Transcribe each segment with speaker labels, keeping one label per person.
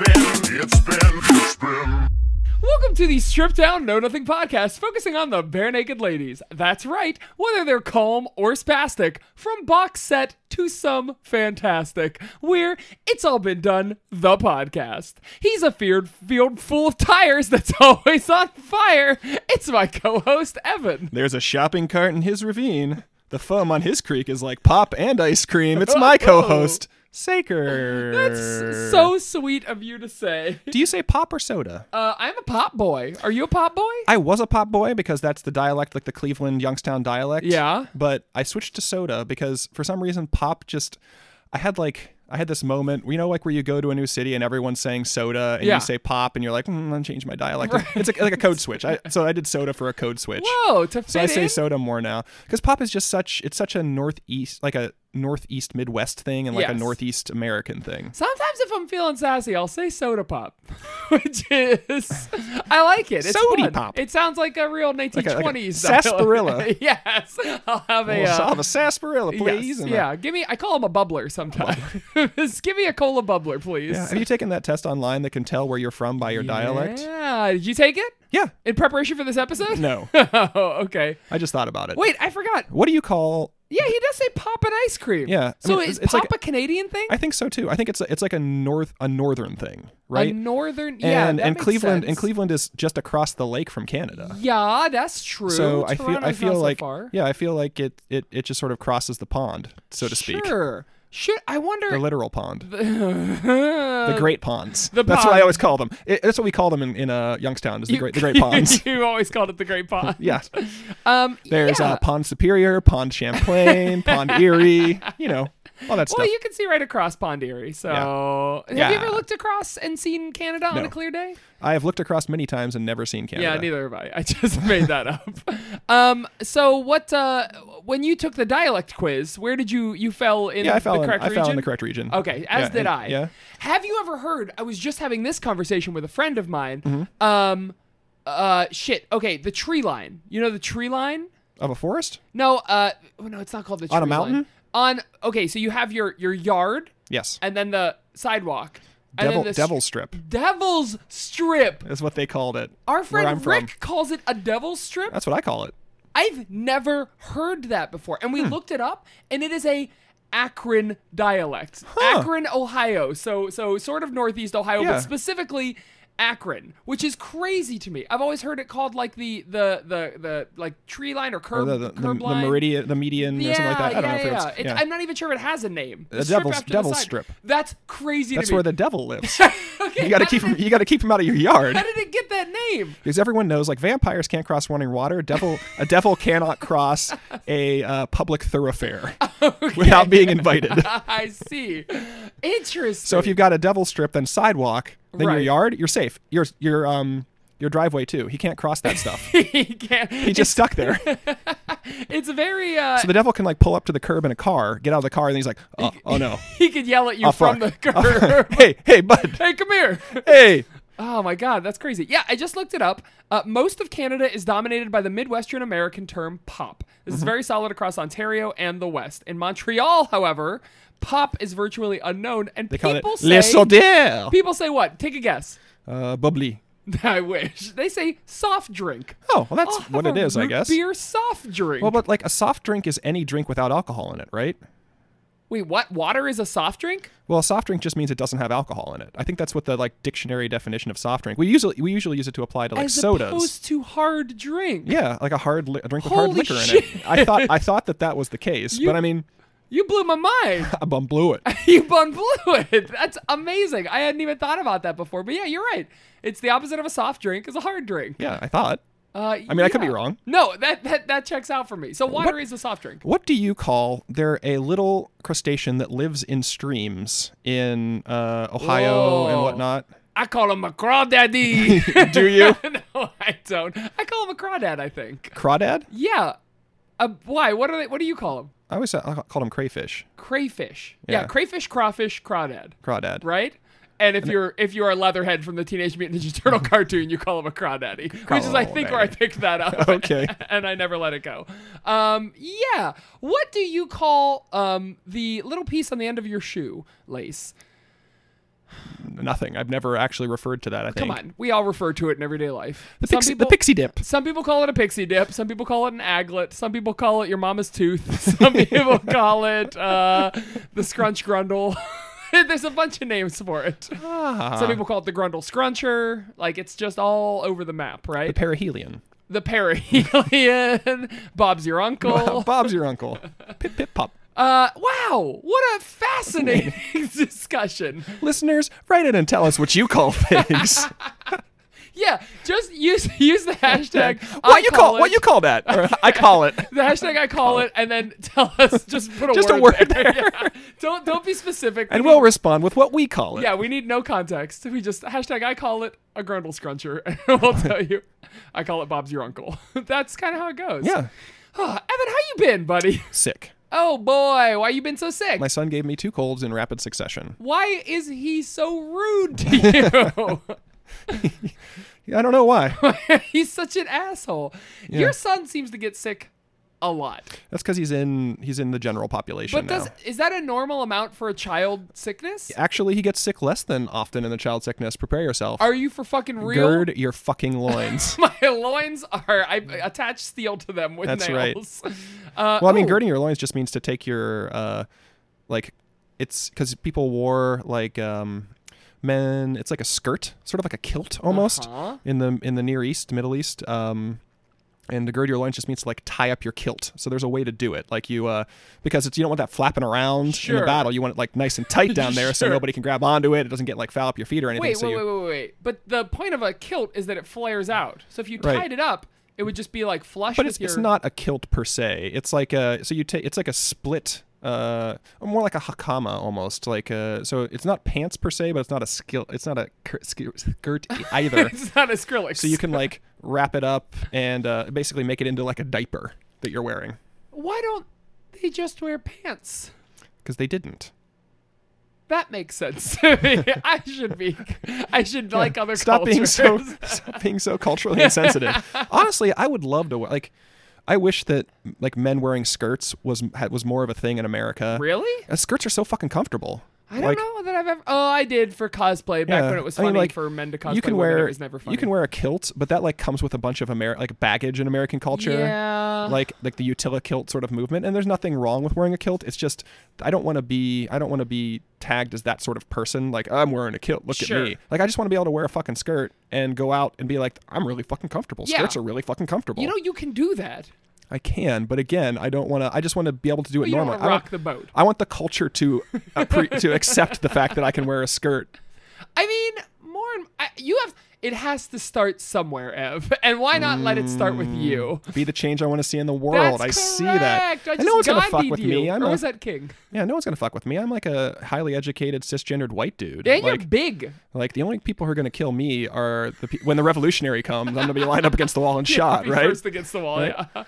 Speaker 1: It's been, it's been.
Speaker 2: Welcome to the Stripped Down Know Nothing podcast, focusing on the bare naked ladies. That's right, whether they're calm or spastic, from box set to some fantastic. We're It's All Been Done, the podcast. He's a feared field full of tires that's always on fire. It's my co host, Evan.
Speaker 3: There's a shopping cart in his ravine. The foam on his creek is like pop and ice cream. It's my co-host, Saker.
Speaker 2: Oh. That's so sweet of you to say.
Speaker 3: Do you say pop or soda?
Speaker 2: Uh, I'm a pop boy. Are you a pop boy?
Speaker 3: I was a pop boy because that's the dialect, like the Cleveland Youngstown dialect.
Speaker 2: Yeah.
Speaker 3: But I switched to soda because for some reason pop just. I had like I had this moment, you know, like where you go to a new city and everyone's saying soda, and
Speaker 2: Yeah.
Speaker 3: you say pop, and you're like, mm, I'm changing my dialect. It's like, like a code switch. I, so I did soda for a code switch.
Speaker 2: Whoa, to fit
Speaker 3: So I say
Speaker 2: in?
Speaker 3: soda more now because pop is just such it's such a northeast like a northeast Midwest thing and like
Speaker 2: Yes.
Speaker 3: a northeast American thing.
Speaker 2: Sometimes if I'm feeling sassy, I'll say soda pop, which is I like it. It's
Speaker 3: Sody
Speaker 2: fun.
Speaker 3: pop.
Speaker 2: It sounds like a real 1920s
Speaker 3: a- like a
Speaker 2: dialect.
Speaker 3: sarsaparilla.
Speaker 2: yes, I'll have a.
Speaker 3: Well,
Speaker 2: uh,
Speaker 3: so I'll have a sarsaparilla, please.
Speaker 2: yes,
Speaker 3: and uh, a-
Speaker 2: yeah. Give me. I call them a bubbler sometimes. Just give me a cola bubbler, please.
Speaker 3: yeah. Have you taken that test online that can tell where you're from by your dialect?
Speaker 2: Yeah. Did you take it
Speaker 3: Yeah.
Speaker 2: in preparation for this episode?
Speaker 3: No,
Speaker 2: oh, okay.
Speaker 3: I just thought about it.
Speaker 2: Wait, I forgot.
Speaker 3: what do you call?
Speaker 2: Yeah, he does say pop and ice cream.
Speaker 3: Yeah, I
Speaker 2: So
Speaker 3: mean,
Speaker 2: is
Speaker 3: it's
Speaker 2: pop
Speaker 3: like-
Speaker 2: a Canadian thing?
Speaker 3: I think so too. I think it's a, it's like a north a northern thing,
Speaker 2: A
Speaker 3: right?
Speaker 2: northern. yeah.
Speaker 3: and
Speaker 2: that
Speaker 3: and
Speaker 2: makes
Speaker 3: Cleveland
Speaker 2: sense.
Speaker 3: and Cleveland is just across the lake from Canada.
Speaker 2: Yeah, that's true.
Speaker 3: So I feel I
Speaker 2: Toronto's not
Speaker 3: feel
Speaker 2: so
Speaker 3: like
Speaker 2: far.
Speaker 3: yeah I feel like it, it it just sort of crosses the pond so to speak
Speaker 2: Sure. Should I
Speaker 3: the
Speaker 2: wonder?
Speaker 3: literal pond
Speaker 2: the
Speaker 3: the great ponds.
Speaker 2: Uh, the
Speaker 3: that's what
Speaker 2: pond.
Speaker 3: I always call them. It- that's what we call them in, in uh, Youngstown. Is the great the great ponds.
Speaker 2: you always called it the Great Pond.
Speaker 3: Yeah,
Speaker 2: Um,
Speaker 3: there's
Speaker 2: yeah.
Speaker 3: uh, Pond Superior, Pond Champlain, Pond Erie. You know, all that
Speaker 2: Well,
Speaker 3: stuff.
Speaker 2: you can see right across Pond Erie. So, have
Speaker 3: Yeah.
Speaker 2: you ever looked across and seen Canada on
Speaker 3: No.
Speaker 2: a clear day?
Speaker 3: I have looked across many times and never seen Canada.
Speaker 2: Yeah, neither have I. I just made that up. Um, so what? Uh, when you took the dialect quiz, where did you you fell in?
Speaker 3: Yeah, I fell
Speaker 2: the
Speaker 3: in.
Speaker 2: correct
Speaker 3: I
Speaker 2: region?
Speaker 3: fell in the correct region.
Speaker 2: Okay, as
Speaker 3: Yeah,
Speaker 2: did
Speaker 3: and-
Speaker 2: I.
Speaker 3: Yeah.
Speaker 2: Have you ever heard? I was just having this conversation with a friend of mine.
Speaker 3: Mm-hmm.
Speaker 2: Um, uh, shit. Okay, the tree line. You know the tree line?
Speaker 3: Of a forest?
Speaker 2: No. Uh, oh, no, it's not called the tree
Speaker 3: On a
Speaker 2: line.
Speaker 3: mountain?
Speaker 2: On okay, so you have your your yard
Speaker 3: Yes.
Speaker 2: and then the sidewalk and
Speaker 3: Devil
Speaker 2: then the str-
Speaker 3: Devil Strip
Speaker 2: devil's strip.
Speaker 3: is what they called it.
Speaker 2: Our
Speaker 3: where I'm
Speaker 2: friend
Speaker 3: from.
Speaker 2: Rick calls it a devil's strip.
Speaker 3: That's what I call it.
Speaker 2: I've never heard that before. And we
Speaker 3: Hmm.
Speaker 2: looked it up and it is a Akron dialect.
Speaker 3: Huh.
Speaker 2: Akron, Ohio. So so sort of northeast Ohio, but
Speaker 3: Yeah.
Speaker 2: specifically Akron, which is crazy to me. I've always heard it called like the the the, the like tree line or
Speaker 3: Or
Speaker 2: curb,
Speaker 3: the, the, the, the
Speaker 2: curb line.
Speaker 3: meridian, the median,
Speaker 2: yeah,
Speaker 3: or something like that. I don't
Speaker 2: yeah,
Speaker 3: know if
Speaker 2: yeah.
Speaker 3: it's.
Speaker 2: It- I'm not even sure if it has a name. The,
Speaker 3: The
Speaker 2: strip
Speaker 3: devil's-
Speaker 2: after the
Speaker 3: devil's
Speaker 2: side.
Speaker 3: strip.
Speaker 2: That's crazy
Speaker 3: That's
Speaker 2: to me.
Speaker 3: where the devil lives.
Speaker 2: okay,
Speaker 3: you got to
Speaker 2: how
Speaker 3: keep
Speaker 2: did
Speaker 3: him.
Speaker 2: it-
Speaker 3: You got to keep him out of your yard.
Speaker 2: How did it get that name?
Speaker 3: because everyone knows like vampires can't cross running water. Devil a devil cannot cross a uh, public thoroughfare without being invited.
Speaker 2: I see. Interesting.
Speaker 3: So if you've got a devil strip, then sidewalk, then your
Speaker 2: Right.
Speaker 3: yard, you're safe. Your your um your driveway too. He can't cross that stuff.
Speaker 2: he can't,
Speaker 3: He just stuck there.
Speaker 2: it's very uh,
Speaker 3: So the devil can like pull up to the curb in a car, get out of the car, and he's like, oh, oh no,
Speaker 2: he could yell at you
Speaker 3: oh
Speaker 2: from
Speaker 3: fuck,
Speaker 2: the
Speaker 3: Oh,
Speaker 2: curb.
Speaker 3: hey hey bud,
Speaker 2: hey, come here.
Speaker 3: hey.
Speaker 2: Oh my god, that's crazy. Yeah, I just looked it up. Uh, most of Canada is dominated by the Midwestern American term pop. This
Speaker 3: Mm-hmm.
Speaker 2: is very solid across Ontario and the West. In Montreal, however, pop is virtually unknown, and
Speaker 3: They call
Speaker 2: people
Speaker 3: it les
Speaker 2: say
Speaker 3: odeurs.
Speaker 2: people say what? Take a guess.
Speaker 3: Uh, bubbly.
Speaker 2: I wish they say soft drink.
Speaker 3: Oh well, that's
Speaker 2: I'll have
Speaker 3: what
Speaker 2: a
Speaker 3: it is, I
Speaker 2: root
Speaker 3: guess.
Speaker 2: Beer soft drink.
Speaker 3: Well, but like a soft drink is any drink without alcohol in it, right?
Speaker 2: Wait, what? Water is a soft drink?
Speaker 3: Well, a soft drink just means it doesn't have alcohol in it. I think that's what the like dictionary definition of soft drink. We usually we usually use it to apply to like
Speaker 2: As
Speaker 3: sodas.
Speaker 2: opposed to hard drink.
Speaker 3: yeah, like a hard li- a drink with
Speaker 2: Holy
Speaker 3: hard liquor in
Speaker 2: shit.
Speaker 3: it. I thought I thought that that was the case,
Speaker 2: You-
Speaker 3: but I mean,
Speaker 2: You blew my mind.
Speaker 3: I bum blew it.
Speaker 2: you bun blew it. That's amazing. I hadn't even thought about that before. But yeah, you're right. It's the opposite of a soft drink is a hard drink.
Speaker 3: Yeah, I thought.
Speaker 2: Uh, I
Speaker 3: mean, I could be wrong.
Speaker 2: No, that, that that checks out for me. So water is a soft drink.
Speaker 3: What do you call there a little crustacean that lives in streams in uh, Ohio
Speaker 2: Whoa.
Speaker 3: and whatnot?
Speaker 2: I call him a crawdaddy.
Speaker 3: Do you
Speaker 2: no, I don't. I call him a crawdad. I think.
Speaker 3: crawdad?
Speaker 2: Yeah. Uh, why? What are they? What do you call him?
Speaker 3: I always I called him crayfish.
Speaker 2: Crayfish. Yeah.
Speaker 3: Yeah.
Speaker 2: crayfish, crawfish, crawdad.
Speaker 3: Crawdad.
Speaker 2: Right. And if you're if you are Leatherhead from the Teenage Mutant Ninja Turtle cartoon, you call him a crawdaddy, which is I think where I
Speaker 3: Crawdaddy.
Speaker 2: picked that up.
Speaker 3: Okay.
Speaker 2: and I never let it go. Um, yeah. What do you call um the little piece on the end of your shoe lace?
Speaker 3: nothing. I've never actually referred to that. I think
Speaker 2: Come on, we all refer to it in everyday life.
Speaker 3: The, pixie, the pixie dip.
Speaker 2: Some people call it a pixie dip. Some people call it an aglet. Some people call it your mama's tooth. Some people call it uh, the scrunch grundle. There's a bunch of names for it.
Speaker 3: Ah.
Speaker 2: Some people call it the grundle scruncher. Like it's just all over the map,
Speaker 3: The
Speaker 2: right?
Speaker 3: perihelion.
Speaker 2: The perihelion. Bob's your uncle.
Speaker 3: Bob's your uncle. Pip pip pop.
Speaker 2: Uh, wow, what a fascinating discussion.
Speaker 3: Listeners, write in and tell us what you call figs.
Speaker 2: Yeah, just use use the hashtag. I
Speaker 3: what you call
Speaker 2: it.
Speaker 3: what you call that? Or, I call it.
Speaker 2: The hashtag I call it, and then tell us. Just put a
Speaker 3: Just a
Speaker 2: word
Speaker 3: word
Speaker 2: there.
Speaker 3: there.
Speaker 2: Yeah. Don't don't be specific.
Speaker 3: And
Speaker 2: We need-
Speaker 3: we'll respond with what we call it.
Speaker 2: yeah, we need no context. We just hashtag I call it a grundle scruncher, and we'll tell you. I call it Bob's your uncle. That's kind of how it goes.
Speaker 3: Yeah.
Speaker 2: Evan, how you been, buddy?
Speaker 3: Sick.
Speaker 2: Oh boy, why you been so sick?
Speaker 3: My son gave me two colds in rapid succession.
Speaker 2: why is he so rude to you?
Speaker 3: I don't know why.
Speaker 2: he's such an asshole. Your son seems to get sick a lot.
Speaker 3: That's because he's in he's in the general population
Speaker 2: But
Speaker 3: now.
Speaker 2: does is that a normal amount for a child sickness?
Speaker 3: Actually, he gets sick less than often in the child sickness. Prepare yourself.
Speaker 2: Are you for fucking real?
Speaker 3: Gird your fucking loins.
Speaker 2: My loins are I attach steel to them with
Speaker 3: That's right.
Speaker 2: nails. Uh,
Speaker 3: well, I mean,
Speaker 2: oh,
Speaker 3: girding your loins just means to take your uh, like it's because people wore like um, men. It's like a skirt, sort of like a kilt almost
Speaker 2: Uh-huh.
Speaker 3: in the in the Near East, Middle East. Um, and to gird your loins just means to like tie up your kilt. So there's a way to do it, like you uh, because it's you don't want that flapping around in
Speaker 2: Sure.
Speaker 3: the battle. You want it like nice and tight down there, so
Speaker 2: Sure.
Speaker 3: nobody can grab onto it. It doesn't get like foul up your feet or anything.
Speaker 2: Wait,
Speaker 3: so
Speaker 2: wait,
Speaker 3: you,
Speaker 2: wait, wait, wait. But the point of a kilt is that it flares out. So if you
Speaker 3: Right.
Speaker 2: tied it up, it would just be like flush
Speaker 3: but
Speaker 2: with
Speaker 3: it's,
Speaker 2: your.
Speaker 3: it's not a kilt per se. It's like a so you take it's like a split, uh, or more like a hakama almost. Like uh, so it's not pants per se, but it's not a skill. It's not a kir- ski- skirt e- either.
Speaker 2: It's not a Skrillex.
Speaker 3: so you can like wrap it up and uh, basically make it into like a diaper that you're wearing
Speaker 2: Why don't they just wear pants?
Speaker 3: because they didn't.
Speaker 2: That makes sense to me. I should be. I should like other
Speaker 3: Stop
Speaker 2: cultures.
Speaker 3: being so stop being so culturally insensitive. Honestly, I would love to wear like. I wish that like men wearing skirts was had, was more of a thing in America.
Speaker 2: Really?
Speaker 3: Uh, skirts are so fucking comfortable.
Speaker 2: I don't
Speaker 3: like,
Speaker 2: know that I've ever. Oh, I did for cosplay back
Speaker 3: Yeah.
Speaker 2: when it was
Speaker 3: I mean,
Speaker 2: funny
Speaker 3: like,
Speaker 2: for men to cosplay.
Speaker 3: you can
Speaker 2: women,
Speaker 3: wear
Speaker 2: it was never funny.
Speaker 3: you can wear a kilt, but that like comes with a bunch of Ameri- like baggage in American culture.
Speaker 2: Yeah.
Speaker 3: Like like the utila kilt sort of movement, and there's nothing wrong with wearing a kilt. It's just I don't want to be I don't want to be tagged as that sort of person. Like I'm wearing a kilt, look
Speaker 2: Sure.
Speaker 3: at me. Like I just want to be able to wear a fucking skirt and go out and be like I'm really fucking comfortable.
Speaker 2: Yeah.
Speaker 3: Skirts are really fucking comfortable.
Speaker 2: you know, you can do that.
Speaker 3: I can, but again, I don't want to. I just want to be able to do it
Speaker 2: You don't
Speaker 3: normally.
Speaker 2: want
Speaker 3: I
Speaker 2: to
Speaker 3: want-
Speaker 2: rock the boat.
Speaker 3: I want the culture to appre- to accept the fact that I can wear a skirt.
Speaker 2: I mean, more. and- I, you have. It has to start somewhere, Ev. And why not let it start with you?
Speaker 3: be the change I want to see in the
Speaker 2: That's
Speaker 3: Mm. world. I
Speaker 2: correct.
Speaker 3: see that.
Speaker 2: I
Speaker 3: And
Speaker 2: just
Speaker 3: no one's gonna fuck
Speaker 2: Gandhi'd
Speaker 3: with
Speaker 2: you.
Speaker 3: me. I'm
Speaker 2: or
Speaker 3: a,
Speaker 2: was that King?
Speaker 3: yeah, no one's gonna fuck with me. I'm like a highly educated cisgendered white dude.
Speaker 2: And
Speaker 3: like,
Speaker 2: you're big.
Speaker 3: like the only people who are gonna kill me are the pe- when the revolutionary comes. I'm gonna be lined up against the wall and shot.
Speaker 2: Be
Speaker 3: Right?
Speaker 2: First against the wall. Yeah.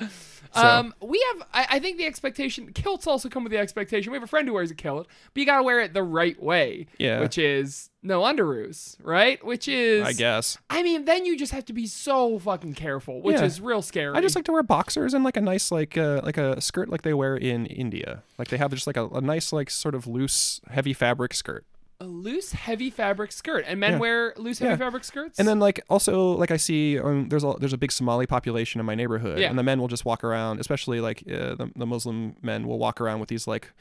Speaker 2: Um, we have. I, I think the expectation kilts also come with the expectation. We have a friend who wears a kilt, but you gotta wear it the right way.
Speaker 3: Yeah.
Speaker 2: Which is no underoos, right? Which is.
Speaker 3: I guess.
Speaker 2: I mean, then you just have to be so fucking careful, which
Speaker 3: Yeah.
Speaker 2: is real scary.
Speaker 3: I just like to wear boxers and like a nice like uh, like a skirt like they wear in India. Like they have just like a, a nice like sort of loose heavy fabric skirt.
Speaker 2: a loose, heavy fabric skirt, and men wear loose, heavy
Speaker 3: Yeah.
Speaker 2: fabric skirts.
Speaker 3: And then like also like I see um, there's a there's a big Somali population in my neighborhood,
Speaker 2: Yeah.
Speaker 3: and the men will just walk around, especially like uh, the, the Muslim men will walk around with these like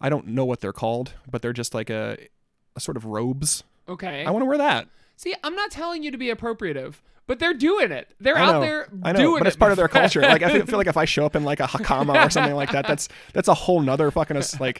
Speaker 3: I don't know what they're called, but they're just like a, a sort of robes.
Speaker 2: okay,
Speaker 3: I want to wear that.
Speaker 2: see, I'm not telling you to be appropriative, but they're doing it. They're
Speaker 3: I
Speaker 2: out
Speaker 3: know,
Speaker 2: there
Speaker 3: I know,
Speaker 2: doing it.
Speaker 3: but it's part of their
Speaker 2: my
Speaker 3: culture. Like I feel,
Speaker 2: friend.
Speaker 3: feel like if I show up in like a hakama or something like that, that's that's a whole nother fucking us like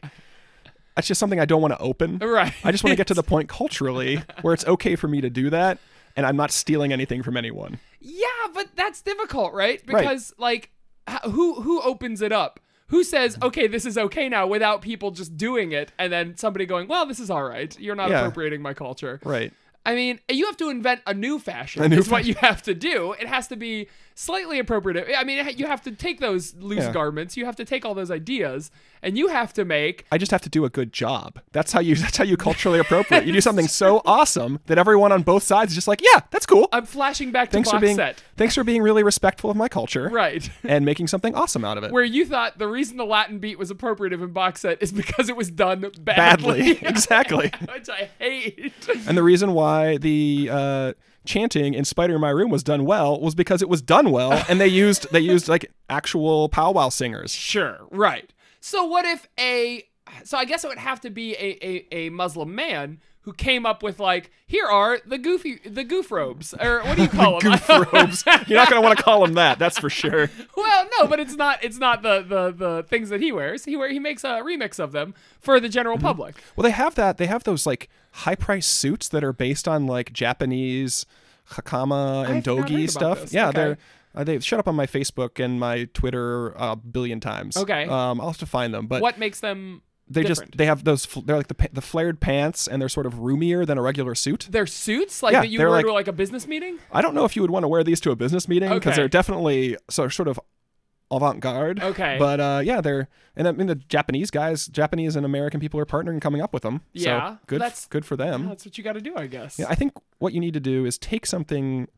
Speaker 3: that's just something I don't want to open.
Speaker 2: Right.
Speaker 3: I just want to get to the point culturally where it's okay for me to do that, and I'm not stealing anything from anyone.
Speaker 2: Yeah, but that's difficult, right? Because like h- who who opens it up? Who says, "Okay, this is okay now" without people just doing it and then somebody going, "Well, this is all right. You're not
Speaker 3: Yeah.
Speaker 2: appropriating my culture."
Speaker 3: Right.
Speaker 2: I mean, you have to invent a new fashion.
Speaker 3: A new
Speaker 2: is what you have to do. It has to be slightly appropriate. I mean, you have to take those loose
Speaker 3: Yeah.
Speaker 2: garments. You have to take all those ideas, and you have to make
Speaker 3: I just have to do a good job. That's how you. That's how you culturally appropriate. You do something so awesome that everyone on both sides is just like, yeah, that's cool.
Speaker 2: I'm flashing back to
Speaker 3: thanks
Speaker 2: box
Speaker 3: for being
Speaker 2: set.
Speaker 3: thanks for being really respectful of my culture,
Speaker 2: Right.
Speaker 3: And making something awesome out of it.
Speaker 2: Where you thought the reason the Latin beat was appropriative in box set is because it was done badly.
Speaker 3: Badly, exactly.
Speaker 2: Which I hate.
Speaker 3: And the reason why the uh, chanting in Spider in My Room was done well was because it was done well, and they used they used like actual powwow singers.
Speaker 2: Sure, right. So what if a so I guess it would have to be a, a, a Muslim man who came up with like, here are the goofy the goof robes. Or what do you call them?
Speaker 3: Goof robes. You're not gonna want to call them that. That's for sure.
Speaker 2: well, no, but it's not it's not the, the, the things that he wears. He wear he makes a remix of them for the general
Speaker 3: Mm-hmm.
Speaker 2: public.
Speaker 3: Well, they have that. They have those like high price suits that are based on like Japanese hakama and
Speaker 2: I've not heard
Speaker 3: dogi
Speaker 2: about
Speaker 3: stuff.
Speaker 2: this.
Speaker 3: Yeah,
Speaker 2: Okay.
Speaker 3: they're. Uh, they've shut up on my Facebook and my Twitter a billion times.
Speaker 2: Okay.
Speaker 3: um, I'll have to find them. But
Speaker 2: What makes them
Speaker 3: they
Speaker 2: different?
Speaker 3: just they have those. fl- They're like the pa- the flared pants, and they're sort of roomier than a regular suit.
Speaker 2: their suits like
Speaker 3: Yeah,
Speaker 2: that you
Speaker 3: they're
Speaker 2: wear to
Speaker 3: like-
Speaker 2: like a business meeting?
Speaker 3: I don't know if you would want to wear these to a business meeting because
Speaker 2: Okay.
Speaker 3: they're definitely so sort of avant-garde.
Speaker 2: Okay.
Speaker 3: But uh, yeah, they're and I mean the Japanese guys, Japanese and American people are partnering, and coming up with them.
Speaker 2: Yeah,
Speaker 3: So good,
Speaker 2: that's-
Speaker 3: good for them.
Speaker 2: That's what you gotta do, I guess.
Speaker 3: Um, Yeah, I think what you need to do is take something,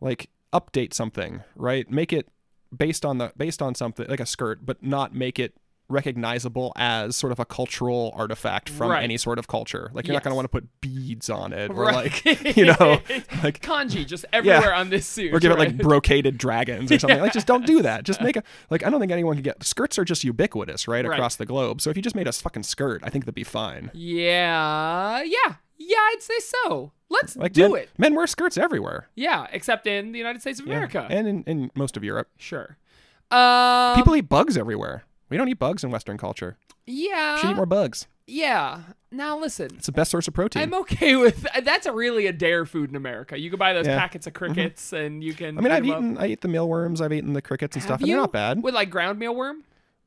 Speaker 3: like update something, right? Make it based on the based on something like a skirt, but not make it recognizable as sort of a cultural artifact from
Speaker 2: Right.
Speaker 3: any sort of culture. Like you're not going
Speaker 2: Yes.
Speaker 3: to want to put beads on it or
Speaker 2: Right.
Speaker 3: like you know like
Speaker 2: Kanji just everywhere on this suit.
Speaker 3: or give it
Speaker 2: right?
Speaker 3: like brocaded dragons or something. Like just don't do that. Just make a like I don't think anyone can get skirts are just ubiquitous, right,
Speaker 2: Right.
Speaker 3: across the globe. So if you just made a fucking skirt, I think that'd be fine.
Speaker 2: Yeah, yeah, yeah. I'd say so. Let's
Speaker 3: Like
Speaker 2: do
Speaker 3: men,
Speaker 2: it.
Speaker 3: Men wear skirts everywhere.
Speaker 2: Yeah, except in the United States of
Speaker 3: Yeah.
Speaker 2: America.
Speaker 3: And in, in most of Europe.
Speaker 2: sure. Um,
Speaker 3: People eat bugs everywhere. We don't eat bugs in Western culture. We should eat
Speaker 2: Yeah.
Speaker 3: more bugs.
Speaker 2: Yeah. Now listen.
Speaker 3: It's the best source of protein.
Speaker 2: I'm okay with that's a really a dare food in America. You can buy those
Speaker 3: Yeah. Mm-hmm.
Speaker 2: packets of crickets and you can.
Speaker 3: I mean,
Speaker 2: eat
Speaker 3: I've
Speaker 2: 'em up.
Speaker 3: eaten, I eat the mealworms, I've eaten the crickets and
Speaker 2: Have
Speaker 3: stuff,
Speaker 2: you?
Speaker 3: and they're not bad.
Speaker 2: With like ground mealworm.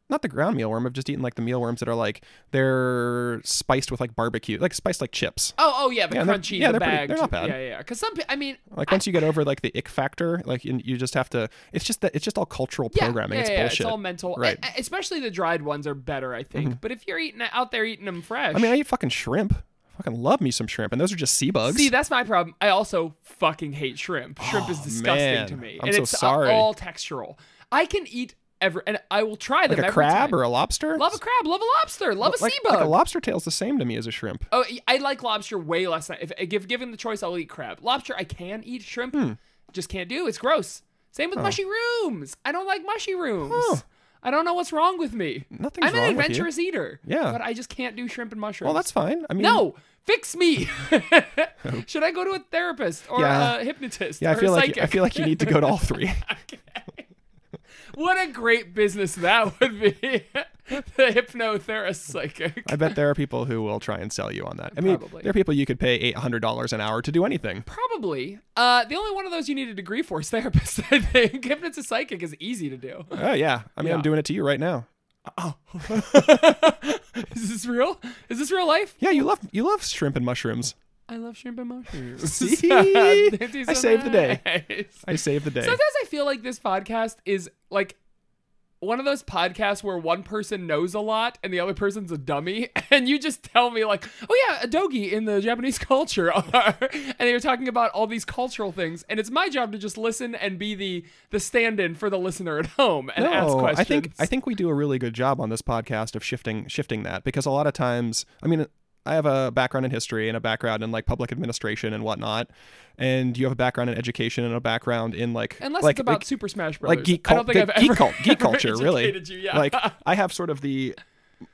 Speaker 3: Not the ground mealworm, I've just eaten like the mealworms that are like, they're spiced with like barbecue, like spiced like chips.
Speaker 2: Oh, oh yeah, the
Speaker 3: Yeah, they're-
Speaker 2: crunchy,
Speaker 3: yeah,
Speaker 2: the
Speaker 3: they're pretty-
Speaker 2: bag.
Speaker 3: they're not bad.
Speaker 2: Yeah, yeah. Because some, pe- I mean,
Speaker 3: Like once you get over like the ick factor, like you, you just have to. It's just that it's just all cultural
Speaker 2: yeah,
Speaker 3: programming.
Speaker 2: yeah,
Speaker 3: it's
Speaker 2: yeah,
Speaker 3: bullshit.
Speaker 2: It's all mental.
Speaker 3: Right. Mm-hmm.
Speaker 2: E- especially the dried ones are better, I think. But if you're eating out there eating them fresh,
Speaker 3: I mean, I eat fucking shrimp. fucking love me some shrimp, and those are just sea bugs.
Speaker 2: See, that's my problem. I also fucking hate shrimp. Shrimp is
Speaker 3: Oh,
Speaker 2: disgusting
Speaker 3: man.
Speaker 2: to me.
Speaker 3: I'm
Speaker 2: and
Speaker 3: so
Speaker 2: it's uh,
Speaker 3: sorry.
Speaker 2: all textural. I can eat ever and I will try them
Speaker 3: like a
Speaker 2: every
Speaker 3: crab
Speaker 2: time.
Speaker 3: or a lobster.
Speaker 2: Love a crab, love a lobster, love a
Speaker 3: like,
Speaker 2: sea
Speaker 3: like
Speaker 2: bug.
Speaker 3: a lobster tail's the same to me as a shrimp.
Speaker 2: oh, I like lobster way less than if, if given the choice I'll eat crab. Lobster I can eat, shrimp
Speaker 3: Hmm.
Speaker 2: just can't do. It's gross. Same with mushy rooms. I don't like mushy rooms.
Speaker 3: Oh. Huh.
Speaker 2: I don't know what's wrong with me.
Speaker 3: Nothing's
Speaker 2: I'm
Speaker 3: wrong
Speaker 2: an
Speaker 3: with you.
Speaker 2: adventurous eater.
Speaker 3: Yeah.
Speaker 2: But I just can't do shrimp and mushrooms.
Speaker 3: Well, that's fine. I mean,
Speaker 2: No, fix me. Should I go to a therapist or
Speaker 3: Yeah.
Speaker 2: a hypnotist?
Speaker 3: Yeah, I
Speaker 2: or
Speaker 3: feel
Speaker 2: a
Speaker 3: like
Speaker 2: psychic?
Speaker 3: I feel like you need to go to all three.
Speaker 2: what a great business that would be. the hypnotherapist psychic.
Speaker 3: I bet there are people who will try and sell you on that. I mean,
Speaker 2: Probably.
Speaker 3: there are people you could pay eight hundred dollars an hour to do anything.
Speaker 2: Probably. Uh, the only one of those you need a degree for is therapist, I think. Hypnotist psychic is easy to do.
Speaker 3: Oh yeah, I mean,
Speaker 2: Yeah.
Speaker 3: I'm doing it to you right now. Oh.
Speaker 2: is this real? Is this real life?
Speaker 3: Yeah, you love you love shrimp and mushrooms.
Speaker 2: I love shrimp and mushrooms.
Speaker 3: See?
Speaker 2: That is
Speaker 3: I
Speaker 2: so
Speaker 3: saved the day.
Speaker 2: nice.
Speaker 3: I saved the day.
Speaker 2: Sometimes I feel like this podcast is like one of those podcasts where one person knows a lot and the other person's a dummy, and you just tell me like, "Oh yeah, a dogi in the Japanese culture," are, and you're talking about all these cultural things, and it's my job to just listen and be the the stand-in for the listener at home and ask questions.
Speaker 3: I think I think we do a really good job on this podcast of shifting shifting that because a lot of times, I mean, I have a background in history and a background in like public administration and whatnot, and you have a background in education and a background in like
Speaker 2: unless
Speaker 3: like,
Speaker 2: it's about
Speaker 3: like,
Speaker 2: Super Smash Brothers,
Speaker 3: like geek
Speaker 2: I don't
Speaker 3: cult,
Speaker 2: think I've
Speaker 3: geek,
Speaker 2: ever,
Speaker 3: cult, geek
Speaker 2: ever
Speaker 3: culture, really.
Speaker 2: educated You, yeah.
Speaker 3: Like I have sort of the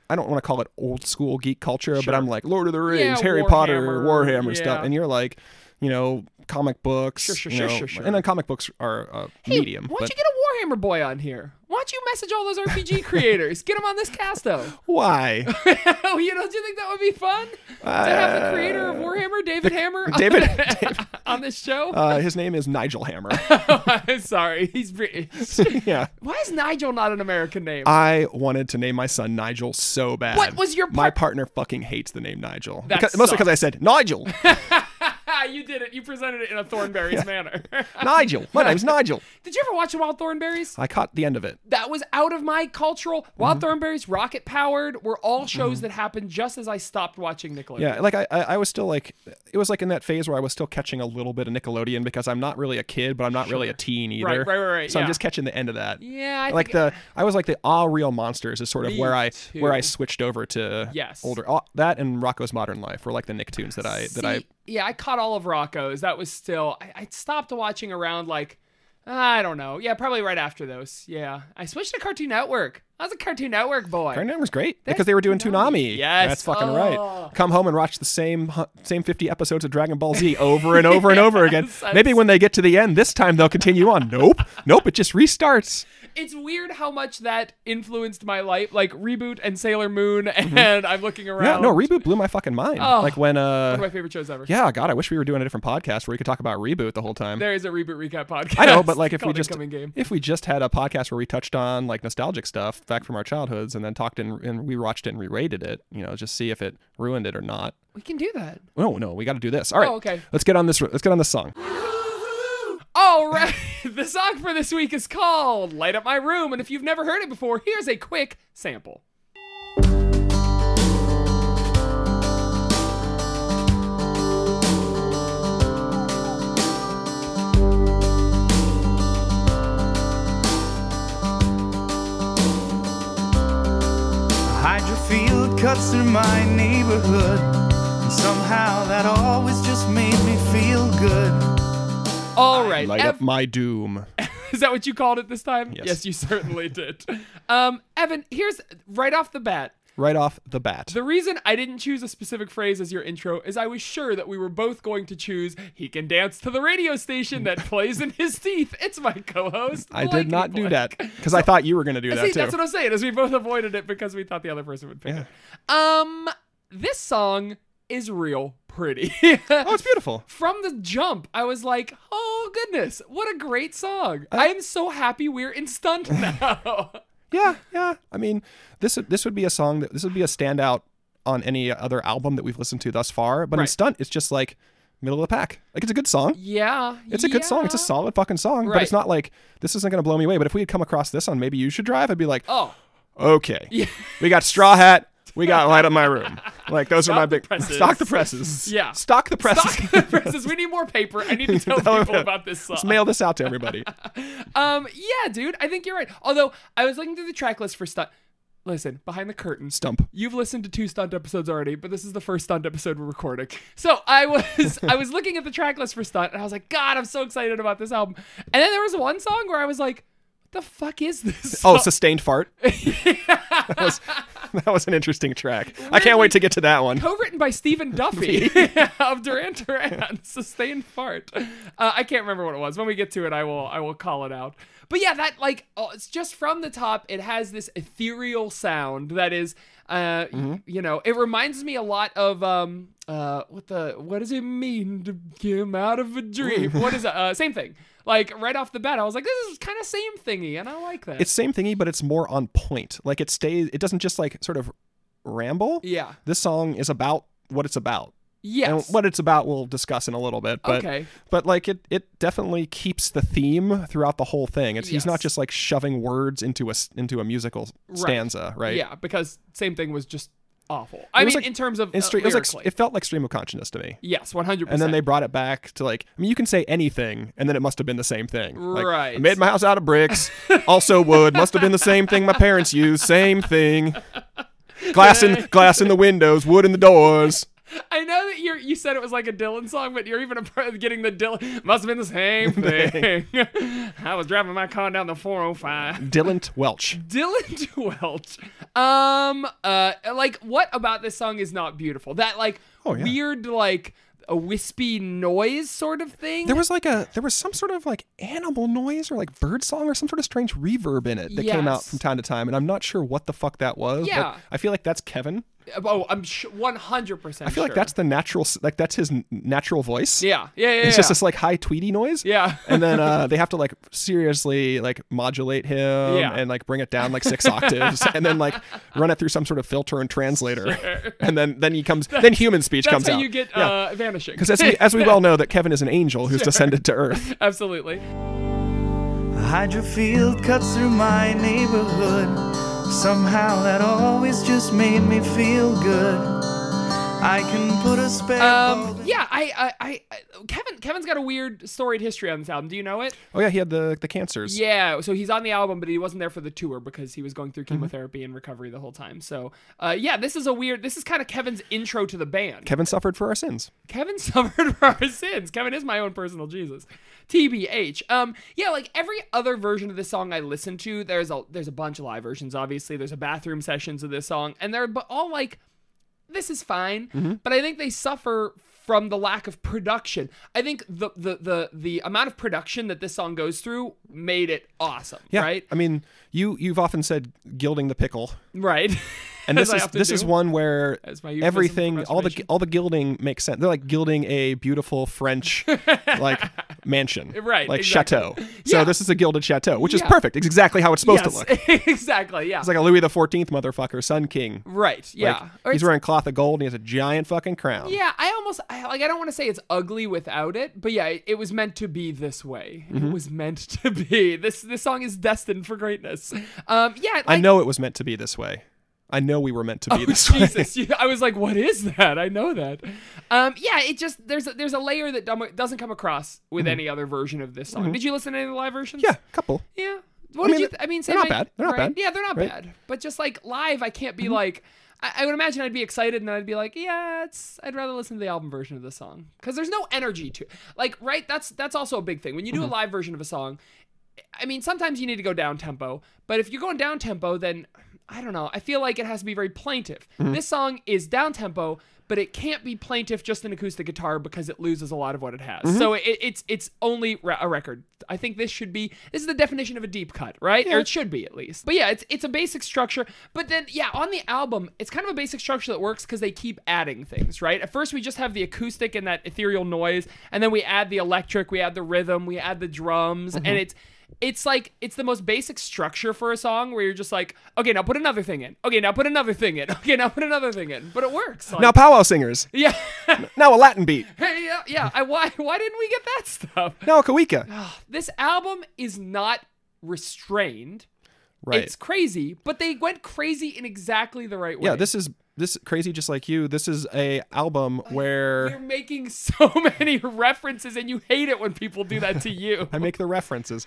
Speaker 3: I don't want to call it old school geek culture, but I'm like Lord of the Rings,
Speaker 2: Yeah,
Speaker 3: Harry Potter,
Speaker 2: Warhammer,
Speaker 3: Warhammer stuff,
Speaker 2: yeah.
Speaker 3: and you're like, you know, comic books,
Speaker 2: Sure, sure,
Speaker 3: you
Speaker 2: sure,
Speaker 3: know,
Speaker 2: sure, sure.
Speaker 3: and then comic books are a medium.
Speaker 2: Why
Speaker 3: but-
Speaker 2: don't you get a Warhammer boy on here? Why don't you message all those RPG creators? get them on this casto.
Speaker 3: why?
Speaker 2: oh, you don't you think that would be fun to have the creator of Warhammer, David Hammer, on
Speaker 3: Uh, David-
Speaker 2: the- on this show?
Speaker 3: Uh, his name is Nigel Hammer.
Speaker 2: I'm sorry, he's British.
Speaker 3: yeah.
Speaker 2: Why is Nigel not an American name?
Speaker 3: I wanted to name my son Nigel so bad.
Speaker 2: What was your
Speaker 3: My
Speaker 2: par-
Speaker 3: partner fucking hates the name Nigel.
Speaker 2: That
Speaker 3: Because- mostly
Speaker 2: sucks.
Speaker 3: because I said Nigel.
Speaker 2: you did it. You presented it in a Thornberry's manner.
Speaker 3: Nigel. My name's Nigel.
Speaker 2: did you ever watch the Wild Thornberries?
Speaker 3: I caught the end of it.
Speaker 2: that was out of my cultural. Wild
Speaker 3: Mm-hmm.
Speaker 2: Thornberries, Rocket Powered were all shows that happened just as I stopped watching Nickelodeon.
Speaker 3: Yeah, like I, I, I was still like, it was like in that phase where I was still catching a little bit of Nickelodeon because I'm not really a kid, but I'm not really a teen either.
Speaker 2: right, right, right,
Speaker 3: So
Speaker 2: yeah.
Speaker 3: I'm just catching the end of that.
Speaker 2: Yeah, I
Speaker 3: like
Speaker 2: think-
Speaker 3: the I was like the all real monsters is sort of
Speaker 2: Me
Speaker 3: where I where I
Speaker 2: too.
Speaker 3: switched over to
Speaker 2: Yes.
Speaker 3: older ah, that and Rocco's Modern Life were like the Nicktoons that I that I
Speaker 2: See, yeah, I caught all of Rocco's. That was still I, I stopped watching around like I don't know. Yeah, probably right after those. Yeah, I switched to Cartoon Network. I was a Cartoon Network boy.
Speaker 3: Cartoon Network was great because they were doing Toonami.
Speaker 2: Yes.
Speaker 3: that's fucking
Speaker 2: Oh.
Speaker 3: right. Come home and watch the same hu- same fifty episodes of Dragon Ball Z over and over and over again.
Speaker 2: Yes, I'm
Speaker 3: Maybe when they get to the end, this time they'll continue on. Nope, nope, it just restarts.
Speaker 2: It's weird how much that influenced my life, like reboot and Sailor Moon, and I'm looking
Speaker 3: Mm-hmm. Yeah,
Speaker 2: around.
Speaker 3: no, reboot blew my fucking mind.
Speaker 2: Oh.
Speaker 3: like when
Speaker 2: One of my
Speaker 3: uh,
Speaker 2: favorite shows ever.
Speaker 3: yeah, God, I wish we were doing a different podcast where we could talk about reboot the whole time.
Speaker 2: There is a reboot recap podcast.
Speaker 3: I know, but like if we
Speaker 2: called
Speaker 3: just
Speaker 2: Incoming game.
Speaker 3: if we just had a podcast where we touched on like nostalgic stuff back from our childhoods and then talked and and we watched it and re-rated it, you know, just see if it ruined it or not.
Speaker 2: We can do that.
Speaker 3: No, no, we got to do this. All right,
Speaker 2: Oh, okay.
Speaker 3: Let's get on this. Let's get on this song.
Speaker 2: All right, the song for this week is called Light Up My Room, and if you've never heard it before, here's a quick sample.
Speaker 4: Hydro field cuts through my neighborhood. And somehow that always just made me feel good.
Speaker 2: All right,
Speaker 3: Light
Speaker 2: Ev-
Speaker 3: up my doom.
Speaker 2: Is that what you called it this time?
Speaker 3: Yes.
Speaker 2: you certainly did. Um, Evan, here's right off the bat.
Speaker 3: Right off the bat.
Speaker 2: The reason I didn't choose a specific phrase as your intro is I was sure that we were both going to choose he can dance to the radio station that plays in his teeth. It's my co-host.
Speaker 3: I
Speaker 2: Blake
Speaker 3: did not do
Speaker 2: Blake.
Speaker 3: that because I thought you were going to do that
Speaker 2: See,
Speaker 3: too.
Speaker 2: that's what I'm saying, is we both avoided it because we thought the other person would pick it. Um this song is real pretty.
Speaker 3: oh, it's beautiful.
Speaker 2: From the jump, I was like, oh goodness, what a great song. I am so happy we're in stunt now.
Speaker 3: Yeah, yeah. I mean, this this would be a song that this would be a standout on any other album that we've listened to thus far. But in
Speaker 2: Right.
Speaker 3: Stunt, it's just like middle of the pack. Like it's a good song.
Speaker 2: Yeah.
Speaker 3: It's a good song. It's a
Speaker 2: yeah.
Speaker 3: solid fucking song. But
Speaker 2: Right.
Speaker 3: it's not like this isn't gonna blow me away. But if we had come across this on Maybe You Should Drive, I'd be like,
Speaker 2: Oh,
Speaker 3: okay, we got Straw Hat. We got light up my room. Like those are my
Speaker 2: the
Speaker 3: big
Speaker 2: presses.
Speaker 3: stock the presses.
Speaker 2: Yeah.
Speaker 3: stock the presses.
Speaker 2: stock the presses. We need more paper. I need to tell
Speaker 3: That would-
Speaker 2: people about this song.
Speaker 3: Let's mail this out to everybody.
Speaker 2: Um, yeah, dude, I think you're right. Although I was looking through the track list for stunt. Listen, behind the curtain,
Speaker 3: Stump.
Speaker 2: You've listened to two stunt episodes already, but this is the first stunt episode we're recording. So I was I was looking at the track list for stunt, and I was like, God, I'm so excited about this album. And then there was one song where I was like, What the fuck is this?
Speaker 3: Oh,
Speaker 2: song?
Speaker 3: sustained fart. that, was, that was an interesting track. I can't wait to get to that one.
Speaker 2: co-written by Stephen Duffy of Duran Duran, sustained fart. Uh, I can't remember what it was. When we get to it, I will I will call it out. But yeah, that like oh, it's just from the top. It has this ethereal sound that is, uh,
Speaker 3: Mm-hmm.
Speaker 2: y- you know, it reminds me a lot of um, uh, what the what does it mean to come out of a dream?
Speaker 3: Mm.
Speaker 2: what is that? Uh, same thing. Like right off the bat, I was like, this is kind of same thingy, and I like that.
Speaker 3: it's same thingy, but it's more on point. Like it stays. It doesn't just like sort of ramble.
Speaker 2: yeah,
Speaker 3: This song is about what it's about,
Speaker 2: yes,
Speaker 3: and what it's about we'll discuss in a little bit. But
Speaker 2: Okay.
Speaker 3: but like it it definitely keeps the theme throughout the whole thing. It's he's
Speaker 2: Yes.
Speaker 3: not just like shoving words into a s- into a musical s- stanza, right?
Speaker 2: yeah, because same thing was just awful. I
Speaker 3: It was
Speaker 2: mean,
Speaker 3: like-
Speaker 2: in terms of
Speaker 3: And
Speaker 2: uh,
Speaker 3: stre- it was like
Speaker 2: lyrically.
Speaker 3: it felt like stream of consciousness to me.
Speaker 2: Yes, one hundred
Speaker 3: And
Speaker 2: percent.
Speaker 3: then they brought it back to like, I mean, you can say anything, and then it must have been the same thing. Like, I
Speaker 2: Right.
Speaker 3: made my house out of bricks, also wood. Must have been the same thing my parents used. Same thing. Glass in glass in the windows, wood in the doors.
Speaker 2: I know that you you said it was like a Dylan song, but you're even a part of getting the Dylan. Must have been the same thing. I was driving my car down the 405.
Speaker 3: Dylan Welch.
Speaker 2: Dylan Welch. Um, uh, like what about this song is not beautiful? That like
Speaker 3: Oh, yeah.
Speaker 2: weird like a wispy noise sort of thing.
Speaker 3: There was like a there was some sort of like animal noise or like bird song or some sort of strange reverb in it that came out
Speaker 2: Yes.
Speaker 3: from time to time, and I'm not sure what the fuck that was.
Speaker 2: Yeah.
Speaker 3: But I feel like that's Kevin.
Speaker 2: oh, I'm sh- 100%.
Speaker 3: I feel like that's the natural, s- like that's his n- natural voice.
Speaker 2: Yeah. Yeah, yeah.
Speaker 3: It's
Speaker 2: yeah.
Speaker 3: just this like high tweety noise.
Speaker 2: Yeah.
Speaker 3: and then uh, they have to like seriously like modulate him
Speaker 2: Yeah.
Speaker 3: and like bring it down like six octaves and then like run it through some sort of filter and translator and then then he comes then human speech
Speaker 2: that's
Speaker 3: comes
Speaker 2: how
Speaker 3: out
Speaker 2: you get uh, vanishing.
Speaker 3: because as we, as we well know that kevin is an angel who's descended to earth
Speaker 2: Absolutely.
Speaker 4: A hydro field cuts through my neighborhood. Somehow that always just made me feel good. I can put a spare ball
Speaker 2: Um,
Speaker 4: in-
Speaker 2: yeah, I, I, I, Kevin, Kevin's got a weird storied history on this album. Do you know it?
Speaker 3: oh yeah he had the the cancers
Speaker 2: Yeah, so he's on the album, but he wasn't there for the tour because he was going through chemotherapy and recovery the whole time. So, uh, yeah, this is a weird. This is kind of Kevin's intro to the band.
Speaker 3: kevin suffered for our sins
Speaker 2: Kevin suffered for our sins. Kevin is my own personal Jesus. TBH. Um, yeah, like every other version of this song I listen to, there's a there's a bunch of live versions. Obviously, there's a bathroom sessions of this song, and they're bu- all like, this is fine.
Speaker 3: Mm-hmm.
Speaker 2: But I think they suffer from the lack of production. I think the the the the amount of production that this song goes through made it awesome.
Speaker 3: yeah
Speaker 2: Right.
Speaker 3: i mean you you've often said gilding the pickle
Speaker 2: Right.
Speaker 3: and
Speaker 2: As
Speaker 3: this
Speaker 2: I
Speaker 3: is
Speaker 2: often
Speaker 3: this is
Speaker 2: do.
Speaker 3: one where
Speaker 2: As my euphemism for
Speaker 3: everything all the
Speaker 2: masturbation.
Speaker 3: all the gilding makes sense they're like gilding a beautiful french like mansion
Speaker 2: Right,
Speaker 3: like
Speaker 2: exactly.
Speaker 3: chateau so
Speaker 2: Yeah.
Speaker 3: this is a gilded chateau which is
Speaker 2: Yeah.
Speaker 3: perfect it's exactly how it's supposed to
Speaker 2: Yes,
Speaker 3: look it's
Speaker 2: exactly. Yeah.
Speaker 3: like a louis the 14th motherfucker sun king
Speaker 2: right. Yeah.
Speaker 3: Like,
Speaker 2: Or
Speaker 3: he's
Speaker 2: it's-
Speaker 3: wearing cloth of gold and he has a giant fucking crown
Speaker 2: Yeah, I almost I, like I don't want to say it's ugly without it, but yeah, it, it was meant to be this way.
Speaker 3: Mm-hmm.
Speaker 2: It was meant to be. This this song is destined for greatness. Um, yeah, like,
Speaker 3: i know it was meant to be this way i know we were meant to be this way
Speaker 2: Oh, Jesus, you- I was like, what is that? I know that. Um, yeah, it just there's a, there's a layer that dumb- doesn't come across with any other version of this song. Did you listen to any of the live versions?
Speaker 3: Mm-hmm. yeah couple
Speaker 2: yeah. What
Speaker 3: I
Speaker 2: did
Speaker 3: mean,
Speaker 2: you? Th- I mean,
Speaker 3: they're
Speaker 2: same
Speaker 3: not
Speaker 2: thing,
Speaker 3: bad. They're not
Speaker 2: right?
Speaker 3: bad, Mm-hmm.
Speaker 2: Yeah, they're not
Speaker 3: right?
Speaker 2: bad. But just like live, I can't be like. I, I would imagine I'd be excited and then I'd be like, yeah, it's. I'd rather listen to the album version of the song because there's no energy to. Like, right? That's that's also a big thing when you
Speaker 3: Mm-hmm.
Speaker 2: do a live version of a song. I mean, sometimes you need to go down tempo, but if you're going down tempo, then I don't know. I feel like it has to be very plaintive. This song is down tempo, but it can't be plaintive just in acoustic guitar because it loses a lot of what it has. So it, it's it's only re- a record. I think this should be this is the definition of a deep cut, right? Or it should be at least. But yeah, it's it's a basic structure. But then yeah, on the album, it's kind of a basic structure that works because they keep adding things, right? At first we just have the acoustic and that ethereal noise, and then we add the electric, we add the rhythm, we add the drums, and it's it's like it's the most basic structure for a song where you're just like, okay, now put another thing in. Okay, now put another thing in. Okay, now put another thing in. But it works. Like,
Speaker 3: now powwow singers
Speaker 2: yeah,
Speaker 3: now a latin beat
Speaker 2: yeah, yeah. I, why why didn't we get that stuff?
Speaker 3: now a kawika
Speaker 2: This album is not restrained.
Speaker 3: right
Speaker 2: It's crazy, but they went crazy in exactly the right way.
Speaker 3: yeah this is this crazy just like you this is a
Speaker 2: Oh,
Speaker 3: album
Speaker 2: You're
Speaker 3: where
Speaker 2: making so many references, and you hate it when people do that to you.
Speaker 3: I make the references.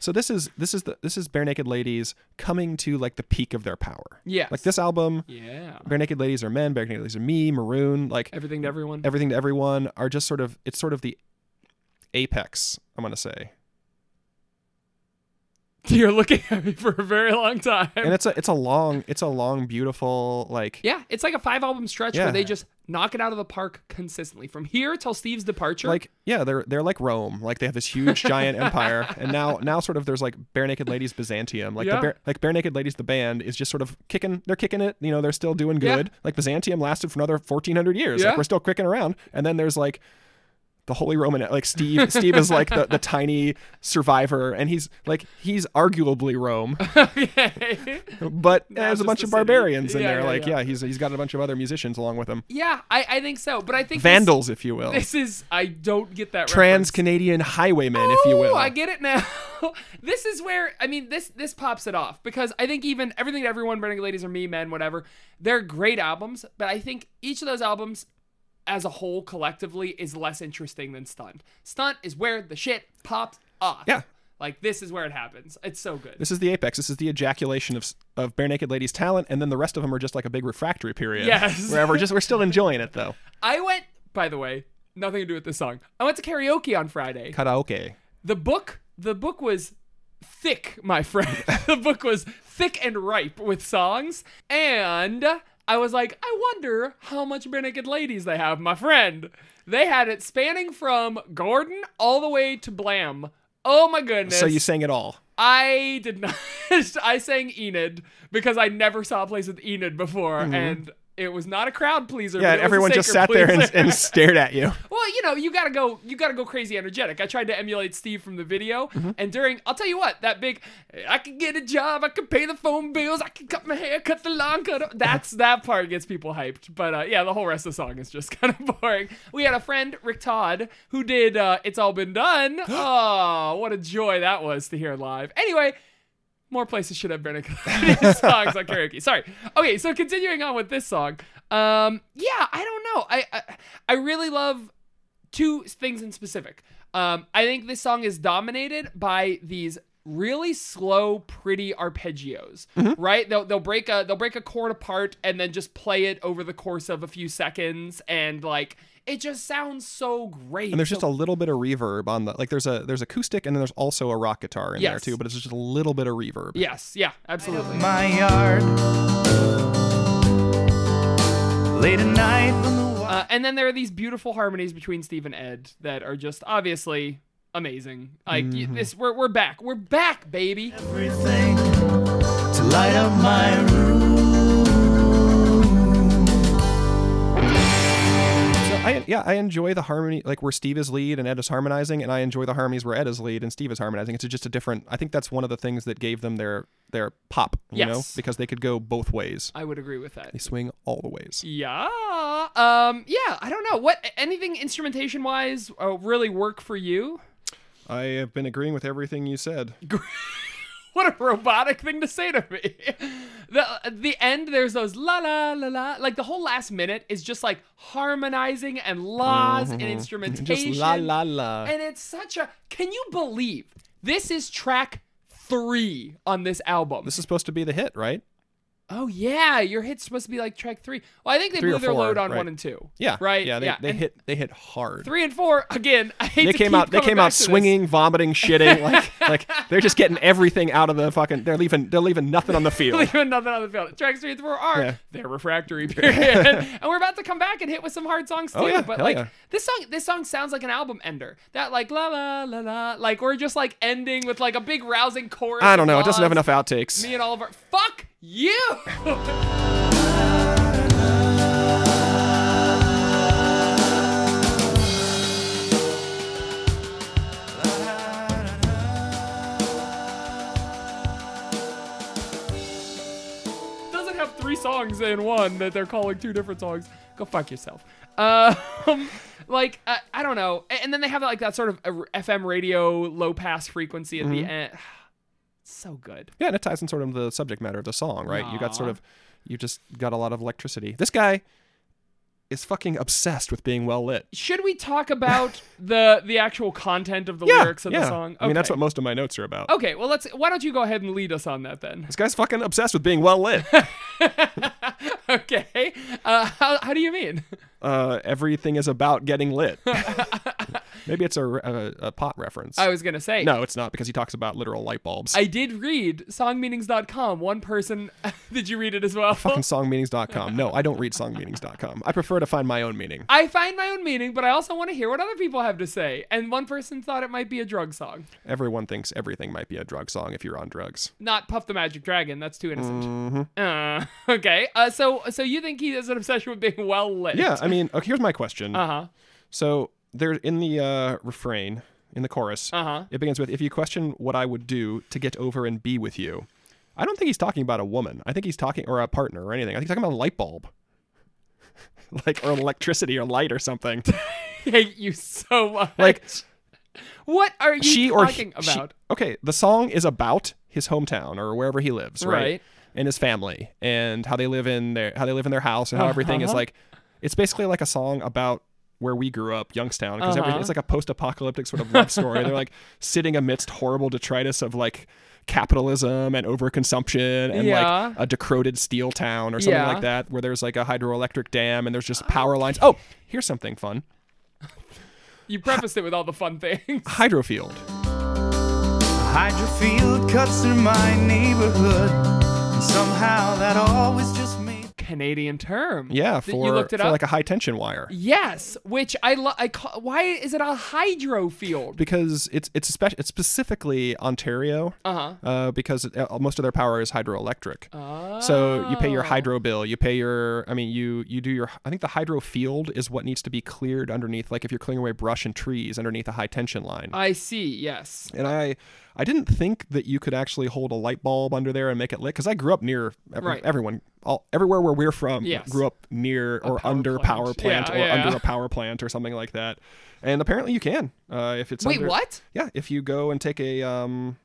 Speaker 3: so this is this is the this is Bare Naked Ladies coming to like the peak of their power.
Speaker 2: Yes.
Speaker 3: Like this album,
Speaker 2: yeah.
Speaker 3: Bare Naked Ladies are men, Bare Naked Ladies are me, Maroon, like
Speaker 2: Everything to everyone.
Speaker 3: everything to everyone are just sort of it's sort of the apex, I'm gonna say.
Speaker 2: You're looking at me for a very long time.
Speaker 3: And it's a it's a long it's a long, beautiful like
Speaker 2: Yeah, it's like a five album stretch
Speaker 3: Yeah.
Speaker 2: where they just knock it out of the park consistently from here till Steve's departure.
Speaker 3: like yeah, they're they're like Rome. Like they have this huge giant empire, and now now sort of there's like bare naked ladies Byzantium. Like
Speaker 2: Yeah.
Speaker 3: the bare, like bare naked ladies the band is just sort of kicking. They're kicking it. You know they're still doing
Speaker 2: Yeah.
Speaker 3: good. Like Byzantium lasted for another 1400 years.
Speaker 2: Yeah.
Speaker 3: Like we're still kicking around. And then there's like the Holy Roman like Steve Steve is like the, the tiny survivor, and he's like he's arguably Rome,
Speaker 2: okay.
Speaker 3: but
Speaker 2: Now
Speaker 3: there's
Speaker 2: just
Speaker 3: a bunch
Speaker 2: the city.
Speaker 3: of barbarians in
Speaker 2: Yeah,
Speaker 3: there.
Speaker 2: yeah,
Speaker 3: like
Speaker 2: yeah.
Speaker 3: yeah. he's he's got a bunch of other musicians along with him.
Speaker 2: yeah, I, I think so. But I think this-
Speaker 3: Vandals, if you will.
Speaker 2: This, is I don't get that
Speaker 3: Trans
Speaker 2: reference.
Speaker 3: Canadian highwaymen, if you
Speaker 2: Ooh,
Speaker 3: will.
Speaker 2: I get it now. this is where I mean this this pops it off because I think even everything to everyone, Burning Ladies or Me, Men, whatever, they're great albums, but I think each of those albums as a whole collectively is less interesting than Stunt. Stunt is where the shit pops off.
Speaker 3: Yeah.
Speaker 2: Like this is where it happens. It's so good.
Speaker 3: This is the apex. This is the ejaculation of of bare naked ladies' talent, and then the rest of them are just like a big refractory period.
Speaker 2: Yes.
Speaker 3: where we're just we're still enjoying it though.
Speaker 2: I went by the way, nothing to do with this song. I went to karaoke on Friday.
Speaker 3: Karaoke.
Speaker 2: the book the book was thick my friend the book was thick and ripe with songs and i was like i wonder how much bare naked ladies they have my friend they had it spanning from gordon all the way to blam oh my goodness
Speaker 3: So you sang it all.
Speaker 2: i did not i sang enid because i never saw a place with enid before and It was not a crowd pleaser.
Speaker 3: Mm-hmm. Yeah,
Speaker 2: but it was
Speaker 3: and
Speaker 2: a
Speaker 3: everyone just
Speaker 2: Saker
Speaker 3: sat there and,
Speaker 2: pleaser.
Speaker 3: and stared at you.
Speaker 2: Well, you know, you gotta go. You gotta go crazy energetic. I tried to emulate Steve from the video, and during, I'll tell you what, that big, I can get a job, I can pay the phone bills, I can cut my hair, cut the lawn, cut. That's that part gets people hyped. But uh, yeah, the whole rest of the song is just kind of boring. We had a friend, Rick Todd, who did uh, "It's All Been Done." oh, what a joy that was to hear live. Anyway. More places should have been songs on karaoke. Sorry. Okay, so continuing on with this song. Um, yeah, I don't know. I I, I really love two things in specific. Um, I think this song is dominated by these really slow, pretty arpeggios.
Speaker 3: Mm-hmm.
Speaker 2: Right? They'll they'll break a they'll break a chord apart and then just play it over the course of a few seconds, and like it just sounds so great.
Speaker 3: And there's
Speaker 2: So-
Speaker 3: just a little bit of reverb on the like. There's a there's acoustic and then there's also a rock guitar in there
Speaker 2: Yes.
Speaker 3: too. But it's just a little bit of reverb.
Speaker 2: yes, yeah, absolutely.
Speaker 4: my yard. Late at night when the wa-
Speaker 2: Uh, and then there are these beautiful harmonies between Steve and Ed that are just obviously amazing. Like y
Speaker 3: Mm-hmm.
Speaker 2: this, we're we're back, we're back, baby.
Speaker 4: everything to light up my room.
Speaker 3: So I yeah I enjoy the harmony like where Steve is lead and Ed is harmonizing, and I enjoy the harmonies where Ed is lead and Steve is harmonizing. It's just a different. I think that's one of the things that gave them their their pop. You know
Speaker 2: Yes.
Speaker 3: because they could go both ways.
Speaker 2: I would agree with that.
Speaker 3: They swing all the ways.
Speaker 2: Yeah. Um. Yeah. I don't know what anything instrumentation wise uh, really work for you.
Speaker 3: I have been agreeing with everything you said.
Speaker 2: What a robotic thing to say to me. The the end. There's those la la la la. Like the whole last minute is just like harmonizing and laws and instrumentation.
Speaker 3: Mm-hmm. Just la la la.
Speaker 2: And it's such a. Can you believe this is track three on this album?
Speaker 3: This is supposed to be the hit, right?
Speaker 2: oh yeah, your hit's supposed to be like track three. Well, I think they
Speaker 3: Three or
Speaker 2: blew their
Speaker 3: four,
Speaker 2: load on
Speaker 3: right.
Speaker 2: one and two.
Speaker 3: Yeah.
Speaker 2: Right.
Speaker 3: Yeah. They, they
Speaker 2: and
Speaker 3: hit they hit hard.
Speaker 2: Three and four again. I hate
Speaker 3: they
Speaker 2: to
Speaker 3: came
Speaker 2: keep
Speaker 3: out they
Speaker 2: coming
Speaker 3: came
Speaker 2: back
Speaker 3: out
Speaker 2: to this.
Speaker 3: swinging vomiting shitting like like they're just getting everything out of the fucking they're leaving they're leaving nothing on the field
Speaker 2: Leaving nothing on the field. Tracks three and four are
Speaker 3: Yeah.
Speaker 2: they're refractory period, and we're about to come back and hit with some hard songs too.
Speaker 3: Oh, yeah.
Speaker 2: But
Speaker 3: Hell
Speaker 2: like
Speaker 3: yeah.
Speaker 2: this song, this song sounds like an album ender. That like la la la la, like we're just like ending with like a big rousing chorus.
Speaker 3: i don't know it
Speaker 2: applause.
Speaker 3: doesn't have enough outtakes
Speaker 2: Me and Oliver, fuck you. doesn't have three songs in one that they're calling two different songs. Go fuck yourself. Um, like uh, I don't know. A- And then they have like that sort of uh, FM radio low pass frequency at the end. So good.
Speaker 3: yeah and it ties in sort of the subject matter of the song right you got sort
Speaker 2: Aw.
Speaker 3: of you just got a lot of electricity this guy is fucking obsessed with being well lit
Speaker 2: Should we talk about the the actual content of the
Speaker 3: yeah,
Speaker 2: lyrics of
Speaker 3: yeah.
Speaker 2: the song?
Speaker 3: i mean that's
Speaker 2: Okay.
Speaker 3: what most of my notes are about
Speaker 2: Okay, well let's. Why don't you go ahead and lead us on that then?
Speaker 3: this guy's fucking obsessed with being well lit
Speaker 2: okay. Uh, how, how do you mean?
Speaker 3: uh, everything is about getting lit maybe it's a, re- a, a pot reference
Speaker 2: I was gonna say.
Speaker 3: no it's not because he talks about literal light bulbs
Speaker 2: I did read songmeanings.com. One person. did you read it as well?
Speaker 3: fucking songmeanings.com. No, I don't read songmeanings.com. I prefer to find my own meaning.
Speaker 2: I find my own meaning, but I also want to hear what other people have to say. And one person thought it might be a drug song,
Speaker 3: Everyone thinks everything might be a drug song if you're on drugs.
Speaker 2: not "Puff the Magic Dragon." That's too innocent.
Speaker 3: Mm-hmm.
Speaker 2: Uh, okay, uh, so so you think he has an obsession with being well lit?
Speaker 3: Yeah, I mean, okay, here's my question.
Speaker 2: Uh huh.
Speaker 3: So there in the uh, refrain, in the chorus,
Speaker 2: Uh-huh.
Speaker 3: it begins with, "If you question what I would do to get over and be with you," I don't think he's talking about a woman. I think he's talking or a partner or anything. I think he's talking about a light bulb, like or electricity or light or something.
Speaker 2: Hate you so much.
Speaker 3: Like
Speaker 2: what are you
Speaker 3: she or
Speaker 2: talking
Speaker 3: he, she-
Speaker 2: about?
Speaker 3: okay, the song is about his hometown or wherever he lives, right?
Speaker 2: Right.
Speaker 3: And his family and how they live in their how they live in their house
Speaker 2: Uh-huh.
Speaker 3: and how everything is like. It's basically like a song about where we grew up, Youngstown, because
Speaker 2: Uh-huh.
Speaker 3: it's like a post-apocalyptic sort of love story. They're like sitting amidst horrible detritus of like capitalism and overconsumption and
Speaker 2: Yeah.
Speaker 3: like a decruded steel town or something
Speaker 2: Yeah.
Speaker 3: like that, where there's like a hydroelectric dam and there's just power lines. Oh, here's something fun:
Speaker 2: you prefaced it with all the fun things.
Speaker 3: hydrofield.
Speaker 4: Hydrofield cuts through my neighborhood. And somehow that always just made
Speaker 2: Canadian term.
Speaker 3: Yeah,
Speaker 2: That
Speaker 3: for,
Speaker 2: you looked it
Speaker 3: for
Speaker 2: up.
Speaker 3: like a high tension wire.
Speaker 2: yes, which I love. I call. Why is it a hydro field?
Speaker 3: Because it's it's, spe- it's specifically Ontario,
Speaker 2: Uh-huh.
Speaker 3: uh, because it, uh, most of their power is hydroelectric. So you pay your
Speaker 2: Oh.
Speaker 3: hydro bill, you pay your, I mean, you you do your, I think the hydro field is what needs to be cleared underneath, like if you're clearing away brush and trees underneath a high tension line.
Speaker 2: I see. Yes.
Speaker 3: and I, I didn't think that you could actually hold a light bulb under there and make it lit because I grew up near every,
Speaker 2: Right.
Speaker 3: everyone, all, everywhere where we're from,
Speaker 2: Yes.
Speaker 3: grew up near or under
Speaker 2: plant.
Speaker 3: power plant
Speaker 2: Yeah,
Speaker 3: or
Speaker 2: yeah.
Speaker 3: under a power plant or something like that. And apparently you can uh, if it's
Speaker 2: Wait,
Speaker 3: under-
Speaker 2: what?
Speaker 3: yeah, if you go and take a um,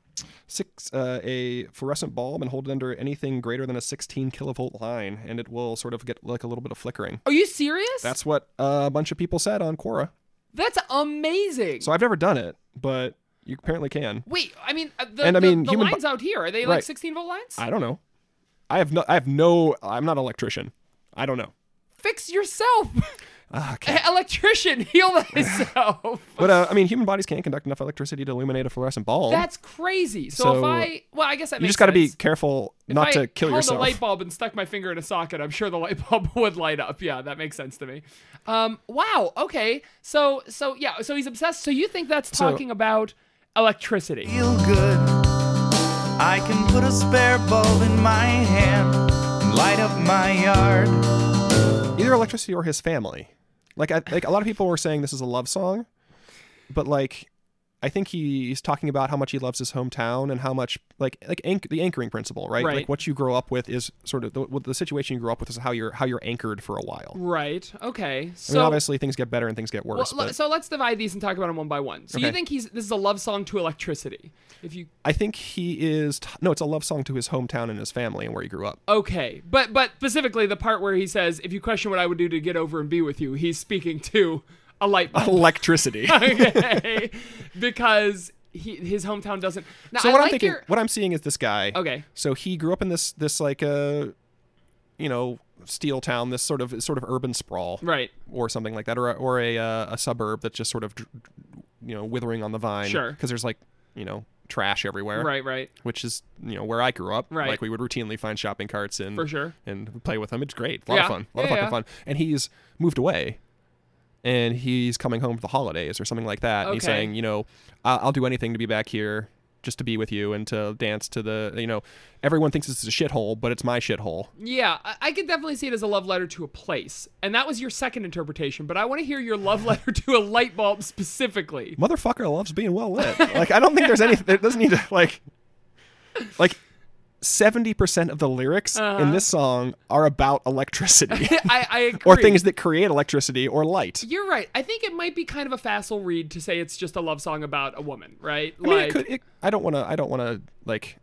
Speaker 3: six uh, a fluorescent bulb and hold it under anything greater than a 16 kilovolt line, and it will sort of get like a little bit of flickering.
Speaker 2: Are you serious?
Speaker 3: That's what uh, a bunch of people said on Quora.
Speaker 2: that's amazing.
Speaker 3: So I've never done it, but you apparently can.
Speaker 2: Wait, I mean, uh, the,
Speaker 3: And I
Speaker 2: the-
Speaker 3: mean,
Speaker 2: the
Speaker 3: human
Speaker 2: lines out here are they like
Speaker 3: Right.
Speaker 2: 16 volt lines?
Speaker 3: I don't know. I have no. I have no. I'm not an electrician. I don't know.
Speaker 2: Fix yourself,
Speaker 3: Ah, okay.
Speaker 2: electrician. Heal thyself.
Speaker 3: But uh, I mean, human bodies can't conduct enough electricity to illuminate a fluorescent bulb.
Speaker 2: That's crazy. So, if
Speaker 3: So,
Speaker 2: I, well, I guess that
Speaker 3: you
Speaker 2: makes
Speaker 3: just got to be
Speaker 2: sense.
Speaker 3: careful
Speaker 2: If
Speaker 3: not
Speaker 2: I
Speaker 3: to kill
Speaker 2: held
Speaker 3: yourself.
Speaker 2: a light bulb and stuck my finger in a socket, I'm sure the light bulb would light up. Yeah, that makes sense to me. Um, wow. Okay. So, so yeah. So he's obsessed. So you think that's
Speaker 3: So-
Speaker 2: talking about electricity?
Speaker 4: feel good. I can put a spare bulb in my hand and light up my yard.
Speaker 3: either electricity or his family. Like I, like a lot of people were saying this is a love song, but like I think he's talking about how much he loves his hometown and how much like like anch- the anchoring principle, right?
Speaker 2: Right.
Speaker 3: Like what you grow up with is sort of the, what the situation you grow up with is how you're how you're anchored for a while.
Speaker 2: Right. Okay.
Speaker 3: I
Speaker 2: So.
Speaker 3: mean, obviously things get better and things get
Speaker 2: well,
Speaker 3: worse,
Speaker 2: le-
Speaker 3: but
Speaker 2: so let's divide these and talk about them one by one. So you
Speaker 3: Okay.
Speaker 2: think he's this is a love song to electricity? If you
Speaker 3: I think he is t- no, it's a love song to his hometown and his family and where he grew up.
Speaker 2: Okay, but but specifically the part where he says, "If you question what I would do to get over and be with you," he's speaking to a light bulb.
Speaker 3: Electricity.
Speaker 2: okay, because he, his hometown doesn't. Now,
Speaker 3: so
Speaker 2: I
Speaker 3: what I'm
Speaker 2: like
Speaker 3: thinking,
Speaker 2: your-
Speaker 3: what I'm seeing is this guy.
Speaker 2: Okay.
Speaker 3: So he grew up in this this like uh, you know, steel town, this sort of sort of urban sprawl,
Speaker 2: Right.
Speaker 3: or something like that, or a, or a uh, a suburb that's just sort of dr- dr- you know withering on the vine,
Speaker 2: Sure.
Speaker 3: because there's like you know trash everywhere,
Speaker 2: Right. Right.
Speaker 3: Which is you know where I grew up,
Speaker 2: Right.
Speaker 3: Like we would routinely find shopping carts and
Speaker 2: For sure.
Speaker 3: and play with them. It's great, a lot
Speaker 2: Yeah.
Speaker 3: of fun, a lot of
Speaker 2: Yeah,
Speaker 3: fucking
Speaker 2: yeah.
Speaker 3: fun. And he's moved away. And he's coming home for the holidays or something like that. And he's
Speaker 2: Okay.
Speaker 3: saying, you know, I- I'll do anything to be back here, just to be with you and to dance to the, you know, everyone thinks this is a shithole, but it's my shithole.
Speaker 2: Yeah, I, I could definitely see it as a love letter to a place, and that was your second interpretation. But I want to hear your love letter to a light bulb specifically.
Speaker 3: motherfucker loves being well lit. Like I don't think there's any there doesn't need to like like 70% of the lyrics in this song are about electricity
Speaker 2: Uh-huh. I, I agree.
Speaker 3: or things that create electricity or light.
Speaker 2: You're right. I think it might be kind of a facile read to say it's just a love song about a woman, right?
Speaker 3: I mean, it could, it, I don't want to I don't want to like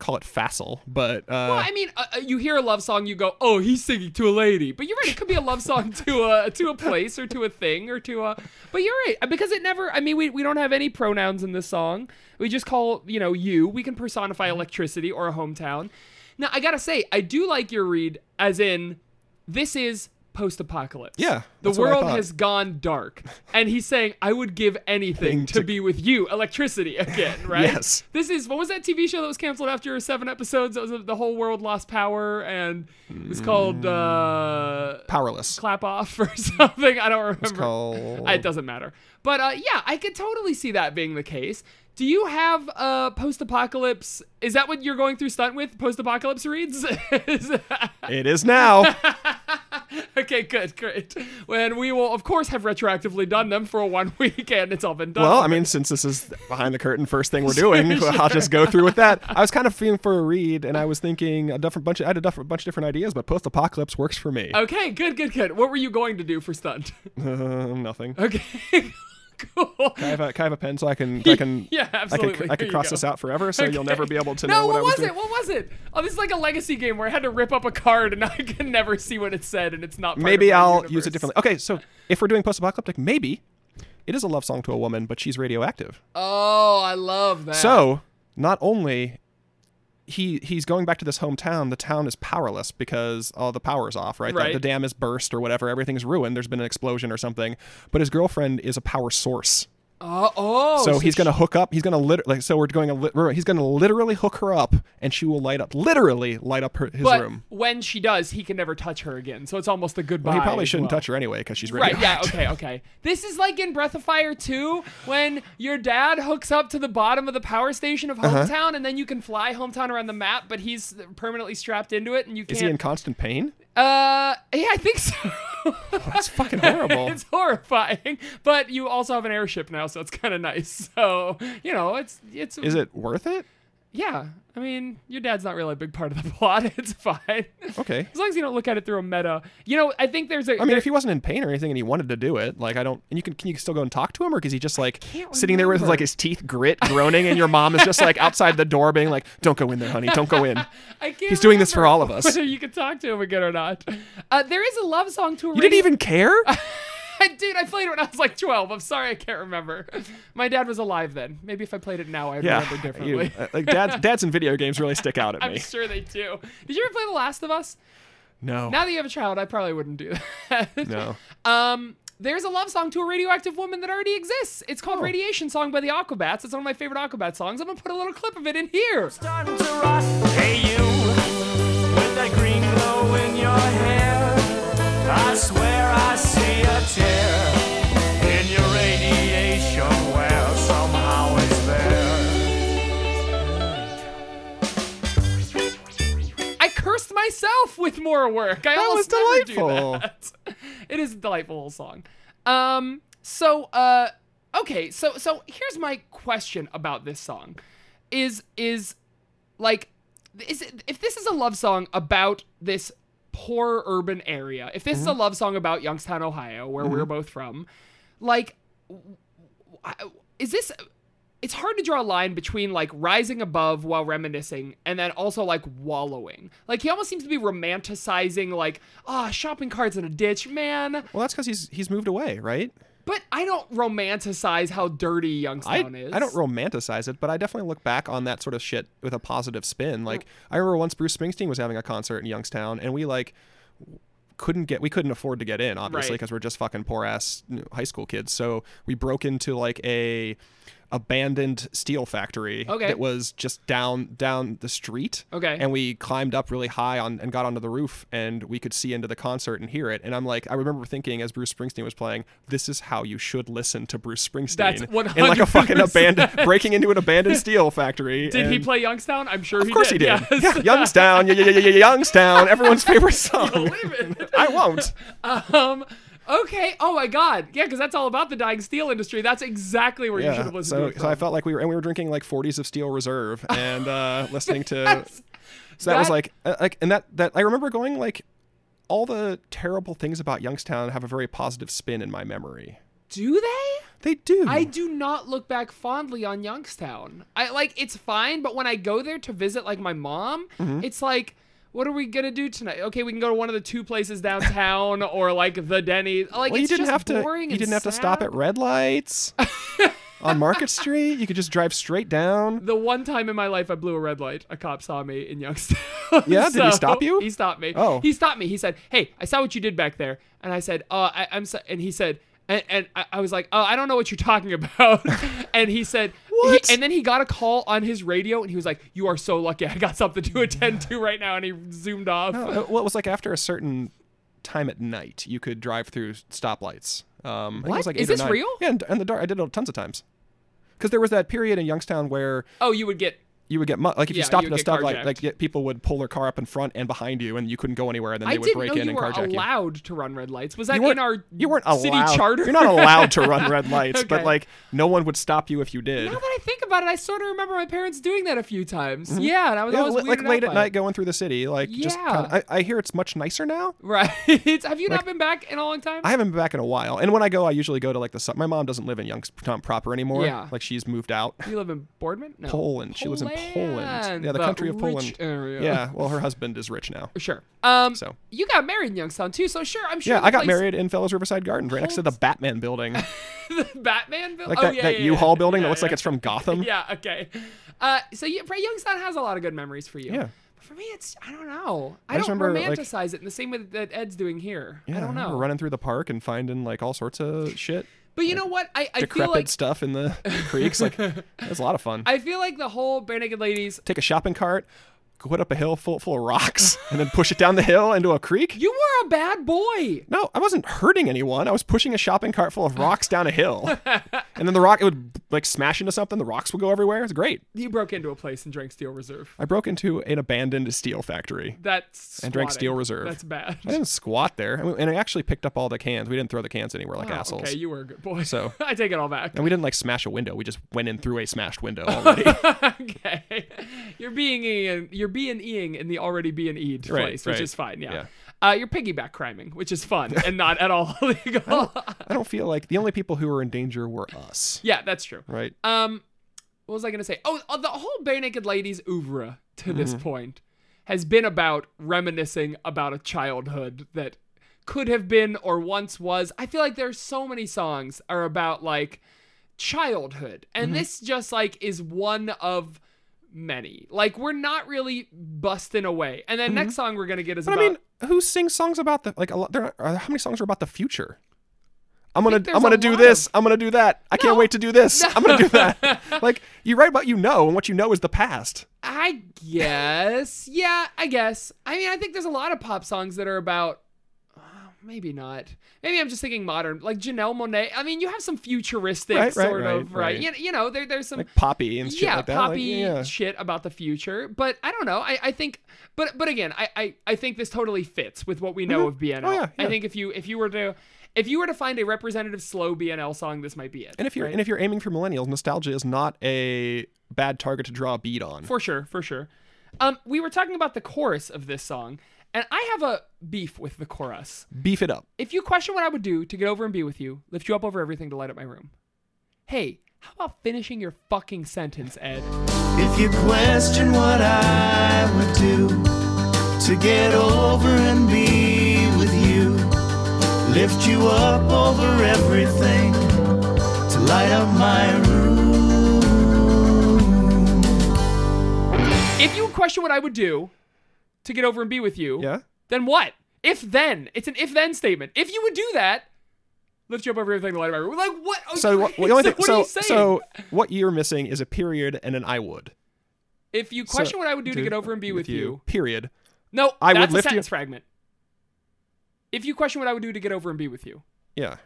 Speaker 3: call it facile, but
Speaker 2: Well,
Speaker 3: uh
Speaker 2: I mean, uh, uh, you hear a love song, you go, "Oh, he's singing to a lady," but you're right. It could be a love song to a to a place or to a thing or to a. But you're right because it never. I mean, we we don't have any pronouns in this song. We just call you know you. We can personify electricity or a hometown. Now I gotta say, I do like your read, as in, this is post-apocalypse.
Speaker 3: Yeah,
Speaker 2: the
Speaker 3: that's what I
Speaker 2: world
Speaker 3: thought.
Speaker 2: has gone dark, and he's saying, "I would give anything
Speaker 3: Thing
Speaker 2: to,
Speaker 3: to-
Speaker 2: be with you." Electricity again, right?
Speaker 3: Yes.
Speaker 2: This is what was that TV show that was canceled after seven episodes? That was uh, the whole world lost power, and it was called uh,
Speaker 3: powerless.
Speaker 2: "Clap Off" or something. I don't remember.
Speaker 3: Mm. called-
Speaker 2: It doesn't matter. But uh, yeah, I could totally see that being the case. Do you have uh, post-apocalypse? Is that what you're going through stunt with? Post-apocalypse reads. Is-
Speaker 3: it is now.
Speaker 2: okay, good, great. And we will, of course, have retroactively done them for one week, and it's all been done.
Speaker 3: Well, I mean, since this is behind the curtain, first thing we're doing, I'll just go through with that. I was kind of feeling for a read, and I was thinking a different bunch. Of, I had a different bunch of different ideas, but post-apocalypse works for me.
Speaker 2: okay, good, good, good. What were you going to do for stunt?
Speaker 3: Uh, nothing.
Speaker 2: Oh, Okay. cool.
Speaker 3: I have, a, can I have a pen so I can, I can,
Speaker 2: Yeah,
Speaker 3: I
Speaker 2: absolutely.
Speaker 3: could, I
Speaker 2: Here
Speaker 3: could
Speaker 2: you
Speaker 3: cross
Speaker 2: go.
Speaker 3: this out forever, so you'll
Speaker 2: Okay.
Speaker 3: never be able to
Speaker 2: No,
Speaker 3: know what, I
Speaker 2: what
Speaker 3: was,
Speaker 2: was
Speaker 3: doing.
Speaker 2: it? What was it? Oh, this is like a legacy game where I had to rip up a card and I can never see what it said, and it's not. Part
Speaker 3: Maybe
Speaker 2: of my
Speaker 3: I'll
Speaker 2: universe.
Speaker 3: use it differently. Okay, so if we're doing post-apocalyptic, maybe it is a love song to a woman, but she's radioactive.
Speaker 2: Oh, I love that.
Speaker 3: So not only he he's going back to this hometown, the town is powerless because all the power's off, right? The-
Speaker 2: Right.
Speaker 3: The, dam is burst or whatever, everything's ruined. There's been an explosion or something. But his girlfriend is a power source.
Speaker 2: Uh, oh,
Speaker 3: so he's
Speaker 2: she-
Speaker 3: going to hook up. He's going to lit- like so we're going to lit- remember, he's going to literally hook her up and she will light up literally light up her, his
Speaker 2: But
Speaker 3: room.
Speaker 2: when she does, he can never touch her again. So it's almost a goodbye.
Speaker 3: Well, he probably
Speaker 2: as
Speaker 3: shouldn't
Speaker 2: well.
Speaker 3: touch her anyway cuz she's
Speaker 2: Right,
Speaker 3: radioactive.
Speaker 2: yeah, okay, okay. This is like in Breath of Fire 2 when your dad hooks up to the bottom of the power station of
Speaker 3: Uh-huh.
Speaker 2: Hometown and then you can fly Hometown around the map, but he's permanently strapped into it and you can't.
Speaker 3: Is he in constant pain?
Speaker 2: uh, yeah, I think so.
Speaker 3: That's fucking horrible.
Speaker 2: it's horrifying, but you also have an airship now, so it's kind of nice. So, you know, it's. it's
Speaker 3: Is it worth it?
Speaker 2: Yeah, I mean, your dad's not really a big part of the plot. It's fine.
Speaker 3: Okay.
Speaker 2: As long as you don't look at it through a meta. You know, I think there's a.
Speaker 3: Oh. I mean, if he wasn't in pain or anything and he wanted to do it, like I don't. And you can can you still go and talk to him, or is he just like
Speaker 2: can't
Speaker 3: sitting there with
Speaker 2: remember.
Speaker 3: like his teeth grit, groaning, and your mom is just like outside the door, being like, "Don't go in there, honey. Don't go in."
Speaker 2: I can't
Speaker 3: He's doing this for
Speaker 2: remember
Speaker 3: all of us.
Speaker 2: Whether you can talk to him again or not. Uh, there is a love song to a
Speaker 3: You didn't even care.
Speaker 2: even. Dude, I played it when I was like 12. I'm sorry, I can't remember. My dad was alive then. Maybe if I played it now, I'd
Speaker 3: Yeah,
Speaker 2: remember
Speaker 3: you,
Speaker 2: differently.
Speaker 3: uh, like dads, dads in video games really stick out at
Speaker 2: I'm
Speaker 3: me.
Speaker 2: sure they do. Did you ever play The Last of Us?
Speaker 3: No,
Speaker 2: Now that you have a child, I probably wouldn't do that.
Speaker 3: no.
Speaker 2: Um, there's a love song to a radioactive woman that already exists. It's
Speaker 3: Oh.
Speaker 2: called Radiation Song by the Aquabats. It's one of my favorite Aquabats songs. I'm gonna put a little clip of it in here.
Speaker 4: starting to rot. Hey, you, with that green glow in your hair. I swear I see a tear in your radiation where somehow it's there.
Speaker 2: I cursed myself with more work. I
Speaker 3: That was
Speaker 2: almost never do
Speaker 3: delightful.
Speaker 2: that. It is a delightful little song. Um, so uh, okay, so so here's my question about this song, is is like is it, if this is a love song about this poor urban area if this is a
Speaker 3: Mm-hmm.
Speaker 2: love song about youngstown ohio where we're both from like w- w- is this it's hard to draw a line between like rising above while reminiscing and then also like wallowing like he almost seems to be romanticizing like ah shopping carts in a ditch man
Speaker 3: Well, that's because he's he's moved away, right?
Speaker 2: but i don't romanticize how dirty
Speaker 3: I,
Speaker 2: youngstown is
Speaker 3: I don't romanticize it, but I definitely look back on that sort of shit with a positive spin. Like I remember once Bruce Springsteen was having a concert in Youngstown, and we like couldn't get we couldn't afford to get in obviously
Speaker 2: Right.
Speaker 3: because we're just fucking poor ass you know, high school kids. So we broke into like a abandoned steel factory
Speaker 2: Okay.
Speaker 3: that was just down down the street.
Speaker 2: Okay.
Speaker 3: and we climbed up really high on and got onto the roof, and we could see into the concert and hear it. And I'm like, I remember thinking as Bruce Springsteen was playing, this is how you should listen to Bruce Springsteen.
Speaker 2: That's
Speaker 3: in like a fucking
Speaker 2: 100%.
Speaker 3: abandoned breaking into an abandoned steel factory.
Speaker 2: did he
Speaker 3: and-
Speaker 2: play youngstown i'm sure
Speaker 3: Of course he did.
Speaker 2: yes.
Speaker 3: Yeah, Youngstown, y- y- y- y- Youngstown, everyone's favorite song.
Speaker 2: Believe it.
Speaker 3: I won't.
Speaker 2: Um. Okay. Oh my God. Yeah, because that's all about the dying steel industry. That's exactly where you should
Speaker 3: Yeah.
Speaker 2: have listened to
Speaker 3: So,
Speaker 2: it.
Speaker 3: so I
Speaker 2: from.
Speaker 3: felt like we were and we were drinking like 40s of Steel Reserve and uh, listening to. So that, was
Speaker 2: That-
Speaker 3: like uh, like and that that I remember going like all the terrible things about Youngstown have a very positive spin in my memory.
Speaker 2: do they?
Speaker 3: They do.
Speaker 2: I do not look back fondly on Youngstown. I like it's fine, but when I go there to visit like my mom,
Speaker 3: Mm-hmm.
Speaker 2: it's like, what are we gonna do tonight? Okay, we can go to one of the two places downtown or like the Denny's. Like
Speaker 3: well, you
Speaker 2: it's
Speaker 3: didn't
Speaker 2: just
Speaker 3: have to.
Speaker 2: boring
Speaker 3: You
Speaker 2: and
Speaker 3: didn't have to stop
Speaker 2: sad.
Speaker 3: at red lights on Market Street. You could just drive straight down.
Speaker 2: The one time in my life I blew a red light, a cop saw me in Youngstown.
Speaker 3: Yeah? Did
Speaker 2: So,
Speaker 3: he stop you?
Speaker 2: He stopped me.
Speaker 3: Oh.
Speaker 2: He stopped me. He said, "Hey, I saw what you did back there," and I said, "Uh, I, I'm," so-, and he said. And, and I I was like, oh, I don't know what you're talking about. and he said, he-
Speaker 3: What?
Speaker 2: and then he got a call on his radio, and he was like, "You are so lucky. I got something to attend to right now." And he zoomed off.
Speaker 3: Uh, well, it was like after a certain time at night, you could drive through stoplights. Um, I think It
Speaker 2: What?
Speaker 3: was like
Speaker 2: Is
Speaker 3: eight or
Speaker 2: this
Speaker 3: nine.
Speaker 2: real?
Speaker 3: Yeah, and, and the dark. I did it tons of times. Because there was that period in Youngstown where
Speaker 2: Oh, you would get.
Speaker 3: you would get mu- like if
Speaker 2: Yeah,
Speaker 3: you stopped
Speaker 2: you
Speaker 3: at a
Speaker 2: would get
Speaker 3: stoplight,
Speaker 2: carjacked.
Speaker 3: like yeah, people would pull their car up in front and behind you, and you couldn't go anywhere, and then
Speaker 2: I
Speaker 3: they would
Speaker 2: didn't
Speaker 3: break
Speaker 2: know
Speaker 3: in
Speaker 2: you
Speaker 3: and
Speaker 2: were
Speaker 3: carjack you.
Speaker 2: allowed to run red lights. Was that
Speaker 3: You weren't,
Speaker 2: in our
Speaker 3: you weren't allowed.
Speaker 2: city charter?
Speaker 3: You're not allowed to run red lights, but
Speaker 2: Okay.
Speaker 3: like no one would stop you if you did.
Speaker 2: Now that I think about it, I sort of remember my parents doing that a few times. Yeah, and I was
Speaker 3: Mm-hmm. Yeah,
Speaker 2: always
Speaker 3: li- like
Speaker 2: weirded out
Speaker 3: late
Speaker 2: by
Speaker 3: at
Speaker 2: it.
Speaker 3: night going through the city. Like just
Speaker 2: Yeah.
Speaker 3: kinda, I, I hear it's much nicer now.
Speaker 2: Right. Have you not been back in a long time?
Speaker 3: I haven't been back in a while, and when I go, I usually go to like the. su- My mom doesn't live in Youngstown proper anymore.
Speaker 2: Yeah.
Speaker 3: like she's moved out.
Speaker 2: you live in Boardman? No.
Speaker 3: Poland. She lives in Poland. Yeah, the
Speaker 2: the
Speaker 3: country of
Speaker 2: rich
Speaker 3: Poland.
Speaker 2: area.
Speaker 3: Yeah, well, her husband is rich now.
Speaker 2: Sure. Um,
Speaker 3: So.
Speaker 2: you got married in Youngstown too, so sure, I'm sure.
Speaker 3: Yeah,
Speaker 2: the
Speaker 3: I got
Speaker 2: place-
Speaker 3: married in Fellows Riverside Gardens, right next to the Batman building, like
Speaker 2: the Batman building.
Speaker 3: that,
Speaker 2: oh, yeah,
Speaker 3: that
Speaker 2: yeah, yeah.
Speaker 3: U-Haul building
Speaker 2: yeah,
Speaker 3: that looks
Speaker 2: yeah.
Speaker 3: like it's from Gotham.
Speaker 2: Yeah. Okay. Uh, so you, right, Youngstown has a lot of good memories for you.
Speaker 3: Yeah.
Speaker 2: But for me, it's I don't know. I,
Speaker 3: I just
Speaker 2: don't
Speaker 3: remember, like-
Speaker 2: romanticize it in the same way that Ed's doing here.
Speaker 3: Yeah,
Speaker 2: I don't know.
Speaker 3: remember running through the park and finding like all sorts of shit.
Speaker 2: But you know what? I, I feel
Speaker 3: decrepit
Speaker 2: like
Speaker 3: stuff in the creeks. Like that's a lot of fun.
Speaker 2: I feel like the whole bare naked ladies.
Speaker 3: Take a shopping cart, go it up a hill full full of rocks, and then push it down the hill into a creek.
Speaker 2: You were a bad boy.
Speaker 3: No, I wasn't hurting anyone. I was pushing a shopping cart full of rocks down a hill, and then the rock it would like smash into something. The rocks would go everywhere. It's great.
Speaker 2: You broke into a place and drank Steel Reserve.
Speaker 3: I broke into an abandoned steel factory.
Speaker 2: That's
Speaker 3: And drank
Speaker 2: swatting.
Speaker 3: Steel Reserve.
Speaker 2: That's bad.
Speaker 3: I didn't squat there, and, we, and I actually picked up all the cans. We didn't throw the cans anywhere like
Speaker 2: Oh,
Speaker 3: assholes.
Speaker 2: okay, you were a good boy.
Speaker 3: So-
Speaker 2: I take it all back.
Speaker 3: and we didn't like smash a window. We just went in through a smashed window already.
Speaker 2: okay. You're being Ian, you're being Eing in the already being E'd
Speaker 3: Right,
Speaker 2: place, which
Speaker 3: right.
Speaker 2: is fine. Yeah.
Speaker 3: Yeah.
Speaker 2: Uh, you're piggyback criming, which is fun and not at all legal.
Speaker 3: I don't feel like the only people who were in danger were us.
Speaker 2: yeah, that's true.
Speaker 3: Right?
Speaker 2: Um, what was I gonna say? Oh, uh, the whole bare naked ladies oeuvre to this
Speaker 3: Mm-hmm.
Speaker 2: point has been about reminiscing about a childhood that could have been or once was. I feel like there's so many songs are about like childhood, and
Speaker 3: Mm-hmm.
Speaker 2: this just like is one of many. Like we're not really busting away. And then next song we're gonna get is
Speaker 3: Mm-hmm. But
Speaker 2: about.
Speaker 3: I mean, who sings songs about the like? A lot, there are, are- how many songs are about the future? I'm gonna,
Speaker 2: there's
Speaker 3: I'm gonna
Speaker 2: a
Speaker 3: do
Speaker 2: lot
Speaker 3: this. I'm gonna do that. I
Speaker 2: No.
Speaker 3: can't wait to do this. I'm gonna do that. like you write what you know, and what you know is the past.
Speaker 2: I guess. Yeah, I guess. I mean, I think there's a lot of pop songs that are about. uh, Maybe not. Maybe I'm just thinking modern, like Janelle Monet. I mean, you have some futuristic
Speaker 3: Right, right,
Speaker 2: sort of,
Speaker 3: right,
Speaker 2: right?
Speaker 3: right.
Speaker 2: You, you know, there, there's some
Speaker 3: Like poppy and shit
Speaker 2: yeah,
Speaker 3: like that. Like,
Speaker 2: poppy
Speaker 3: yeah.
Speaker 2: shit about the future. But I don't know. I, I think, but but again, I, I I think this totally fits with what we know of BNL.
Speaker 3: Oh, yeah,
Speaker 2: I
Speaker 3: yeah.
Speaker 2: think if you if you were to if you were to find a representative slow BNL song, this might be it.
Speaker 3: And if you're and if you're aiming for millennials, nostalgia is not a bad target to draw a bead on.
Speaker 2: For sure, for sure. Um, we were talking about the chorus of this song, and I have a beef with the chorus.
Speaker 3: Beef it up.
Speaker 2: If you question what I would do to get over and be with you, lift you up over everything to light up my room. Hey, how about finishing your fucking sentence, Ed?
Speaker 5: If you question what I would do to get over and be with you, lift you up over everything to light up my room.
Speaker 2: If you question what I would do to get over and be with you,
Speaker 3: Yeah.
Speaker 2: then what? If then, it's an if then statement. If you would do that, lift you up over everything to light up my room. Like what?
Speaker 3: So what, the only thing,
Speaker 2: what
Speaker 3: so,
Speaker 2: are you saying?
Speaker 3: so what you're missing is a period and an I would.
Speaker 2: if you question
Speaker 3: So-
Speaker 2: what I would do to get over and be with you
Speaker 3: Period.
Speaker 2: No,
Speaker 3: I would
Speaker 2: that's a
Speaker 3: lift you-
Speaker 2: sentence fragment. If you question what I would do to get over and be with you,
Speaker 3: Yeah.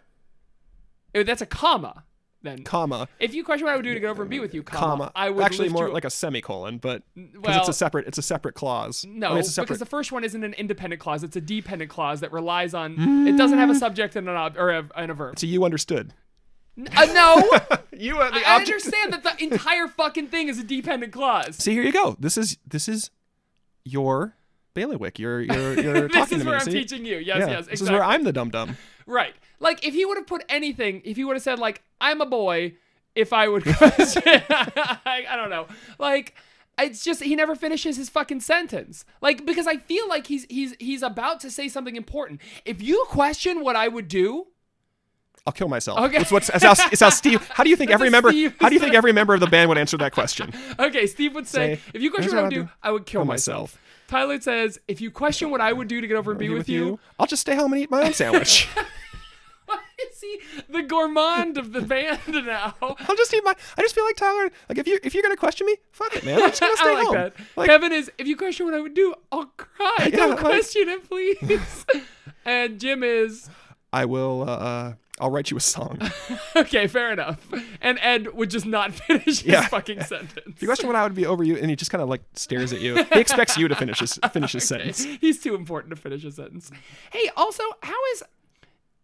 Speaker 2: Eh, that's a comma. Then
Speaker 3: Comma.
Speaker 2: if you question what I would do to get over and be with you, comma,
Speaker 3: comma.
Speaker 2: I would
Speaker 3: actually
Speaker 2: lift
Speaker 3: more
Speaker 2: you...
Speaker 3: like a semicolon, but because
Speaker 2: well-
Speaker 3: it's a separate it's a separate clause. I mean,
Speaker 2: no,
Speaker 3: it's a separate.
Speaker 2: because the first one isn't an independent clause; it's a dependent clause that relies on.
Speaker 3: Mm.
Speaker 2: It doesn't have a subject and an ob- or a, and a verb.
Speaker 3: so you understood.
Speaker 2: N- uh, no,
Speaker 3: You are the
Speaker 2: I, I understand that the entire fucking thing is a dependent clause.
Speaker 3: See, here you go. This is this is your bailiwick. You're you're you're
Speaker 2: This
Speaker 3: talking
Speaker 2: is
Speaker 3: to me.
Speaker 2: where I'm
Speaker 3: see?
Speaker 2: teaching you. Yes,
Speaker 3: Yeah.
Speaker 2: yes,
Speaker 3: This is where
Speaker 2: exactly.
Speaker 3: I'm the dum dum.
Speaker 2: Right. Like if he would have put anything, if he would have said like I'm a boy, if I would I, I don't know. Like it's just he never finishes his fucking sentence. Like because I feel like he's he's he's about to say something important. If you question what I would do,
Speaker 3: I'll kill myself.
Speaker 2: Okay.
Speaker 3: It's, what's, it's, how, it's how Steve. How do you think
Speaker 2: That's
Speaker 3: every
Speaker 2: a
Speaker 3: member?
Speaker 2: Steve-
Speaker 3: How do you think every member of the band would answer that question?
Speaker 2: okay, Steve would say,
Speaker 3: Say,
Speaker 2: if you question
Speaker 3: "Here's
Speaker 2: what I would do, I would kill
Speaker 3: Kill
Speaker 2: myself.
Speaker 3: myself.
Speaker 2: Tyler says, if you question what I would do to get over and be with you,
Speaker 3: I'll just stay home and eat my own sandwich.
Speaker 2: is he the gourmand of the band now?
Speaker 3: I'll just eat my. I just feel like Tyler. Like if you if you're gonna question me, fuck it, man. I'm just gonna stay
Speaker 2: I like
Speaker 3: home.
Speaker 2: that.
Speaker 3: Like,
Speaker 2: Kevin is, if you question what I would do, I'll cry. Don't
Speaker 3: like-
Speaker 2: question it, please. and Jim is,
Speaker 3: I will. Uh, uh, I'll write you a song. If
Speaker 2: okay, fair enough. And Ed would just not finish his
Speaker 3: Yeah.
Speaker 2: fucking sentence.
Speaker 3: you question what I would be over you, and he just kind of like stares at you. He expects you to finish his finish his sentence.
Speaker 2: He's too important to finish a sentence. Hey, also, how is.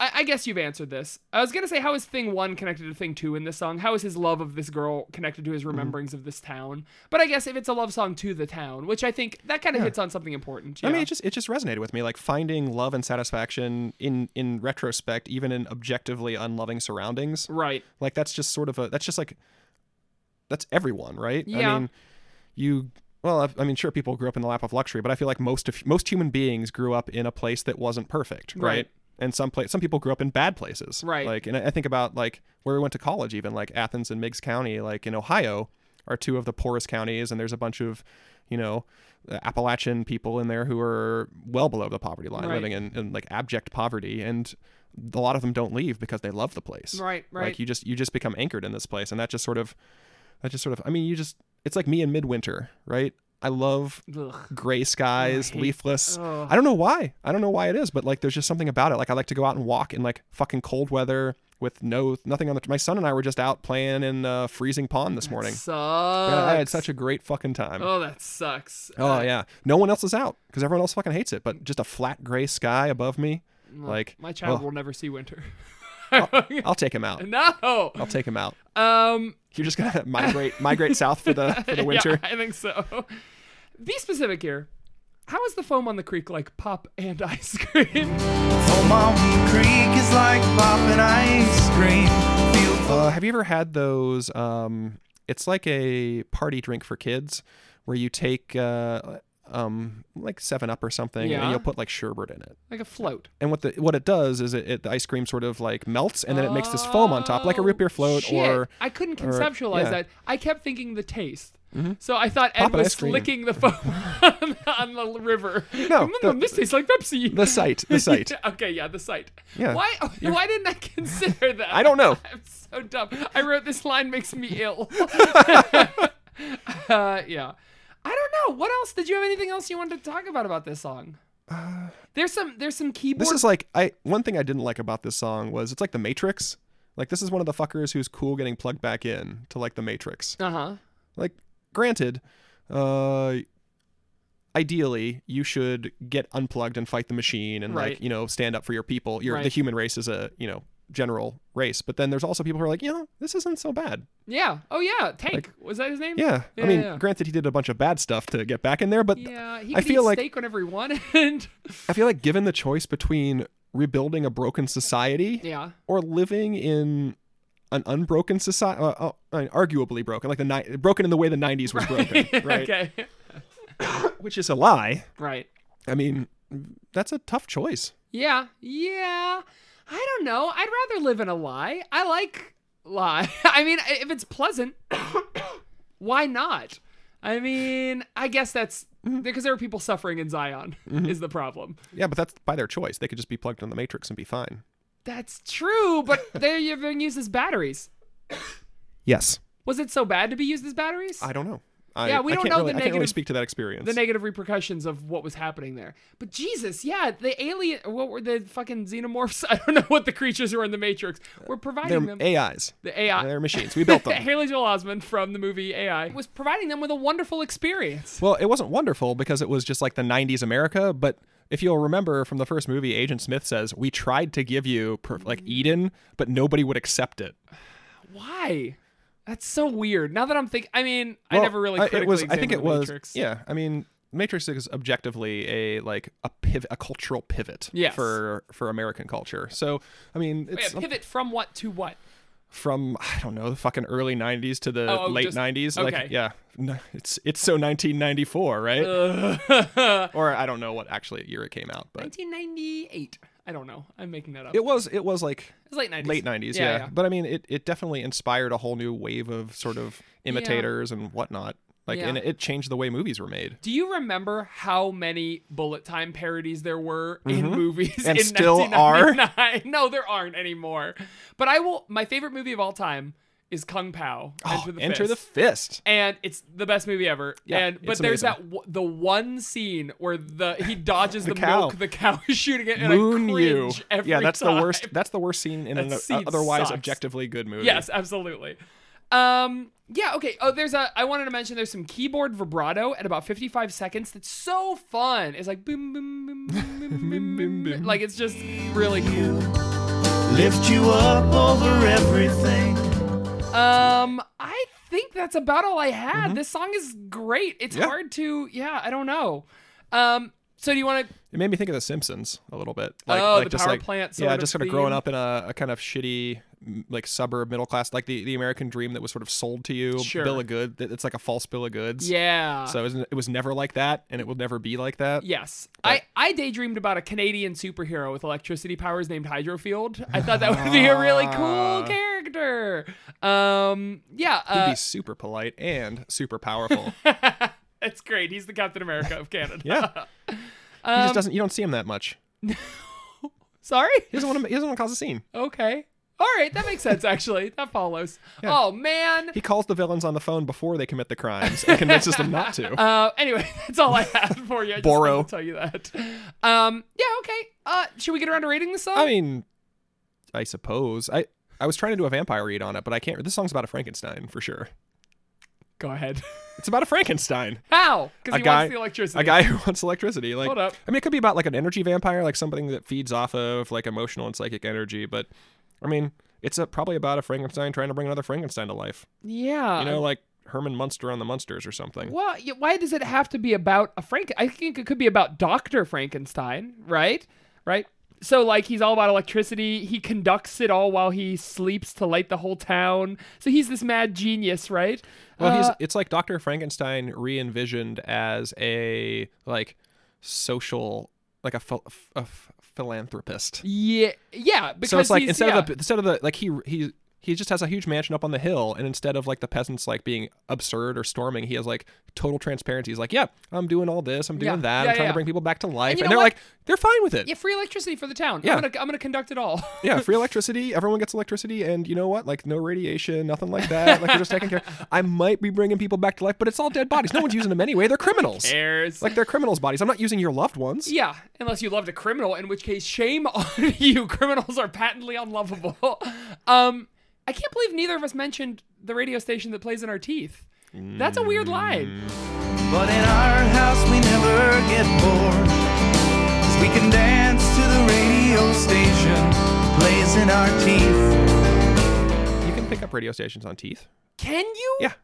Speaker 2: I, I guess you've answered this. I was going to say, how is Thing 1 connected to Thing 2 in this song? How is his love of this girl connected to his
Speaker 3: Mm-hmm.
Speaker 2: rememberings of this town? But I guess if it's a love song to the town, which I think that kind of hits on something important.
Speaker 3: I mean,
Speaker 2: yeah.
Speaker 3: it just it just resonated with me. Like finding love and satisfaction in in retrospect, even in objectively unloving surroundings.
Speaker 2: Right.
Speaker 3: Like that's just sort of a that's just like that's everyone, right?
Speaker 2: Yeah.
Speaker 3: I mean, you well, I, I mean, sure, people grew up in the lap of luxury, but I feel like most of most human beings grew up in a place that wasn't perfect, right?
Speaker 2: Right.
Speaker 3: And some place, some people grew up in bad places,
Speaker 2: Right.
Speaker 3: Like, and I I think about like where we went to college, even like Athens and Meigs County, like in Ohio, are two of the poorest counties, and there's a bunch of, you know, Appalachian people in there who are well below the poverty line,
Speaker 2: Right.
Speaker 3: living in, in like abject poverty, and a lot of them don't leave because they love the place.
Speaker 2: Right, right.
Speaker 3: Like you just you just become anchored in this place, and that just sort of that just sort of I mean you just it's like me in midwinter, right? I love
Speaker 2: Ugh.
Speaker 3: gray skies,
Speaker 2: hate-
Speaker 3: leafless.
Speaker 2: Ugh.
Speaker 3: I don't know why. I don't know why it is, but like there's just something about it. Like I like to go out and walk in like fucking cold weather with no nothing on the. My son and I were just out playing in a freezing pond this morning.
Speaker 2: Sucks.
Speaker 3: Yeah, I had such a great fucking time.
Speaker 2: Oh, that sucks. Uh,
Speaker 3: Oh yeah, no one else is out because everyone else fucking hates it. But just a flat gray sky above me, like
Speaker 2: My child
Speaker 3: oh,
Speaker 2: will never see winter.
Speaker 3: I'll take him out.
Speaker 2: no.
Speaker 3: I'll take him out.
Speaker 2: Um.
Speaker 3: You're just gonna migrate migrate south for the for the winter.
Speaker 2: Yeah, I think so. Be specific here. How is the foam on the creek like pop and ice cream?
Speaker 5: Foam on the Oh, creek is like popping ice cream. Feel
Speaker 3: Uh, have you ever had those? Um, it's like a party drink for kids, where you take uh, um, like Seven Up or something,
Speaker 2: Yeah.
Speaker 3: and you'll put like sherbet in it.
Speaker 2: Like a float.
Speaker 3: And what the what it does is it, it the ice cream sort of like melts, and then it makes this foam on top, like a root beer float
Speaker 2: Oh, Shit.
Speaker 3: or
Speaker 2: I couldn't conceptualize
Speaker 3: yeah. Mm-hmm.
Speaker 2: that. I kept thinking the taste. So I thought Ed
Speaker 3: Pop and ice
Speaker 2: was
Speaker 3: cream.
Speaker 2: licking the foam on, on the river.
Speaker 3: No,
Speaker 2: Mm,
Speaker 3: the-
Speaker 2: this tastes like Pepsi.
Speaker 3: the site. The site.
Speaker 2: okay, yeah, the site.
Speaker 3: Yeah.
Speaker 2: Why? Why didn't I consider that?
Speaker 3: I don't know.
Speaker 2: I'm so dumb. I wrote this line makes me ill. uh, yeah. I don't know. What else? Did you have anything else you wanted to talk about about this song? there's some. There's some keyboard.
Speaker 3: Uh, This is like I one thing I didn't like about this song was it's like the Matrix. Like this is one of the fuckers who's cool getting plugged back in to like the Matrix.
Speaker 2: uh huh.
Speaker 3: Like granted, uh ideally you should get unplugged and fight the machine and
Speaker 2: Right.
Speaker 3: like, you know, stand up for your people. Your the
Speaker 2: Right.
Speaker 3: human race is a, you know, general race. But then there's also people who are like, you know, this isn't so bad.
Speaker 2: Yeah. Oh yeah. Tank. was that his name?
Speaker 3: Yeah.
Speaker 2: Yeah,
Speaker 3: I mean,
Speaker 2: yeah.
Speaker 3: granted he did a bunch of bad stuff to get back in there, but
Speaker 2: Yeah, he
Speaker 3: I
Speaker 2: could
Speaker 3: feel
Speaker 2: eat
Speaker 3: like-
Speaker 2: steak whenever he wanted.
Speaker 3: I feel like given the choice between rebuilding a broken society
Speaker 2: yeah,
Speaker 3: or living in an unbroken society, uh, uh, I mean, arguably broken, like the ni- broken in the way the '90s was broken, right?
Speaker 2: okay,
Speaker 3: Which is a lie.
Speaker 2: right.
Speaker 3: I mean, that's a tough choice.
Speaker 2: Yeah, yeah. I don't know. I'd rather live in a lie. I like lie. I mean, i- if it's pleasant, why not? I mean, I guess that's
Speaker 3: Mm-hmm.
Speaker 2: because there are people suffering in Zion is the problem.
Speaker 3: Yeah, but that's by their choice. They could just be plugged in the matrix and be fine.
Speaker 2: That's true, but they're being used as batteries.
Speaker 3: Yes,
Speaker 2: Was it so bad to be used as batteries?
Speaker 3: I don't know. I,
Speaker 2: Yeah, we
Speaker 3: I
Speaker 2: don't
Speaker 3: can't
Speaker 2: know
Speaker 3: really,
Speaker 2: the
Speaker 3: I can't really
Speaker 2: negative-
Speaker 3: speak to that experience.
Speaker 2: the negative repercussions of what was happening there. But Jesus, yeah, the alien, what were the fucking xenomorphs? I don't know what the creatures were in the Matrix. We're providing them
Speaker 3: They're AIs.
Speaker 2: the AI.
Speaker 3: They're machines. We built them.
Speaker 2: Haley Joel Osment from the movie AI was providing them with a wonderful experience.
Speaker 3: Well, it wasn't wonderful because it was just like the 90s America, but if you'll remember from the first movie, Agent Smith says, "We tried to give you per- like Eden, but nobody would accept it."
Speaker 2: Why? That's so weird. Now that I'm thinking, I mean, I
Speaker 3: Well,
Speaker 2: never really
Speaker 3: I-
Speaker 2: critically
Speaker 3: it was I think
Speaker 2: examined
Speaker 3: it
Speaker 2: the
Speaker 3: was
Speaker 2: Matrix.
Speaker 3: yeah, I mean Matrix is objectively a like a pivot a cultural pivot
Speaker 2: Yes.
Speaker 3: for for American culture. So, I mean,
Speaker 2: Wait,
Speaker 3: it's
Speaker 2: a pivot from what to what?
Speaker 3: from I don't know, the fucking early 90s to the
Speaker 2: Oh, oh,
Speaker 3: late
Speaker 2: just-
Speaker 3: 90s
Speaker 2: okay. Uh.
Speaker 3: like yeah. No, It's it's so 1994, right? or I don't know what actually year it came out, but
Speaker 2: 1998. I don't know. I'm making that up.
Speaker 3: it
Speaker 2: It
Speaker 3: was it was like
Speaker 2: was late 90s.
Speaker 3: late 90s yeah, but i mean it, it definitely inspired a whole new wave of sort of imitators and whatnot like
Speaker 2: Yeah.
Speaker 3: and it changed the way movies were made
Speaker 2: Do you remember how many bullet time parodies there were in movies
Speaker 3: Mm-hmm. And
Speaker 2: in
Speaker 3: still are?
Speaker 2: 1999? No, there aren't anymore. But I will. My favorite movie of all time is Kung Pao. Enter the
Speaker 3: Oh, enter the
Speaker 2: Fist.
Speaker 3: fist
Speaker 2: and it's the best movie ever.
Speaker 3: Yeah,
Speaker 2: and but
Speaker 3: it's
Speaker 2: there's that
Speaker 3: amazing.
Speaker 2: w- the one scene where the he dodges the,
Speaker 3: cow.
Speaker 2: milk, the cow is shooting it, and
Speaker 3: moon
Speaker 2: I
Speaker 3: you
Speaker 2: cringe every
Speaker 3: yeah that's
Speaker 2: time.
Speaker 3: the worst that's the worst scene in an
Speaker 2: That scene
Speaker 3: otherwise
Speaker 2: sucks.
Speaker 3: objectively good movie
Speaker 2: Yes, absolutely. Um, yeah, okay. Oh, there's a. I wanted to mention there's some keyboard vibrato at about 55 seconds. That's so fun. It's like boom, boom, boom, boom, boom, boom, boom, boom. Like it's just really cool.
Speaker 5: lift you up over everything.
Speaker 2: Um, I think that's about all I had. This song is great. It's
Speaker 3: Mm-hmm. Yeah.
Speaker 2: hard to. Yeah, I don't know. Um, so do you want to?
Speaker 3: it made me think of the simpsons a little bit like,
Speaker 2: Oh,
Speaker 3: like
Speaker 2: the
Speaker 3: just
Speaker 2: power
Speaker 3: like
Speaker 2: plant
Speaker 3: yeah
Speaker 2: sort of
Speaker 3: just sort of growing
Speaker 2: theme.
Speaker 3: up in a, a kind of shitty m- like suburb middle class like the, the american dream that was sort of sold to you
Speaker 2: Sure.
Speaker 3: bill of good that- it's like a false bill of goods
Speaker 2: Yeah.
Speaker 3: so it was, it was never like that and it will never be like that
Speaker 2: Yes. I, I daydreamed about a Canadian superhero with electricity powers named Hydrofield. I thought that would be a really
Speaker 3: Ah.
Speaker 2: cool character. Um, yeah.
Speaker 3: He'd
Speaker 2: Uh,
Speaker 3: be super polite and super powerful.
Speaker 2: that's great. He's the Captain America of Canada. Um,
Speaker 3: yeah. He just doesn't you don't see him that much.
Speaker 2: Sorry?
Speaker 3: He doesn't want to. He doesn't want to cause a scene.
Speaker 2: Okay. All right, that makes sense, actually. That follows.
Speaker 3: Yeah.
Speaker 2: Oh, man.
Speaker 3: He calls the villains on the phone before they commit the crimes and convinces them not to.
Speaker 2: Uh, anyway, that's all I had for you. I just wanted
Speaker 3: Borrow.
Speaker 2: to tell you that. Um, yeah, okay. Uh, should we get around to rating this song?
Speaker 3: I mean, I suppose I. I was trying to do a vampire read on it, but I can't. This song's about a Frankenstein for sure.
Speaker 2: Go ahead.
Speaker 3: It's about a Frankenstein.
Speaker 2: How?
Speaker 3: A
Speaker 2: Because he
Speaker 3: guy-
Speaker 2: wants the electricity.
Speaker 3: a guy who wants electricity. Like,
Speaker 2: Hold up.
Speaker 3: I mean, it could be about like an energy vampire, like something that feeds off of like emotional and psychic energy. But I mean, it's a, probably about a Frankenstein trying to bring another Frankenstein to life.
Speaker 2: Yeah.
Speaker 3: You know, like Herman Munster on the Munsters or something.
Speaker 2: Well, y- why does it have to be about a Frank? I think it could be about Doctor Frankenstein, right? Right. So like he's all about electricity. He conducts it all while he sleeps to light the whole town. So he's this mad genius, right?
Speaker 3: Well, he's
Speaker 2: Uh,
Speaker 3: it's like Doctor Frankenstein re-envisioned as a like social, like a, phil- a f- philanthropist.
Speaker 2: yeah, yeah. Because
Speaker 3: so it's like
Speaker 2: he's-
Speaker 3: instead
Speaker 2: yeah.
Speaker 3: of the, instead of the like he he he just has a huge mansion up on the hill and instead of like the peasants like being absurd or storming he has like total transparency he's like yeah i'm doing all this i'm doing
Speaker 2: Yeah.
Speaker 3: that
Speaker 2: Yeah,
Speaker 3: i'm trying
Speaker 2: yeah.
Speaker 3: to bring people back to life
Speaker 2: you
Speaker 3: and,
Speaker 2: know
Speaker 3: they're
Speaker 2: what?
Speaker 3: like they're fine with it
Speaker 2: yeah, free electricity for the town.
Speaker 3: Yeah.
Speaker 2: I'm gonna I'm gonna conduct it all.
Speaker 3: yeah free electricity everyone gets electricity and you know what like no radiation nothing like that like we're just taking care i might be bringing people back to life but it's all dead bodies no one's using them anyway they're criminals
Speaker 2: Cares.
Speaker 3: like they're criminals bodies i'm not using your loved ones
Speaker 2: Yeah, unless you loved a criminal, in which case, shame on you. Criminals are patently unlovable. Um, I can't believe neither of us mentioned the radio station that plays in our teeth. That's a weird line.
Speaker 3: Mm.
Speaker 5: But in our house we never get bored. 'Cause we can dance to the radio station, plays in our teeth.
Speaker 3: you can pick up radio stations on teeth
Speaker 2: Can you?
Speaker 3: yeah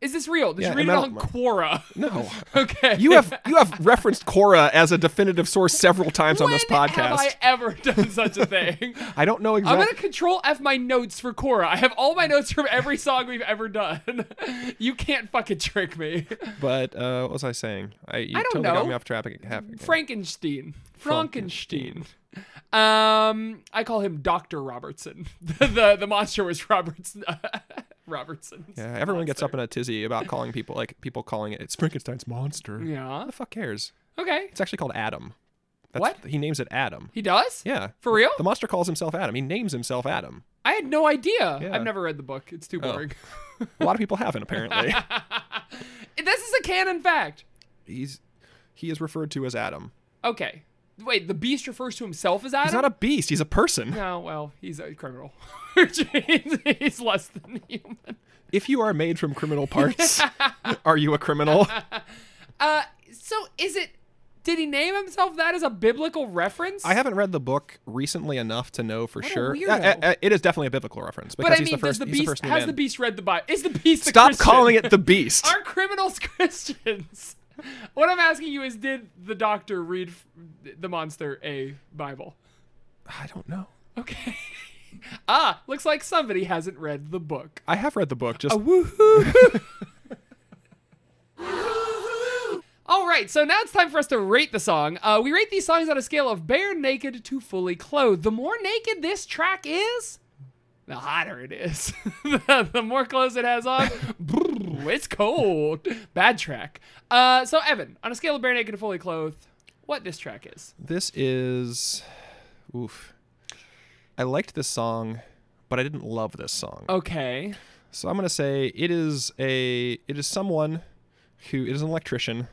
Speaker 2: Is this real? Did
Speaker 3: Yeah,
Speaker 2: you read
Speaker 3: and
Speaker 2: it
Speaker 3: that'll-
Speaker 2: on Quora?
Speaker 3: no
Speaker 2: Okay.
Speaker 3: You have you have referenced Cora as a definitive source several times on this
Speaker 2: When Have I
Speaker 3: podcast.
Speaker 2: ever done such a thing?
Speaker 3: I don't know
Speaker 2: I'm
Speaker 3: exactly.
Speaker 2: gonna control F my notes for Quora. I have all my notes from every song we've ever done. you can't fucking trick me.
Speaker 3: But uh, what was I saying? I, you
Speaker 2: I don't
Speaker 3: totally got
Speaker 2: know.
Speaker 3: me off traffic. Traffic.
Speaker 2: Frankenstein. Frankenstein. Um, I call him Doctor Robertson. The, the the monster was Robertson. Robertson.
Speaker 3: yeah, everyone gets up in a tizzy about calling people like people calling it. It's Frankenstein's monster.
Speaker 2: Yeah.
Speaker 3: Who the fuck cares?
Speaker 2: Okay.
Speaker 3: It's actually called Adam. That's,
Speaker 2: What?
Speaker 3: he names it Adam?
Speaker 2: He does.
Speaker 3: Yeah.
Speaker 2: For real?
Speaker 3: The monster calls himself Adam. He names himself Adam.
Speaker 2: I had no idea.
Speaker 3: Yeah. Oh.
Speaker 2: I've never read the book. It's too boring.
Speaker 3: A lot of people haven't apparently.
Speaker 2: this is a canon fact.
Speaker 3: He's he is referred to as Adam.
Speaker 2: Okay. Wait, the beast refers to himself as Adam.
Speaker 3: He's not a beast. He's a person.
Speaker 2: No, well, he's a criminal. He's- he's less than human.
Speaker 3: If you are made from criminal parts, are you a criminal?
Speaker 2: Uh, so is it? Did he name himself that as a biblical reference?
Speaker 3: I haven't read the book recently enough to know for
Speaker 2: a
Speaker 3: sure.
Speaker 2: weirdo.
Speaker 3: Uh, uh, uh, it is definitely a biblical reference because
Speaker 2: But I
Speaker 3: he's
Speaker 2: mean,
Speaker 3: the first.
Speaker 2: does the
Speaker 3: he's
Speaker 2: beast
Speaker 3: the first new
Speaker 2: has
Speaker 3: man.
Speaker 2: the beast read the Bible? Is the beast a
Speaker 3: Stop
Speaker 2: Christian?
Speaker 3: calling it the beast.
Speaker 2: Are criminals Christians? What I'm asking you is, did the doctor read f- the monster a Bible?
Speaker 3: I don't know.
Speaker 2: Okay. ah, looks like somebody hasn't read the book.
Speaker 3: I have read the book. Just
Speaker 2: Woohoo! All right, so now it's time for us to rate the song. Uh, we rate these songs on a scale of bare naked to fully clothed. The more naked this track is, the hotter it is. the, the more clothes it has on, brrr, it's cold. Bad track. Uh, so, Evan, on a scale of bare naked to fully clothed, what this track is?
Speaker 3: this is, oof. I liked this song, but I didn't love this song.
Speaker 2: Oh. Okay.
Speaker 3: So I'm gonna say it is a it is someone who it is an electrician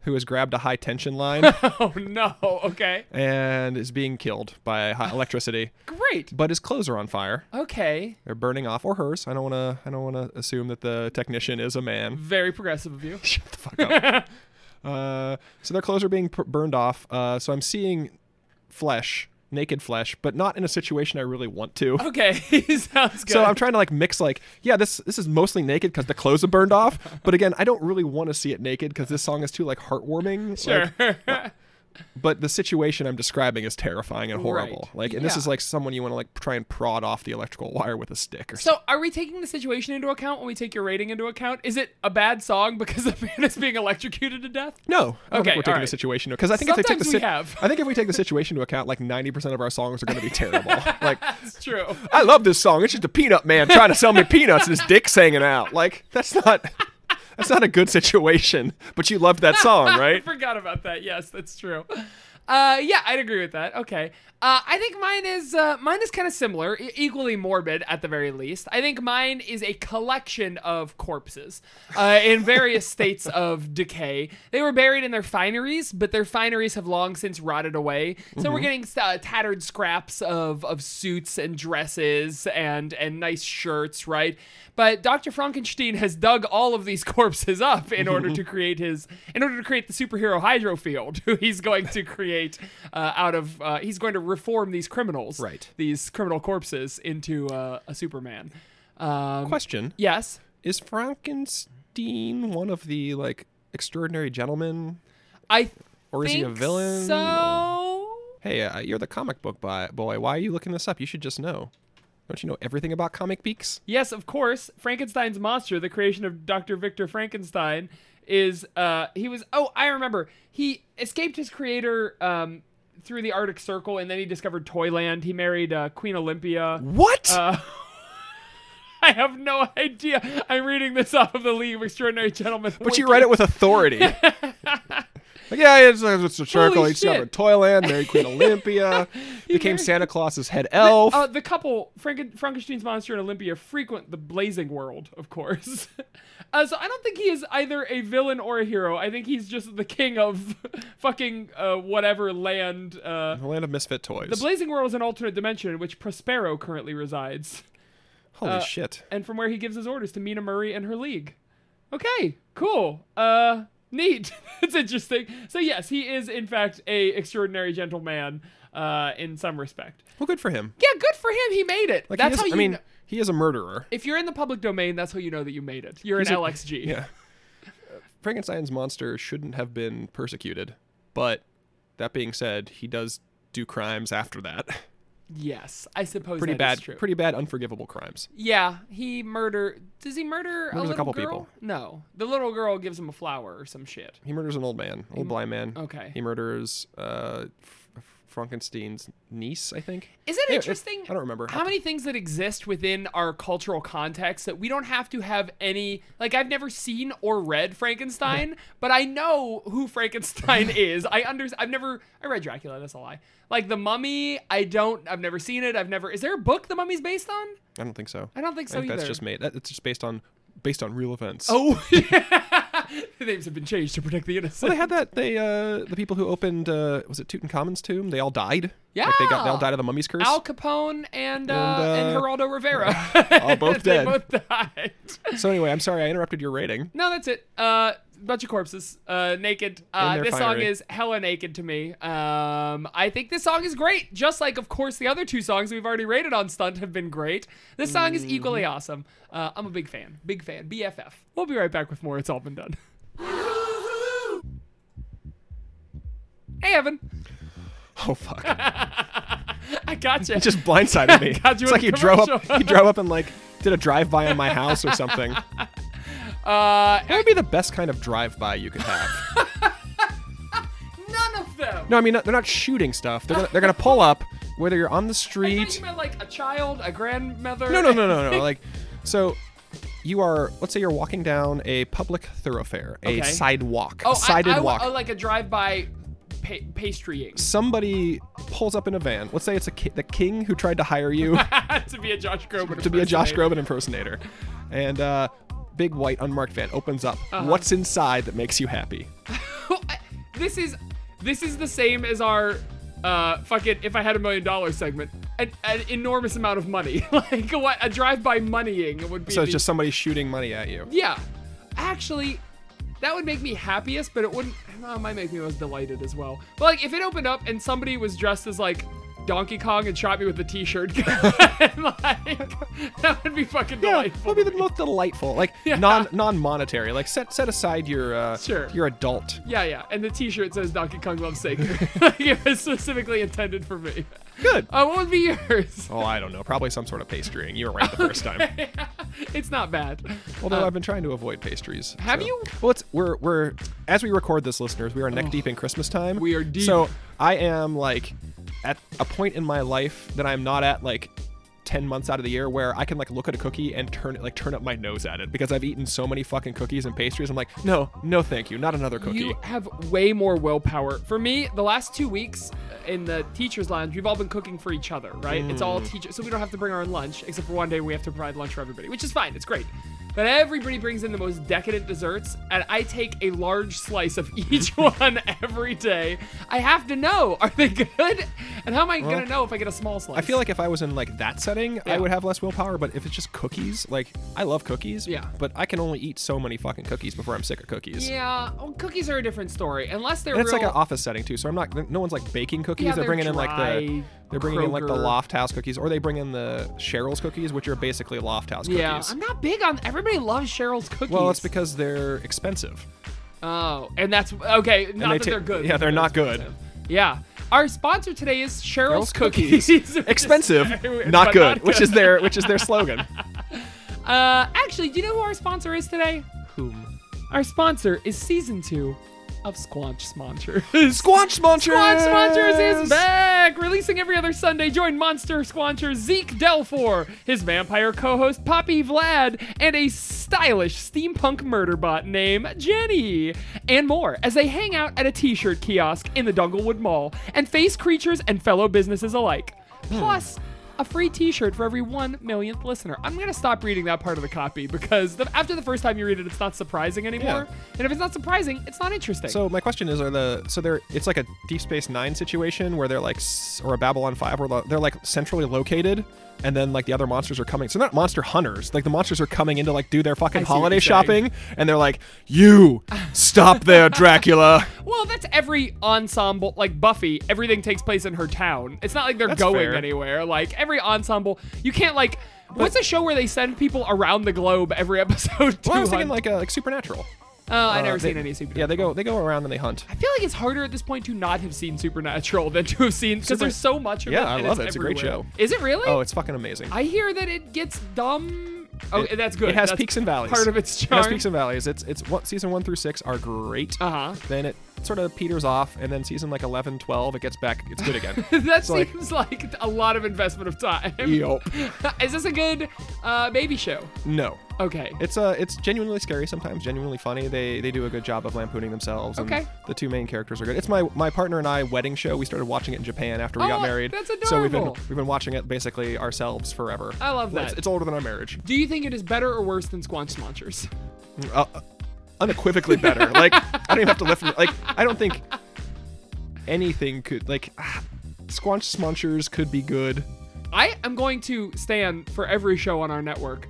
Speaker 3: who has grabbed a high tension line
Speaker 2: Oh, no. Okay.
Speaker 3: and is being killed by high electricity,
Speaker 2: Great.
Speaker 3: but his clothes are on fire.
Speaker 2: Okay.
Speaker 3: they're burning off or hers. I don't want to. I don't want to assume that the technician is a man.
Speaker 2: Very progressive of you.
Speaker 3: Shut the fuck up. uh, so their clothes are being pr- burned off. Uh, so I'm seeing flesh, naked flesh, but not in a situation I really want to.
Speaker 2: Okay. Sounds Oh, good.
Speaker 3: So I'm trying to like mix like yeah this this is mostly naked because the clothes are burned off but again I don't really want to see it naked because this song is too like heartwarming
Speaker 2: Sure.
Speaker 3: like, but the situation I'm describing is terrifying and horrible
Speaker 2: Right.
Speaker 3: like and this
Speaker 2: Yeah.
Speaker 3: is like someone you want to like try and prod off the electrical wire with a stick or something.
Speaker 2: so, are we taking the situation into account when we take your rating into account? Is it a bad song because the man is being electrocuted to death?
Speaker 3: No, I don't
Speaker 2: Okay,
Speaker 3: think we're taking
Speaker 2: alright.
Speaker 3: the situation because I think if they take the
Speaker 2: Sometimes
Speaker 3: si-
Speaker 2: we have.
Speaker 3: I think if we take the situation into account, like ninety percent of our songs are going to be terrible. like,
Speaker 2: It's true.
Speaker 3: I love this song. It's just a peanut man trying to sell me peanuts and his dick's hanging out. Like, that's not that's not a good situation. But you loved that song,
Speaker 2: I
Speaker 3: right?
Speaker 2: forgot about that. Yes, that's true. Uh, yeah, I'd agree with that. Okay. Uh, I think mine is uh, mine is kind of similar, e- equally morbid at the very least. I think mine is a collection of corpses uh, in various states of decay. They were buried in their fineries, but their fineries have long since rotted away. So
Speaker 3: Mm-hmm.
Speaker 2: we're getting uh, tattered scraps of of suits and dresses and and nice shirts, right? But Dr. Frankenstein has dug all of these corpses up in order
Speaker 3: Mm-hmm.
Speaker 2: to create his in order to create the superhero hydro field who he's going to create uh, out of uh, he's going to reform these criminals
Speaker 3: Right.
Speaker 2: these criminal corpses into uh, a Superman. Um,
Speaker 3: Question:
Speaker 2: yes,
Speaker 3: Is Frankenstein one of the like extraordinary gentlemen,
Speaker 2: I
Speaker 3: or is he a
Speaker 2: think
Speaker 3: villain?
Speaker 2: So
Speaker 3: Hey, uh, you're the comic book bi- boy. Why are you looking this up? You should just know. Don't you know everything about comic beaks?
Speaker 2: yes, of course, Frankenstein's monster, the creation of Dr. Victor Frankenstein, is uh he was oh I remember he escaped his creator um through the Arctic Circle and then he discovered Toyland. He married uh, Queen Olympia.
Speaker 3: What?
Speaker 2: I have no idea. I'm reading this off of the League of Extraordinary Gentlemen.
Speaker 3: but you read it with authority. like, yeah, it's, it's a circle.
Speaker 2: Holy
Speaker 3: He discovered
Speaker 2: shit.
Speaker 3: Toyland, married Queen Olympia, became
Speaker 2: married-
Speaker 3: Santa Claus's head elf.
Speaker 2: Uh, the couple, Franken- Frankenstein's monster and Olympia, frequent the blazing world, of course. uh, so I don't think he is either a villain or a hero. I think he's just the king of fucking uh, whatever land. Uh,
Speaker 3: the land of misfit toys.
Speaker 2: the blazing world is an alternate dimension in which Prospero currently resides, uh,
Speaker 3: Holy shit.
Speaker 2: and from where he gives his orders to Mina Murray and her league. Okay, cool. Uh, neat. That's interesting. So yes, he is in fact a extraordinary gentleman uh, in some respect.
Speaker 3: Well, good for him.
Speaker 2: Yeah, good for him. He made it.
Speaker 3: Like,
Speaker 2: That's
Speaker 3: he is,
Speaker 2: how you.
Speaker 3: I mean,
Speaker 2: kn-
Speaker 3: he is a murderer.
Speaker 2: if you're in the public domain, that's how you know that you made it. You're
Speaker 3: He's
Speaker 2: an
Speaker 3: a-
Speaker 2: LXG.
Speaker 3: Yeah. Frankenstein's monster shouldn't have been persecuted, but that being said, he does do crimes after that.
Speaker 2: Yes, I suppose
Speaker 3: pretty
Speaker 2: that is
Speaker 3: bad,
Speaker 2: true.
Speaker 3: pretty bad, unforgivable crimes.
Speaker 2: Yeah, he murder. Does he murder a
Speaker 3: Murders a
Speaker 2: little
Speaker 3: couple
Speaker 2: girl?
Speaker 3: people.
Speaker 2: No, the little girl gives him a flower or some shit.
Speaker 3: He murders an old man, old blind man.
Speaker 2: Mm. okay.
Speaker 3: He murders uh, F- Frankenstein's niece, I think.
Speaker 2: Is it
Speaker 3: Yeah,
Speaker 2: interesting?
Speaker 3: I don't remember.
Speaker 2: How many things that exist within our cultural context that we don't have to have any. Like, I've never seen or read Frankenstein, but I know who Frankenstein is. I under. I've never. I read Dracula, that's a lie. Like, The Mummy, I don't. I've never seen it. I've never. Is there a book The Mummy's based on?
Speaker 3: I don't think so.
Speaker 2: I don't think so
Speaker 3: I think that's
Speaker 2: either.
Speaker 3: just made. That, it's just based on based on real events.
Speaker 2: Oh, the names have been changed to protect the innocent.
Speaker 3: Well, they had that. They uh, the people who opened uh, was it Tutankhamun's tomb? They all died. Like they got they all
Speaker 2: Yeah.
Speaker 3: died of the mummy's curse.
Speaker 2: Al Capone and uh, and,
Speaker 3: uh,
Speaker 2: Geraldo Rivera.
Speaker 3: all both
Speaker 2: they
Speaker 3: dead.
Speaker 2: both died.
Speaker 3: So anyway, I'm sorry I interrupted your rating.
Speaker 2: No, that's it. Uh, bunch of corpses, uh, naked.
Speaker 3: In
Speaker 2: Uh,
Speaker 3: their
Speaker 2: this song
Speaker 3: finery.
Speaker 2: is hella naked to me. Um, I think this song is great. Just like, of course, the other two songs we've already rated on Stunt have been great. This song
Speaker 3: Mm-hmm.
Speaker 2: is equally awesome. Uh, I'm a big fan. Big fan. BFF. We'll be right back with more. It's all been done. Hey, Evan.
Speaker 3: Oh fuck! It
Speaker 2: I gotcha.
Speaker 3: just blindsided me.
Speaker 2: God, you went
Speaker 3: it's like
Speaker 2: to
Speaker 3: you drove
Speaker 2: commercial.
Speaker 3: up. You drove up and like did a drive by on my house or something.
Speaker 2: uh,
Speaker 3: That would be the best kind of drive by you could have.
Speaker 2: none of them.
Speaker 3: No, I mean they're not shooting stuff. They're gonna, they're gonna pull up whether you're on the
Speaker 2: I thought you
Speaker 3: street.
Speaker 2: meant like a child, a grandmother.
Speaker 3: No, no, no, no, no. Like, so you are. Let's say you're walking down a public thoroughfare, a
Speaker 2: Okay.
Speaker 3: sidewalk,
Speaker 2: Oh,
Speaker 3: a sided
Speaker 2: I, I, wa-
Speaker 3: walk.
Speaker 2: Oh, like a drive-by pa- pastrying
Speaker 3: Somebody pulls up in a van. Let's say it's a ki- the king who tried to hire you
Speaker 2: to be a Josh Groban.
Speaker 3: to be a Josh
Speaker 2: impersonator.
Speaker 3: Groban impersonator, and uh, big white unmarked van opens up.
Speaker 2: Uh-huh.
Speaker 3: What's inside that makes you happy?
Speaker 2: this is this is the same as our uh fucking if I had a million dollars segment. An, an enormous amount of money. like what a drive-by moneying would be.
Speaker 3: So it's
Speaker 2: the-
Speaker 3: just somebody shooting money at you.
Speaker 2: yeah. Actually, that would make me happiest, but it wouldn't. I don't know, it might make me most delighted as well. But like, if it opened up and somebody was dressed as like Donkey Kong and shot me with a T-shirt, gun, like that would be fucking
Speaker 3: Yeah,
Speaker 2: delightful.
Speaker 3: that'd be the most delightful. Like non non monetary. Like set set aside your uh,
Speaker 2: Sure.
Speaker 3: your adult
Speaker 2: yeah, yeah. And the T-shirt says Donkey Kong loves Sega. like it was specifically intended for me.
Speaker 3: Good.
Speaker 2: Uh, what would be yours?
Speaker 3: Oh, I don't know. Probably some sort of pastrying. You were right the first time.
Speaker 2: It's not bad.
Speaker 3: Although I've been trying to avoid pastries.
Speaker 2: Oh. have
Speaker 3: so-
Speaker 2: you?
Speaker 3: Well, it's we're we're as we record this, listeners, we are neck deep in Christmas time.
Speaker 2: We are deep.
Speaker 3: So I am like at a point in my life that I'm not at like 10 months out of the year where I can like look at a cookie and turn it like turn up my nose at it because I've eaten so many fucking cookies and pastries. I'm like, no, no, thank you, not another cookie.
Speaker 2: You have way more willpower. For me, the last two weeks in the teachers' lounge, we've all been cooking for each other, right? It's
Speaker 3: Mm.
Speaker 2: all teachers, so we don't have to bring our own lunch, except for one day we have to provide lunch for everybody, which is fine. It's great. But everybody brings in the most decadent desserts, and I take a large slice of each one every day. I have to know are they good, and how am I gonna know if I get a small slice?
Speaker 3: I feel like if I was in like that setting,
Speaker 2: Yeah.
Speaker 3: I would have less willpower. But if it's just cookies, like I love cookies,
Speaker 2: Yeah.
Speaker 3: But I can only eat so many fucking cookies before I'm sick of cookies.
Speaker 2: yeah, well, cookies are a different story, unless they're
Speaker 3: And it's
Speaker 2: real.
Speaker 3: like an office setting too, so I'm not. No one's like baking cookies.
Speaker 2: Yeah, they're
Speaker 3: they're, bringing in like the
Speaker 2: dry,
Speaker 3: they're bringing in like the
Speaker 2: Kroger.
Speaker 3: loft house cookies, or they bring in the Cheryl's cookies, which are basically loft house
Speaker 2: yeah,
Speaker 3: cookies.
Speaker 2: I'm not big on. Everybody loves Cheryl's cookies.
Speaker 3: well, it's because they're expensive.
Speaker 2: Oh, and that's okay. Not
Speaker 3: they
Speaker 2: that
Speaker 3: ta-
Speaker 2: they're good.
Speaker 3: yeah,
Speaker 2: but
Speaker 3: they're not good.
Speaker 2: expensive. Yeah. Our sponsor today is Cheryl's
Speaker 3: Cheryl's
Speaker 2: Cookies. Which is
Speaker 3: expensive,
Speaker 2: very weird,
Speaker 3: not
Speaker 2: but
Speaker 3: good, Which is their which is their slogan.
Speaker 2: Uh, actually, do you know who our sponsor is today?
Speaker 3: Whom?
Speaker 2: Our sponsor is season two of Squanch Sponsor.
Speaker 3: Squanch Munchers.
Speaker 2: Squanch Sponsors is back! Releasing every other Sunday, join monster squancher Zeke Delfor, his vampire co host Poppy Vlad, and a stylish steampunk murder bot named Jenny, and more as they hang out at a t shirt kiosk in the Dunglewood Mall and face creatures and fellow businesses alike. Plus, a free t-shirt for every one millionth listener. I'm gonna stop reading that part of the copy because the, after the first time you read it, it's not surprising anymore. And if it's not surprising, it's not interesting.
Speaker 3: So my question is, are the so they're it's like a Deep Space Nine situation where they're like s- or a Babylon Five where lo- they're like centrally located, and then like the other monsters are coming. So they're not monster hunters. Like the monsters are coming in to like do their fucking
Speaker 2: I see what
Speaker 3: holiday
Speaker 2: you're saying.
Speaker 3: shopping, and they're like, "You stop there, Dracula."
Speaker 2: Well, that's every ensemble, like Buffy, everything takes place in her town. It's not like they're
Speaker 3: That's
Speaker 2: going
Speaker 3: fair.
Speaker 2: anywhere. Like every ensemble, you can't like. what's a show where they send people around the globe every episode? To
Speaker 3: Well, I was thinking
Speaker 2: hunt?
Speaker 3: like uh, like Supernatural.
Speaker 2: Oh, I
Speaker 3: Uh,
Speaker 2: never
Speaker 3: they-
Speaker 2: seen any Supernatural.
Speaker 3: Yeah, they go they go around and they hunt.
Speaker 2: I feel like it's harder at this point to not have seen Supernatural than to have seen because
Speaker 3: Super-
Speaker 2: there's so much of it.
Speaker 3: Yeah, I
Speaker 2: and
Speaker 3: love it. It's a great
Speaker 2: everywhere.
Speaker 3: show.
Speaker 2: Is it really?
Speaker 3: Oh, it's fucking amazing.
Speaker 2: I hear that it gets dumb. Oh,
Speaker 3: It-
Speaker 2: that's good.
Speaker 3: It has
Speaker 2: That's
Speaker 3: peaks and valleys.
Speaker 2: Part of its
Speaker 3: It
Speaker 2: charm.
Speaker 3: has peaks and valleys. It's it's what season one through six are great.
Speaker 2: Uh-huh.
Speaker 3: Then it sort of peters off, and then season like 11, 12, it gets back. It's good again.
Speaker 2: that
Speaker 3: It's like-
Speaker 2: seems like a lot of investment of time.
Speaker 3: Yup.
Speaker 2: Is this a good uh, baby show?
Speaker 3: No.
Speaker 2: Okay.
Speaker 3: It's uh it's genuinely scary sometimes, genuinely funny. They they do a good job of lampooning themselves. and
Speaker 2: Okay.
Speaker 3: The two main characters are good. It's my my partner and I wedding show. We started watching it in Japan after we
Speaker 2: Oh,
Speaker 3: got married.
Speaker 2: that's
Speaker 3: So we've been
Speaker 2: adorable.
Speaker 3: we've been watching it basically ourselves forever.
Speaker 2: I love
Speaker 3: Well, It's,
Speaker 2: that.
Speaker 3: it's older than our marriage.
Speaker 2: Do you think it is better or worse than Squanch Launchers?
Speaker 3: Uh, unequivocally better. like I don't even have to lift like I don't think anything could like ah, Squanch Smunchers could be good.
Speaker 2: I am going to stand for every show on our network.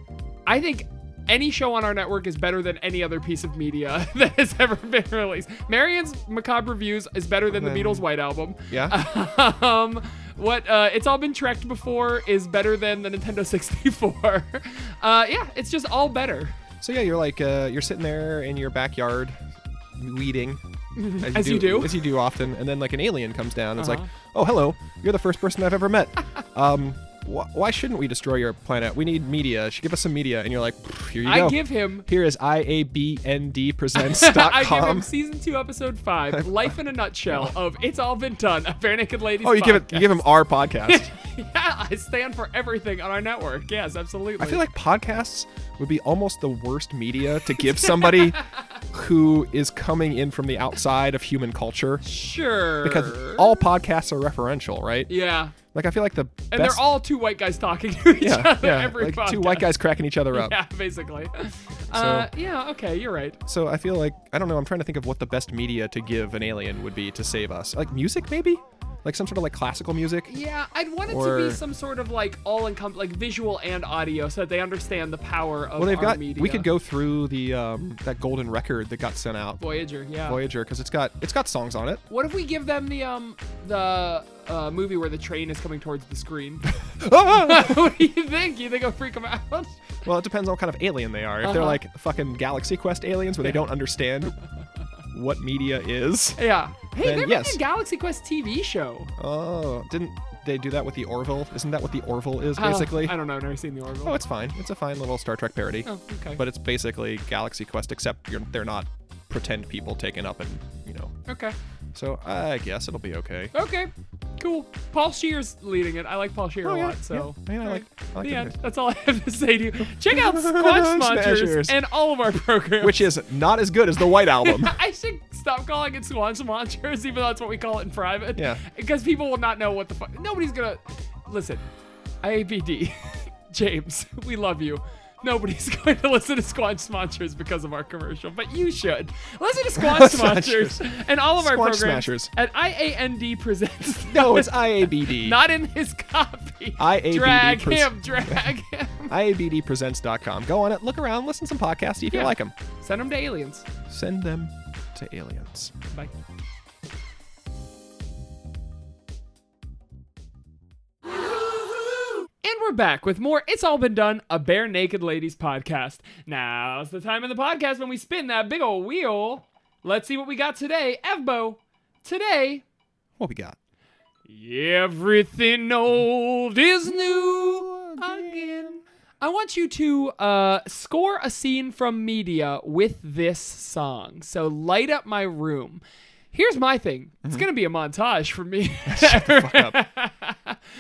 Speaker 2: I think any show on our network is better than any other piece of media that has ever been released. Marion's Macabre Reviews is better than the
Speaker 3: Then-
Speaker 2: Beatles' White Album.
Speaker 3: Yeah.
Speaker 2: um, what uh, it's all been tracked before is better than the Nintendo 64. Uh, yeah, it's just all better.
Speaker 3: So yeah, you're like uh, you're sitting there in your backyard weeding. As,
Speaker 2: As you do.
Speaker 3: As you do often. And then like an alien comes down and it's
Speaker 2: Uh-huh.
Speaker 3: like, "Oh, hello. You're the first person I've ever met. um wh- why shouldn't we destroy your planet? We need media. Should give us some media." And you're like, "Pff, "Here you
Speaker 2: I
Speaker 3: go."
Speaker 2: give him
Speaker 3: Here is iabnd
Speaker 2: I give him
Speaker 3: presents.com.
Speaker 2: season two, episode five, life in a nutshell of "It's All Been Done," a Bare Naked Ladies.
Speaker 3: Oh, you give it you
Speaker 2: podcast.
Speaker 3: give him our podcast.
Speaker 2: yeah, I stand for everything on our network. Yes, absolutely.
Speaker 3: I feel like podcasts would be almost the worst media to give somebody who is coming in from the outside of human culture
Speaker 2: sure
Speaker 3: because all podcasts are referential, right?
Speaker 2: yeah,
Speaker 3: Like I feel like the
Speaker 2: and
Speaker 3: best,
Speaker 2: they're all two white guys talking to each
Speaker 3: yeah,
Speaker 2: other
Speaker 3: yeah,
Speaker 2: every
Speaker 3: like
Speaker 2: podcast.
Speaker 3: two white guys cracking each other up.
Speaker 2: Yeah, basically. Uh, yeah. Okay, you're right.
Speaker 3: So I feel like I don't know. I'm trying to think of what the best media to give an alien would be to save us. Like music, maybe, like some sort of like classical music.
Speaker 2: Yeah, I'd want it to
Speaker 3: Or-
Speaker 2: be some sort of like all encom like visual and audio, so that they understand the power of
Speaker 3: Well, they've
Speaker 2: our
Speaker 3: got.
Speaker 2: media.
Speaker 3: We could go through the um, that golden record that got sent out,
Speaker 2: Voyager. Yeah.
Speaker 3: Voyager, because it's got it's got songs on it.
Speaker 2: What if we give them the um the uh, movie where the train is coming towards the screen? what do you think? You think I'll freak them out?
Speaker 3: Well, it depends on what kind of alien they are. If they're
Speaker 2: Uh-huh.
Speaker 3: like fucking Galaxy Quest aliens where they don't understand what media is.
Speaker 2: Yeah. Hey,
Speaker 3: Then
Speaker 2: they're making
Speaker 3: yes.
Speaker 2: a Galaxy Quest TV show.
Speaker 3: Oh, didn't they do that with the Orville? Isn't that what the Orville is basically?
Speaker 2: Uh, I don't know. I've never seen the Orville.
Speaker 3: oh, it's fine. It's a fine little Star Trek parody.
Speaker 2: Oh, okay.
Speaker 3: But it's basically Galaxy Quest except you're, they're not pretend people taken up and, you know.
Speaker 2: okay. Oh.
Speaker 3: So I guess it'll be okay.
Speaker 2: Okay. Cool. Paul Shear's leading it. I like Paul Shear
Speaker 3: Oh,
Speaker 2: a
Speaker 3: yeah,
Speaker 2: lot. So
Speaker 3: yeah. I mean, I like- I like
Speaker 2: the
Speaker 3: him
Speaker 2: end.
Speaker 3: too.
Speaker 2: That's all I have to say to you. Check out Squatch Monsters
Speaker 3: Smashers.
Speaker 2: and all of our programs.
Speaker 3: which is not as good as the White Album.
Speaker 2: I should stop calling it Squatch Monsters, even though that's what we call it in private.
Speaker 3: Yeah.
Speaker 2: Because people will not know what the fuck. Nobody's gonna listen. IABD, James, we love you. Nobody's going to listen to Squatch Monsters because of our commercial, but you should listen to Squatch Monsters and all of our programs
Speaker 3: Squatch Smashers.
Speaker 2: at IAND presents.
Speaker 3: no, it's IABD.
Speaker 2: Not in his copy.
Speaker 3: IABD
Speaker 2: Drag
Speaker 3: pres-
Speaker 2: him, drag him.
Speaker 3: IABDpresents.com. Go on it, look around, listen to some podcasts, see if
Speaker 2: Yeah.
Speaker 3: you like them.
Speaker 2: Send him to aliens.
Speaker 3: Send them to aliens.
Speaker 2: Bye. And we're back with more It's All Been Done, a Bare Naked Ladies podcast. Now's the time in the podcast when we spin that big old wheel. Let's see what we got today. Evbo, today,
Speaker 3: What we got?
Speaker 2: everything old is new again. I want you to uh, score a scene from media with this song. So light up my room. Here's my thing. It's
Speaker 3: Mm-hmm.
Speaker 2: gonna be a montage for me.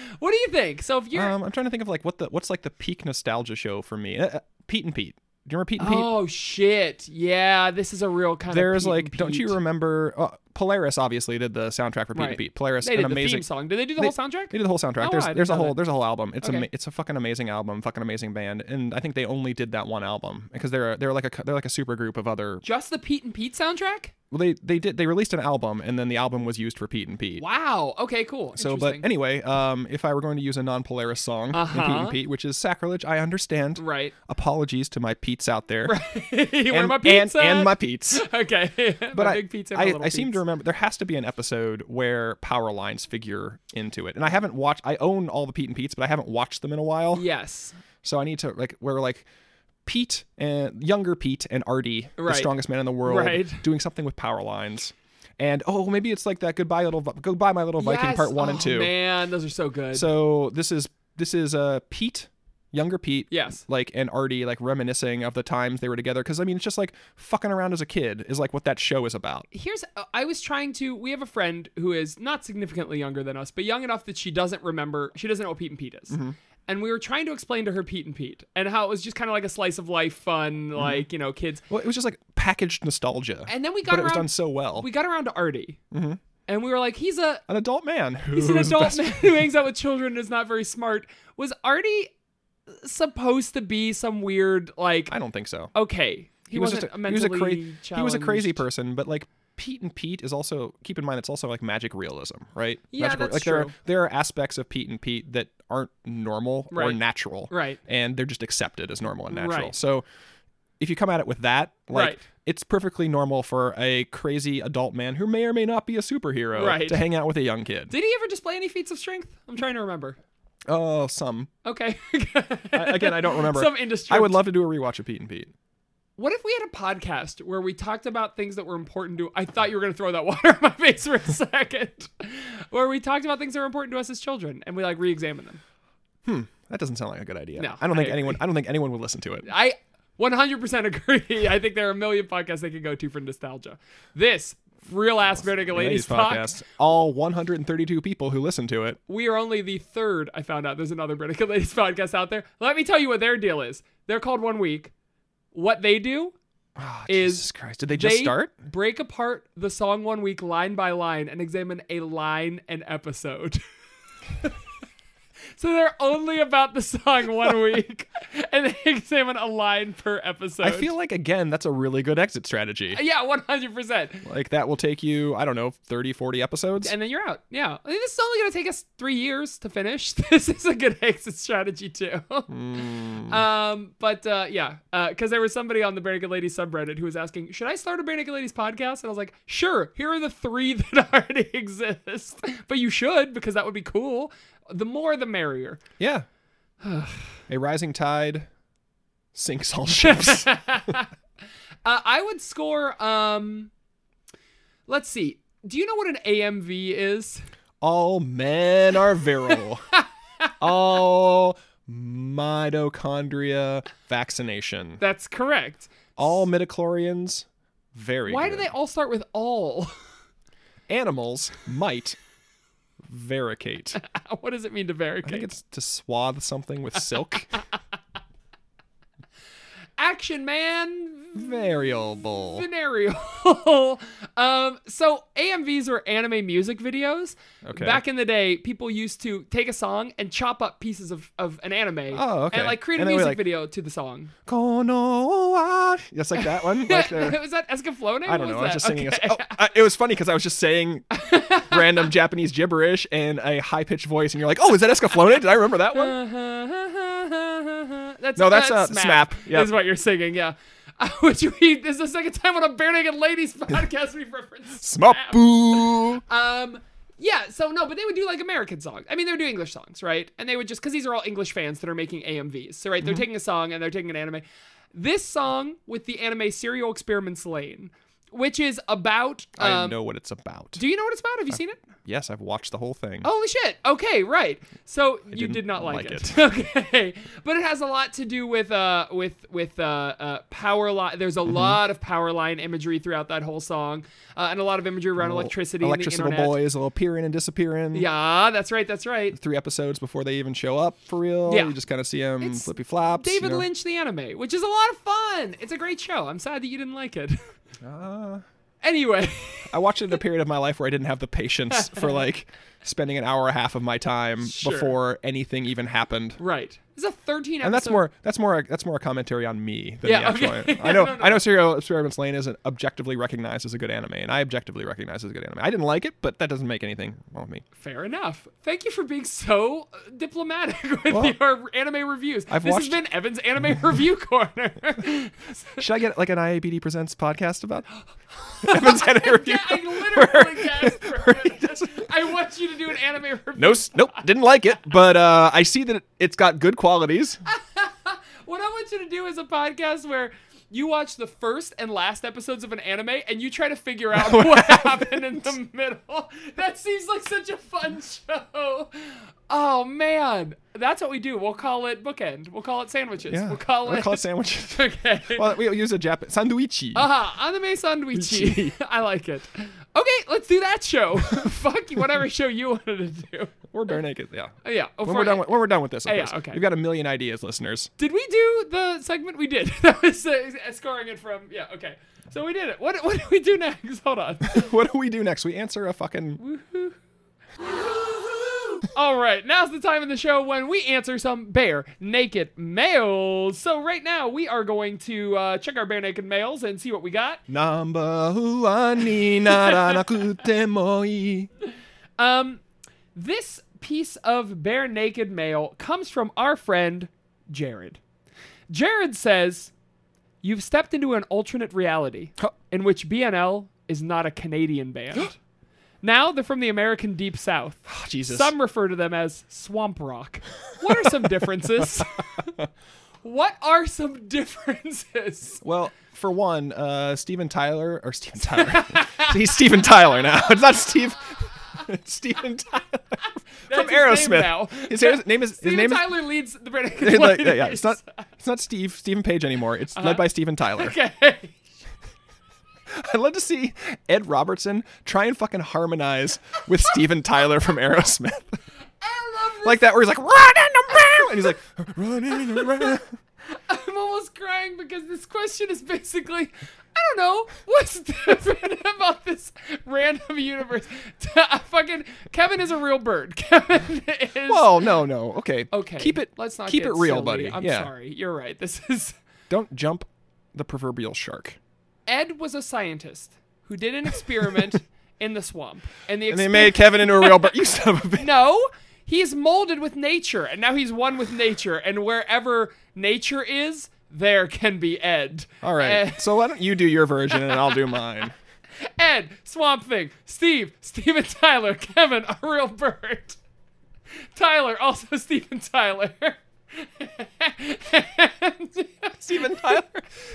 Speaker 2: what do you think? So if you're
Speaker 3: Um, I'm trying to think of like what the what's like the peak nostalgia show for me. Uh, uh, Pete and Pete. Do you remember Pete and Pete?
Speaker 2: oh shit, yeah, this is a real kind
Speaker 3: There's
Speaker 2: of Pete
Speaker 3: like,
Speaker 2: and
Speaker 3: don't you
Speaker 2: Pete.
Speaker 3: remember? Uh, Polaris obviously did the soundtrack for Pete
Speaker 2: Right.
Speaker 3: and Pete. Polaris,
Speaker 2: They
Speaker 3: an
Speaker 2: did the
Speaker 3: amazing
Speaker 2: theme song. Did they do the whole soundtrack?
Speaker 3: They did the whole soundtrack.
Speaker 2: Oh, I
Speaker 3: there's
Speaker 2: didn't
Speaker 3: there's a
Speaker 2: know
Speaker 3: whole
Speaker 2: that.
Speaker 3: there's a whole album. It's
Speaker 2: Okay.
Speaker 3: a it's a fucking amazing album. Fucking amazing band. And I think they only did that one album because they're a- they're like a co- they're like a super group of other.
Speaker 2: Just the Pete and Pete soundtrack?
Speaker 3: Well, they they did they released an album and then the album was used for Pete and Pete.
Speaker 2: Wow. Okay. Cool.
Speaker 3: So, but
Speaker 2: Interesting.
Speaker 3: anyway, um, if I were going to use a non-Polaris song, in Pete
Speaker 2: Uh-huh.
Speaker 3: and Pete, which is sacrilege, I understand.
Speaker 2: right.
Speaker 3: Apologies to my Pete's out there,
Speaker 2: you want
Speaker 3: and,
Speaker 2: my
Speaker 3: and
Speaker 2: pizza?
Speaker 3: and my Pete's.
Speaker 2: Okay.
Speaker 3: But
Speaker 2: my
Speaker 3: I,
Speaker 2: big pizza. and my
Speaker 3: I,
Speaker 2: little
Speaker 3: I seem
Speaker 2: pizza.
Speaker 3: to remember there has to be an episode where power lines figure into it, and I haven't watched. I own all the Pete and Pete's, but I haven't watched them in a while.
Speaker 2: Yes.
Speaker 3: So I need to like where like Pete and younger Pete and Artie,
Speaker 2: Right.
Speaker 3: the strongest man in the world,
Speaker 2: Right.
Speaker 3: doing something with power lines. And oh, maybe it's like that goodbye little Vi- goodbye my little Viking
Speaker 2: Yes.
Speaker 3: part one and
Speaker 2: Oh,
Speaker 3: two.
Speaker 2: Man, those are so good.
Speaker 3: So this is this is uh Pete, younger Pete.
Speaker 2: Yes.
Speaker 3: Like and Artie like reminiscing of the times they were together because I mean it's just like fucking around as a kid is like what that show is about.
Speaker 2: Here's uh, I was trying to. We have a friend who is not significantly younger than us, but young enough that she doesn't remember. She doesn't know what Pete and Pete is.
Speaker 3: Mm-hmm.
Speaker 2: And we were trying to explain to her Pete and Pete and how it was just kind of like a slice of life, fun,
Speaker 3: Mm-hmm.
Speaker 2: like you know, kids.
Speaker 3: Well, it was just like packaged nostalgia.
Speaker 2: And then we got
Speaker 3: but it was
Speaker 2: around-
Speaker 3: done so well.
Speaker 2: We got around to Artie, and we were like, he's a
Speaker 3: an adult man who
Speaker 2: He's an adult man who hangs out with children and is not very smart. Was Artie supposed to be some weird like
Speaker 3: I don't think so.
Speaker 2: okay? Oh, He,
Speaker 3: was
Speaker 2: wasn't
Speaker 3: just a, he was
Speaker 2: mentally
Speaker 3: a crazy he was a crazy
Speaker 2: challenged.
Speaker 3: person but like pete and pete is also keep in mind it's also like magic realism right
Speaker 2: Yeah,
Speaker 3: Magic-
Speaker 2: that's
Speaker 3: like there
Speaker 2: true.
Speaker 3: are there are aspects of pete and pete that aren't normal or
Speaker 2: Right.
Speaker 3: natural
Speaker 2: Right.
Speaker 3: and they're just accepted as normal and natural
Speaker 2: Right.
Speaker 3: so if you come at it with that like
Speaker 2: Right.
Speaker 3: it's perfectly normal for a crazy adult man who may or may not be a superhero
Speaker 2: Right.
Speaker 3: to hang out with a young kid
Speaker 2: Did he ever display any feats of strength? I'm trying to remember.
Speaker 3: oh some
Speaker 2: Okay.
Speaker 3: I, again i don't remember
Speaker 2: Some industry.
Speaker 3: i would love to do a rewatch of pete and pete
Speaker 2: What if we had a podcast where we talked about things that were important to? I thought you were gonna throw that water in my face for a second. where we talked about things that were important to us as children, and we like re-examine them.
Speaker 3: that doesn't sound like a good idea
Speaker 2: No,
Speaker 3: i don't
Speaker 2: I
Speaker 3: think anyone i don't think anyone would listen to it
Speaker 2: I 100% agree. I think there are a million podcasts they could go to for nostalgia. This real ass Bare Naked Ladies
Speaker 3: Ladies
Speaker 2: podcast.
Speaker 3: podcast. All 132 people who listen to it.
Speaker 2: We are only the third. I found out there's another Bare Naked Ladies podcast out there. Let me tell you what their deal is. They're called One Week. What they do
Speaker 3: Oh,
Speaker 2: Is
Speaker 3: Jesus Christ. Did they just
Speaker 2: they
Speaker 3: start?
Speaker 2: break apart the song one week line by line and examine a line an episode. so they're only about the song one week and they examine a line per episode.
Speaker 3: I feel like, again, that's a really good exit strategy.
Speaker 2: yeah, 100%.
Speaker 3: Like, that will take you, I don't know, 30, 40 episodes.
Speaker 2: and then you're out. Yeah. I mean, this is only going to take us three years to finish. This is a good exit strategy, too. Um, but uh, yeah, because there was somebody on the Bare Naked Ladies subreddit who was asking, Should I start a Bare Naked Ladies podcast? And I was like, Sure, here are the three that already exist. But you should, because that would be cool. The more, the merrier.
Speaker 3: yeah. a rising tide sinks all ships.
Speaker 2: Uh, I would score, um, let's see. Do you know what an AMV is?
Speaker 3: all men are virile. all mitochondria vaccination.
Speaker 2: That's correct.
Speaker 3: all midichlorians, very
Speaker 2: Why do
Speaker 3: good.
Speaker 2: they all start with all?
Speaker 3: Animals might Varicate.
Speaker 2: What does it mean to
Speaker 3: I think
Speaker 2: varicate?
Speaker 3: it's to swathe something with silk.
Speaker 2: Action man
Speaker 3: Variable.
Speaker 2: scenario. um, so AMVs were anime music videos.
Speaker 3: Okay.
Speaker 2: Back in the day, people used to take a song and chop up pieces of, of an anime.
Speaker 3: Oh, okay.
Speaker 2: And like create a
Speaker 3: And they would,
Speaker 2: music
Speaker 3: like-
Speaker 2: video to the song.
Speaker 3: Kono wa- Yes, like that one. Like the,
Speaker 2: was that Escaflowne?
Speaker 3: I don't know. I
Speaker 2: What
Speaker 3: was just
Speaker 2: that?
Speaker 3: singing. a s
Speaker 2: Okay.
Speaker 3: oh, I, it was funny because I was just saying random Japanese gibberish in a high pitched voice, and you're like, "Oh, is that Escaflowne? Did I remember that one?"
Speaker 2: that's
Speaker 3: No, that's, uh, Snap. Yeah.
Speaker 2: Is what you're singing, yeah. Which we this is the second time on a bare naked ladies podcast we've referenced.
Speaker 3: Smapu.
Speaker 2: Um, yeah. So no, but they would do like American songs. I mean, they would do English songs, right? And they would just because these are all English fans that are making AMVs. So right, they're
Speaker 3: Mm-hmm.
Speaker 2: taking a song and they're taking an anime. This song with the anime Serial Experiments Lane, which is about. Um,
Speaker 3: I know Uh, what it's about.
Speaker 2: Do Oh, you know what it's about? Have you seen it?
Speaker 3: yes, I've watched the whole thing.
Speaker 2: Holy shit. Okay, right. So you
Speaker 3: didn't
Speaker 2: did not like,
Speaker 3: like
Speaker 2: it.
Speaker 3: it.
Speaker 2: Okay. But it has a lot to do with uh with with uh, uh power line there's
Speaker 3: Mm-hmm.
Speaker 2: a lot of power line imagery throughout that whole song. Uh, and a lot of imagery around
Speaker 3: Little
Speaker 2: electricity and the
Speaker 3: Electricity
Speaker 2: internet.
Speaker 3: boys will appear in and disappear in.
Speaker 2: Yeah, that's right. That's right.
Speaker 3: Three episodes before they even show up for real.
Speaker 2: Yeah.
Speaker 3: You just kind of see them
Speaker 2: It's
Speaker 3: flippy flops. you
Speaker 2: David
Speaker 3: know.
Speaker 2: Lynch the anime, which is a lot of fun. It's a great show. I'm sad that you didn't like it.
Speaker 3: Ah.
Speaker 2: anyway,
Speaker 3: I watched it in a period of my life where I didn't have the patience for like spending an hour and a half of my time
Speaker 2: Sure.
Speaker 3: before anything even happened.
Speaker 2: right. It's a 13
Speaker 3: And that's
Speaker 2: episode-
Speaker 3: more that's more that's more a commentary on me than
Speaker 2: Yeah,
Speaker 3: the actual.
Speaker 2: okay.
Speaker 3: I know
Speaker 2: No, no.
Speaker 3: I know Serial Experiments Lane isn't objectively recognized as a good anime, and I objectively recognize it as a good anime. I didn't like it, but that doesn't make anything wrong with me.
Speaker 2: Fair enough. Thank you for being so uh, diplomatic with
Speaker 3: Well,
Speaker 2: your anime reviews.
Speaker 3: I've
Speaker 2: this
Speaker 3: watched-
Speaker 2: has been Evan's Anime Review Corner.
Speaker 3: Should I get like an IABD Presents podcast about Evan's anime review?
Speaker 2: yeah, I literally gasped for it. I want you to do an anime review.
Speaker 3: No, s- nope, didn't like it, but uh, I see that it, it's got good qualities.
Speaker 2: What I want you to do is a podcast where you watch the first and last episodes of an anime and you try to figure out what, happened in the middle. That seems like such a fun show. Oh man, that's what we do. We'll call it bookend. We'll call it sandwiches.
Speaker 3: Yeah,
Speaker 2: We'll call
Speaker 3: We're
Speaker 2: it. Uh,
Speaker 3: called sandwiches.
Speaker 2: okay.
Speaker 3: well, we use a Japan sanduichi.
Speaker 2: Aha, anime sandwichi. I like it. Okay, let's do that show. Fuck you, whatever show you wanted to do.
Speaker 3: We're bare naked. Yeah.
Speaker 2: Oh, yeah. oh,
Speaker 3: When
Speaker 2: for-
Speaker 3: we're done with, when we're done with this, of
Speaker 2: Oh, yeah,
Speaker 3: course.
Speaker 2: okay.
Speaker 3: We've got a million ideas, listeners.
Speaker 2: did we do the segment? We did. That was uh, scoring it from. Yeah. Okay. So we did it. What what do we do next? Hold on.
Speaker 3: what do we do next? We answer a fucking
Speaker 2: All right, now's the time in the show when we answer some bare naked mails. So right now we are going to uh, check our bare naked mails and see what we got.
Speaker 3: number one ni naranakute mo ii.
Speaker 2: Um, this piece of bare naked mail comes from our friend Jared. Jared says, "You've stepped into an alternate reality
Speaker 3: Huh.
Speaker 2: in which BNL is not a Canadian band. now they're from the American Deep South.
Speaker 3: Ah, Jesus.
Speaker 2: Some refer to them as swamp rock. What are some differences? what are some differences?
Speaker 3: well, for one, uh, Steven Tyler or Steven Tyler. He's Steven Tyler now. It's not Steve. it's Steven Tyler from
Speaker 2: That's his name
Speaker 3: Aerosmith.
Speaker 2: now.
Speaker 3: His, aer- name is his
Speaker 2: Steven
Speaker 3: name is
Speaker 2: Tyler leads the British.
Speaker 3: They're like- yeah, yeah, it's not it's not Steve Stephen Page anymore. It's led by Steven Tyler.
Speaker 2: Uh-huh. Okay.
Speaker 3: I'd love to see Ed Robertson try and fucking harmonize with Steven Tyler from Aerosmith.
Speaker 2: I love this.
Speaker 3: like that where he's like running around and he's like running around.
Speaker 2: I'm almost crying because this question is basically, I don't know, what's different about this random universe? fucking Kevin is a real bird. Kevin is.
Speaker 3: Whoa, no, no. Okay.
Speaker 2: okay.
Speaker 3: Keep it
Speaker 2: Let's not
Speaker 3: keep
Speaker 2: get
Speaker 3: it real,
Speaker 2: silly.
Speaker 3: buddy.
Speaker 2: I'm
Speaker 3: yeah.
Speaker 2: sorry. You're right. This is.
Speaker 3: Don't jump the proverbial shark.
Speaker 2: Ed was a scientist who did an experiment in the swamp, and the
Speaker 3: And they
Speaker 2: experiment.
Speaker 3: made Kevin into a real bird. You son of a bitch.
Speaker 2: No, he's molded with nature, and now he's one with nature. And wherever nature is, there can be Ed.
Speaker 3: All right.
Speaker 2: Eh.
Speaker 3: so why don't you do your version and I'll do mine.
Speaker 2: Ed, Swamp Thing, Steve, Steven Tyler, Kevin, a real bird. Tyler, also Steven Tyler.
Speaker 3: Steven Tyler.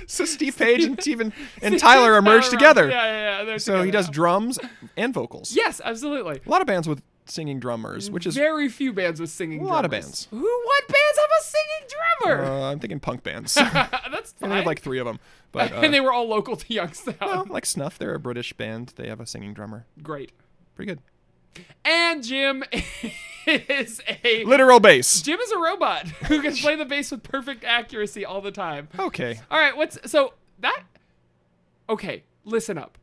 Speaker 3: So Steve Page and Steven and
Speaker 2: Steven
Speaker 3: Tyler are merged together.
Speaker 2: Yeah, yeah, yeah. they're
Speaker 3: So he
Speaker 2: together
Speaker 3: does
Speaker 2: now.
Speaker 3: drums and vocals.
Speaker 2: Yes, absolutely.
Speaker 3: A lot of bands with singing drummers, which is
Speaker 2: Very few bands with singing.
Speaker 3: A lot of
Speaker 2: drummers.
Speaker 3: bands.
Speaker 2: Who? What bands have a singing drummer?
Speaker 3: uh, I'm thinking punk bands. I
Speaker 2: That's fine.
Speaker 3: only have like three of them, but uh,
Speaker 2: and they were all local to Youngstown.
Speaker 3: well, like Snuff, they're a British band. They have a singing drummer.
Speaker 2: Great.
Speaker 3: Pretty good.
Speaker 2: And Jim is a
Speaker 3: Literal bass.
Speaker 2: Jim is a robot who can play the bass with perfect accuracy all the time.
Speaker 3: Okay.
Speaker 2: All right, what's so that? Okay, listen up.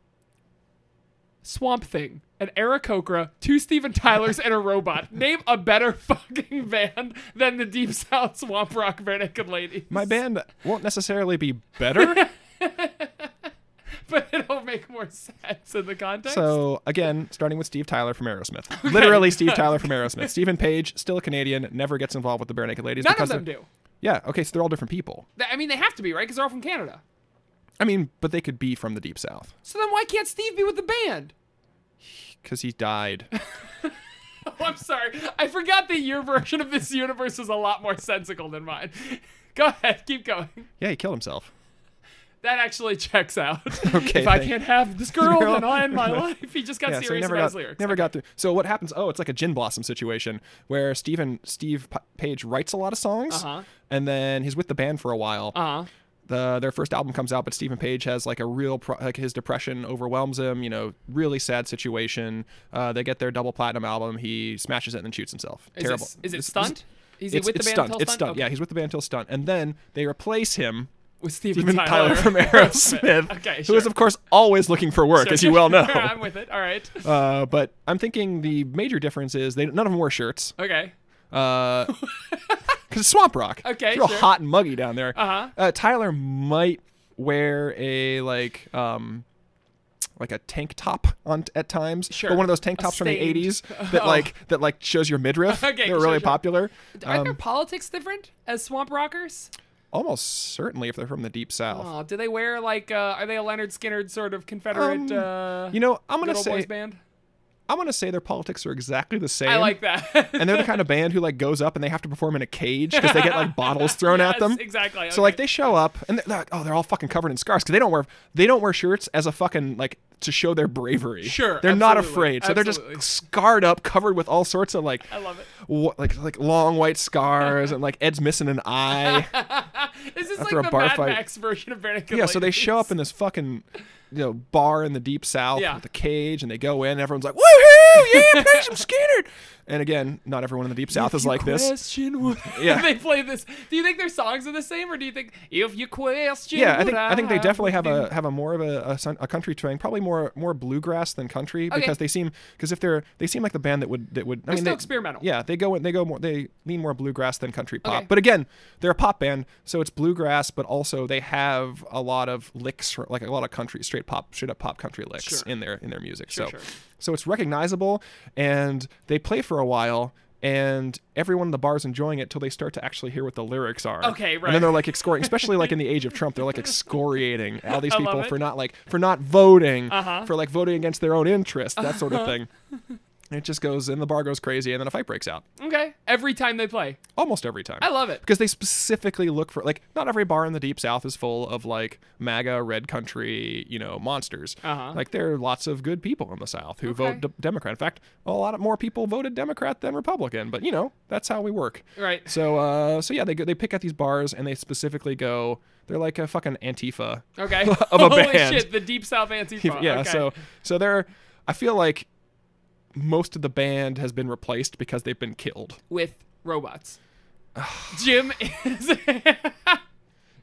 Speaker 2: Swamp Thing, an Aarakocra, two Steven Tylers, and a robot. Name a better fucking band than the Deep South Swamp Rock Vernacular Ladies.
Speaker 3: My band won't necessarily be better.
Speaker 2: but it'll make more sense in the context.
Speaker 3: So again, starting with Steve Tyler from Aerosmith. Literally Steve Tyler from Aerosmith. Stephen Page, still a Canadian, never gets involved with the Bare Naked Ladies.
Speaker 2: None of
Speaker 3: because
Speaker 2: them
Speaker 3: they're-
Speaker 2: do.
Speaker 3: Yeah. Okay. So they're all different people.
Speaker 2: Th- I mean, they have to be right because they're all from Canada.
Speaker 3: I mean, but they could be from the Deep South
Speaker 2: So then why can't Steve be with the band?
Speaker 3: because he died.
Speaker 2: Oh, I'm sorry. I forgot that your version of this universe is a lot more sensical than mine. Go ahead, keep going.
Speaker 3: Yeah, he killed himself.
Speaker 2: That actually checks out.
Speaker 3: Okay,
Speaker 2: If I
Speaker 3: thank-
Speaker 2: can't have this girl,
Speaker 3: Girl.
Speaker 2: then I end my life. He just got
Speaker 3: yeah, so he
Speaker 2: serious
Speaker 3: never
Speaker 2: about
Speaker 3: got
Speaker 2: his lyrics.
Speaker 3: never got through. So what happens? Oh, it's like a gin blossom situation where Stephen Steve P- Page writes a lot of songs,
Speaker 2: Uh-huh.
Speaker 3: and then he's with the band for a while.
Speaker 2: Uh-huh.
Speaker 3: The, their first album comes out, but Stephen Page has like a real pro- like his depression overwhelms him. You know, really sad situation. Uh, they get their double platinum album. He smashes it and then shoots himself.
Speaker 2: Is
Speaker 3: Terrible.
Speaker 2: It, is it
Speaker 3: It's-
Speaker 2: stunt? Is he
Speaker 3: It's,
Speaker 2: with
Speaker 3: it's
Speaker 2: the band
Speaker 3: stunt.
Speaker 2: until
Speaker 3: It's stunt.
Speaker 2: Okay.
Speaker 3: Yeah, he's with the band till stunt, and then they replace him
Speaker 2: Oh, with Steven,
Speaker 3: Steven Tyler, from Aerosmith,
Speaker 2: Okay,
Speaker 3: who is
Speaker 2: sure.
Speaker 3: of course always looking for work, as you well know.
Speaker 2: I'm with it. All right.
Speaker 3: Uh, but I'm thinking the major difference is they none of them wore shirts
Speaker 2: Okay.
Speaker 3: because it's swamp rock.
Speaker 2: Okay,
Speaker 3: it's real
Speaker 2: sure.
Speaker 3: hot and muggy down there.
Speaker 2: Uh-huh.
Speaker 3: Uh, Tyler might wear a like um like a tank top on at times,
Speaker 2: Sure.
Speaker 3: but one of those tank
Speaker 2: A
Speaker 3: tops from
Speaker 2: stained-
Speaker 3: the '80s that
Speaker 2: Oh.
Speaker 3: like that like shows your midriff.
Speaker 2: Okay,
Speaker 3: They're
Speaker 2: sure,
Speaker 3: really
Speaker 2: sure.
Speaker 3: popular.
Speaker 2: Are
Speaker 3: Um,
Speaker 2: their politics different as swamp rockers?
Speaker 3: almost certainly if they're from the deep south.
Speaker 2: Oh, do they wear like? Uh, are they a Leonard Skinner sort of Confederate? uh,
Speaker 3: Um, you know, I'm
Speaker 2: good
Speaker 3: gonna
Speaker 2: old
Speaker 3: say
Speaker 2: boys band.
Speaker 3: I'm gonna say their politics are exactly the same.
Speaker 2: I like that.
Speaker 3: and they're the kind of band who like goes up and they have to perform in a cage because they get like bottles thrown
Speaker 2: Yes,
Speaker 3: at them.
Speaker 2: exactly,
Speaker 3: So like
Speaker 2: okay.
Speaker 3: they show up and they're, they're like, oh, they're all fucking covered in scars because they don't wear they don't wear shirts as a fucking like to show their bravery.
Speaker 2: Sure,
Speaker 3: they're not
Speaker 2: absolutely,
Speaker 3: afraid, so they're
Speaker 2: absolutely.
Speaker 3: just scarred up, covered with all sorts of like,
Speaker 2: I love it.
Speaker 3: wh- like like long white scars and like Ed's missing an eye.
Speaker 2: Is this
Speaker 3: After
Speaker 2: like
Speaker 3: a
Speaker 2: the
Speaker 3: bar
Speaker 2: Mad
Speaker 3: fight-
Speaker 2: Max version of Vernacular?
Speaker 3: yeah, so they show up in this fucking you know bar in the deep south
Speaker 2: Yeah.
Speaker 3: with a cage and they go in and everyone's like woohoo yeah play some Skinner and again not everyone in the deep south is like this Yeah.
Speaker 2: yeah. they play this. Do you think their songs are the same, or do you think if you question?
Speaker 3: Yeah, I
Speaker 2: what
Speaker 3: think I think they definitely have
Speaker 2: would do-
Speaker 3: a have a more of a, a, son- a country twang, probably more more bluegrass than country
Speaker 2: Okay.
Speaker 3: because they seem because if they're they seem like the band that would that would I mean
Speaker 2: still
Speaker 3: they-
Speaker 2: experimental.
Speaker 3: Yeah, they go in they go more they lean more bluegrass than country pop.
Speaker 2: Okay.
Speaker 3: But again, they're a pop band, so it's bluegrass, but also they have a lot of licks like a lot of country straight pop straight up pop country licks
Speaker 2: Sure.
Speaker 3: in their in their music. so
Speaker 2: sure.
Speaker 3: so it's recognizable and they play for a while. And everyone in the bar is enjoying it till they start to actually hear what the lyrics are.
Speaker 2: Okay,
Speaker 3: And then
Speaker 2: right.
Speaker 3: they're like excoriating, especially like in the age of Trump, they're like excoriating all these
Speaker 2: I love
Speaker 3: people
Speaker 2: it.
Speaker 3: for not like for not voting,
Speaker 2: Uh-huh.
Speaker 3: for like voting against their own interest, that sort of thing. And it just goes, and the bar goes crazy, and then a fight breaks out
Speaker 2: Okay, every time they play,
Speaker 3: almost every time.
Speaker 2: I love it.
Speaker 3: because they specifically look for like not every bar in the deep south is full of like MAGA, red country, you know, monsters.
Speaker 2: Uh-huh.
Speaker 3: Like there are lots of good people in the south who
Speaker 2: Okay.
Speaker 3: vote d- Democrat. In fact, a lot of more people voted Democrat than Republican. But you know, that's how we work.
Speaker 2: Right.
Speaker 3: So, uh, so yeah, they go, they pick out these bars and they specifically go. They're like a fucking Antifa.
Speaker 2: Okay.
Speaker 3: Of a
Speaker 2: Holy
Speaker 3: band.
Speaker 2: shit, the Deep South Antifa.
Speaker 3: yeah.
Speaker 2: Oh, okay.
Speaker 3: So so they're. I feel like most of the band has been replaced because they've been killed.
Speaker 2: with robots. Jim is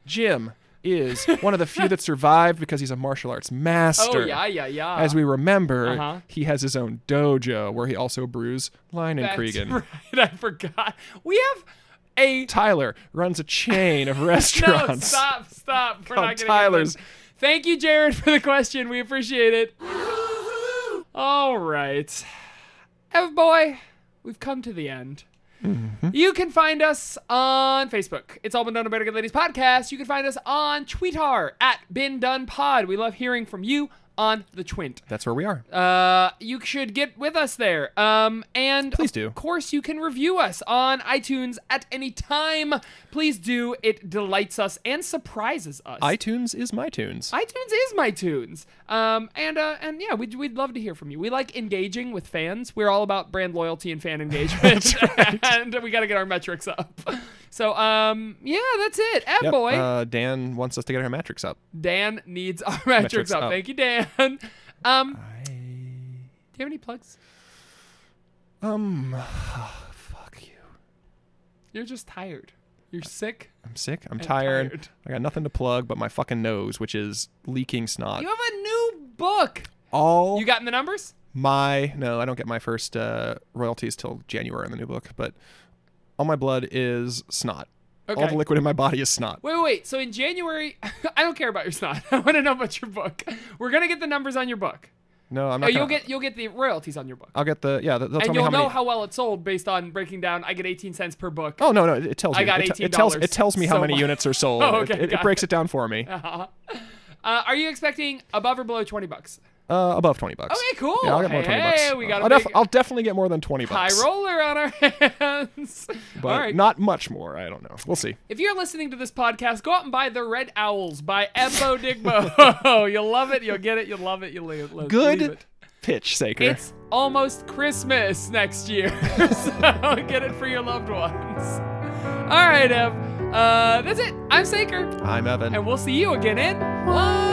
Speaker 3: Jim is one of the few that survived because he's a martial arts
Speaker 2: Oh
Speaker 3: master.
Speaker 2: yeah, yeah, yeah.
Speaker 3: As we remember,
Speaker 2: Uh-huh.
Speaker 3: he has his own dojo where he also brews
Speaker 2: That's
Speaker 3: Leinenkrieger.
Speaker 2: Right, I forgot. We have a
Speaker 3: Tyler runs a chain of
Speaker 2: No,
Speaker 3: restaurants.
Speaker 2: stop, stop. We're
Speaker 3: Called
Speaker 2: not gonna
Speaker 3: Tyler's.
Speaker 2: Get this. Thank you, Jared, for the question. We appreciate it. All right. Ev boy, we've come to the end.
Speaker 3: Mm-hmm.
Speaker 2: You can find us on Facebook. It's all been done on Better Good Ladies Podcast. You can find us on Twitter at Been Done Pod. We love hearing from you on the Twint.
Speaker 3: That's where we are.
Speaker 2: Uh, you should get with us there. Um, and
Speaker 3: Please
Speaker 2: of
Speaker 3: do.
Speaker 2: course, you can review us on iTunes at any time. Please do. It delights us and surprises us.
Speaker 3: iTunes is my tunes.
Speaker 2: iTunes is my tunes. Um, and uh, and yeah, we'd, we'd love to hear from you. We like engaging with fans. We're all about brand loyalty and fan engagement, and we got to get our metrics up. So um, yeah, that's it. Ab
Speaker 3: Yep,
Speaker 2: boy.
Speaker 3: Uh, Dan wants us to get our metrics up.
Speaker 2: Dan needs our metrics,
Speaker 3: Metrics
Speaker 2: up.
Speaker 3: up.
Speaker 2: Thank you, Dan. Um, do you have any plugs?
Speaker 3: Um, fuck you.
Speaker 2: You're just tired. You're sick.
Speaker 3: I'm sick. I'm tired.
Speaker 2: tired.
Speaker 3: I got nothing to plug but my fucking nose, which is leaking snot.
Speaker 2: You have a new book.
Speaker 3: All
Speaker 2: You gotten the numbers?
Speaker 3: my no, I don't get my first uh, royalties till January in the new book, but all my blood is snot. All
Speaker 2: Okay.
Speaker 3: the liquid in my body is snot.
Speaker 2: Wait, wait, wait. So in January, I don't care about your snot. I want to know about your book. We're gonna get the numbers on your book.
Speaker 3: No, I'm
Speaker 2: Oh,
Speaker 3: not.
Speaker 2: you'll
Speaker 3: gonna-
Speaker 2: get you'll get the royalties on your book,
Speaker 3: I'll get the yeah. They'll they'll tell
Speaker 2: and
Speaker 3: me
Speaker 2: you'll
Speaker 3: how
Speaker 2: know
Speaker 3: many.
Speaker 2: how well it sold based on breaking down. I get 18 cents per book.
Speaker 3: Oh no no! It it tells
Speaker 2: I
Speaker 3: me.
Speaker 2: got
Speaker 3: it, te- it tells
Speaker 2: $18,
Speaker 3: it tells me how
Speaker 2: so
Speaker 3: many
Speaker 2: much.
Speaker 3: units are sold.
Speaker 2: Oh,
Speaker 3: It-
Speaker 2: okay,
Speaker 3: it, it
Speaker 2: got
Speaker 3: breaks it down for me. Uh,
Speaker 2: Uh, are you expecting above or below 20 bucks?
Speaker 3: Uh, above twenty bucks.
Speaker 2: Okay, cool.
Speaker 3: Yeah, I'll get more
Speaker 2: Hey,
Speaker 3: than twenty bucks.
Speaker 2: hey, we got a
Speaker 3: I'll, def-
Speaker 2: big-
Speaker 3: I'll definitely get more than twenty bucks.
Speaker 2: High roller on our hands.
Speaker 3: but
Speaker 2: All right.
Speaker 3: not much more. I don't know. We'll see.
Speaker 2: If you're listening to this podcast, go out and buy The Red Owls by Embo Digbo. you'll love it. You'll get it. You'll love it. You'll leave it. Leave
Speaker 3: Good
Speaker 2: it.
Speaker 3: pitch, Saker.
Speaker 2: It's almost Christmas next year, so get it for your loved ones. All right, Ev. Uh, that's it. I'm Saker,
Speaker 3: I'm Evan.
Speaker 2: and we'll see you again in one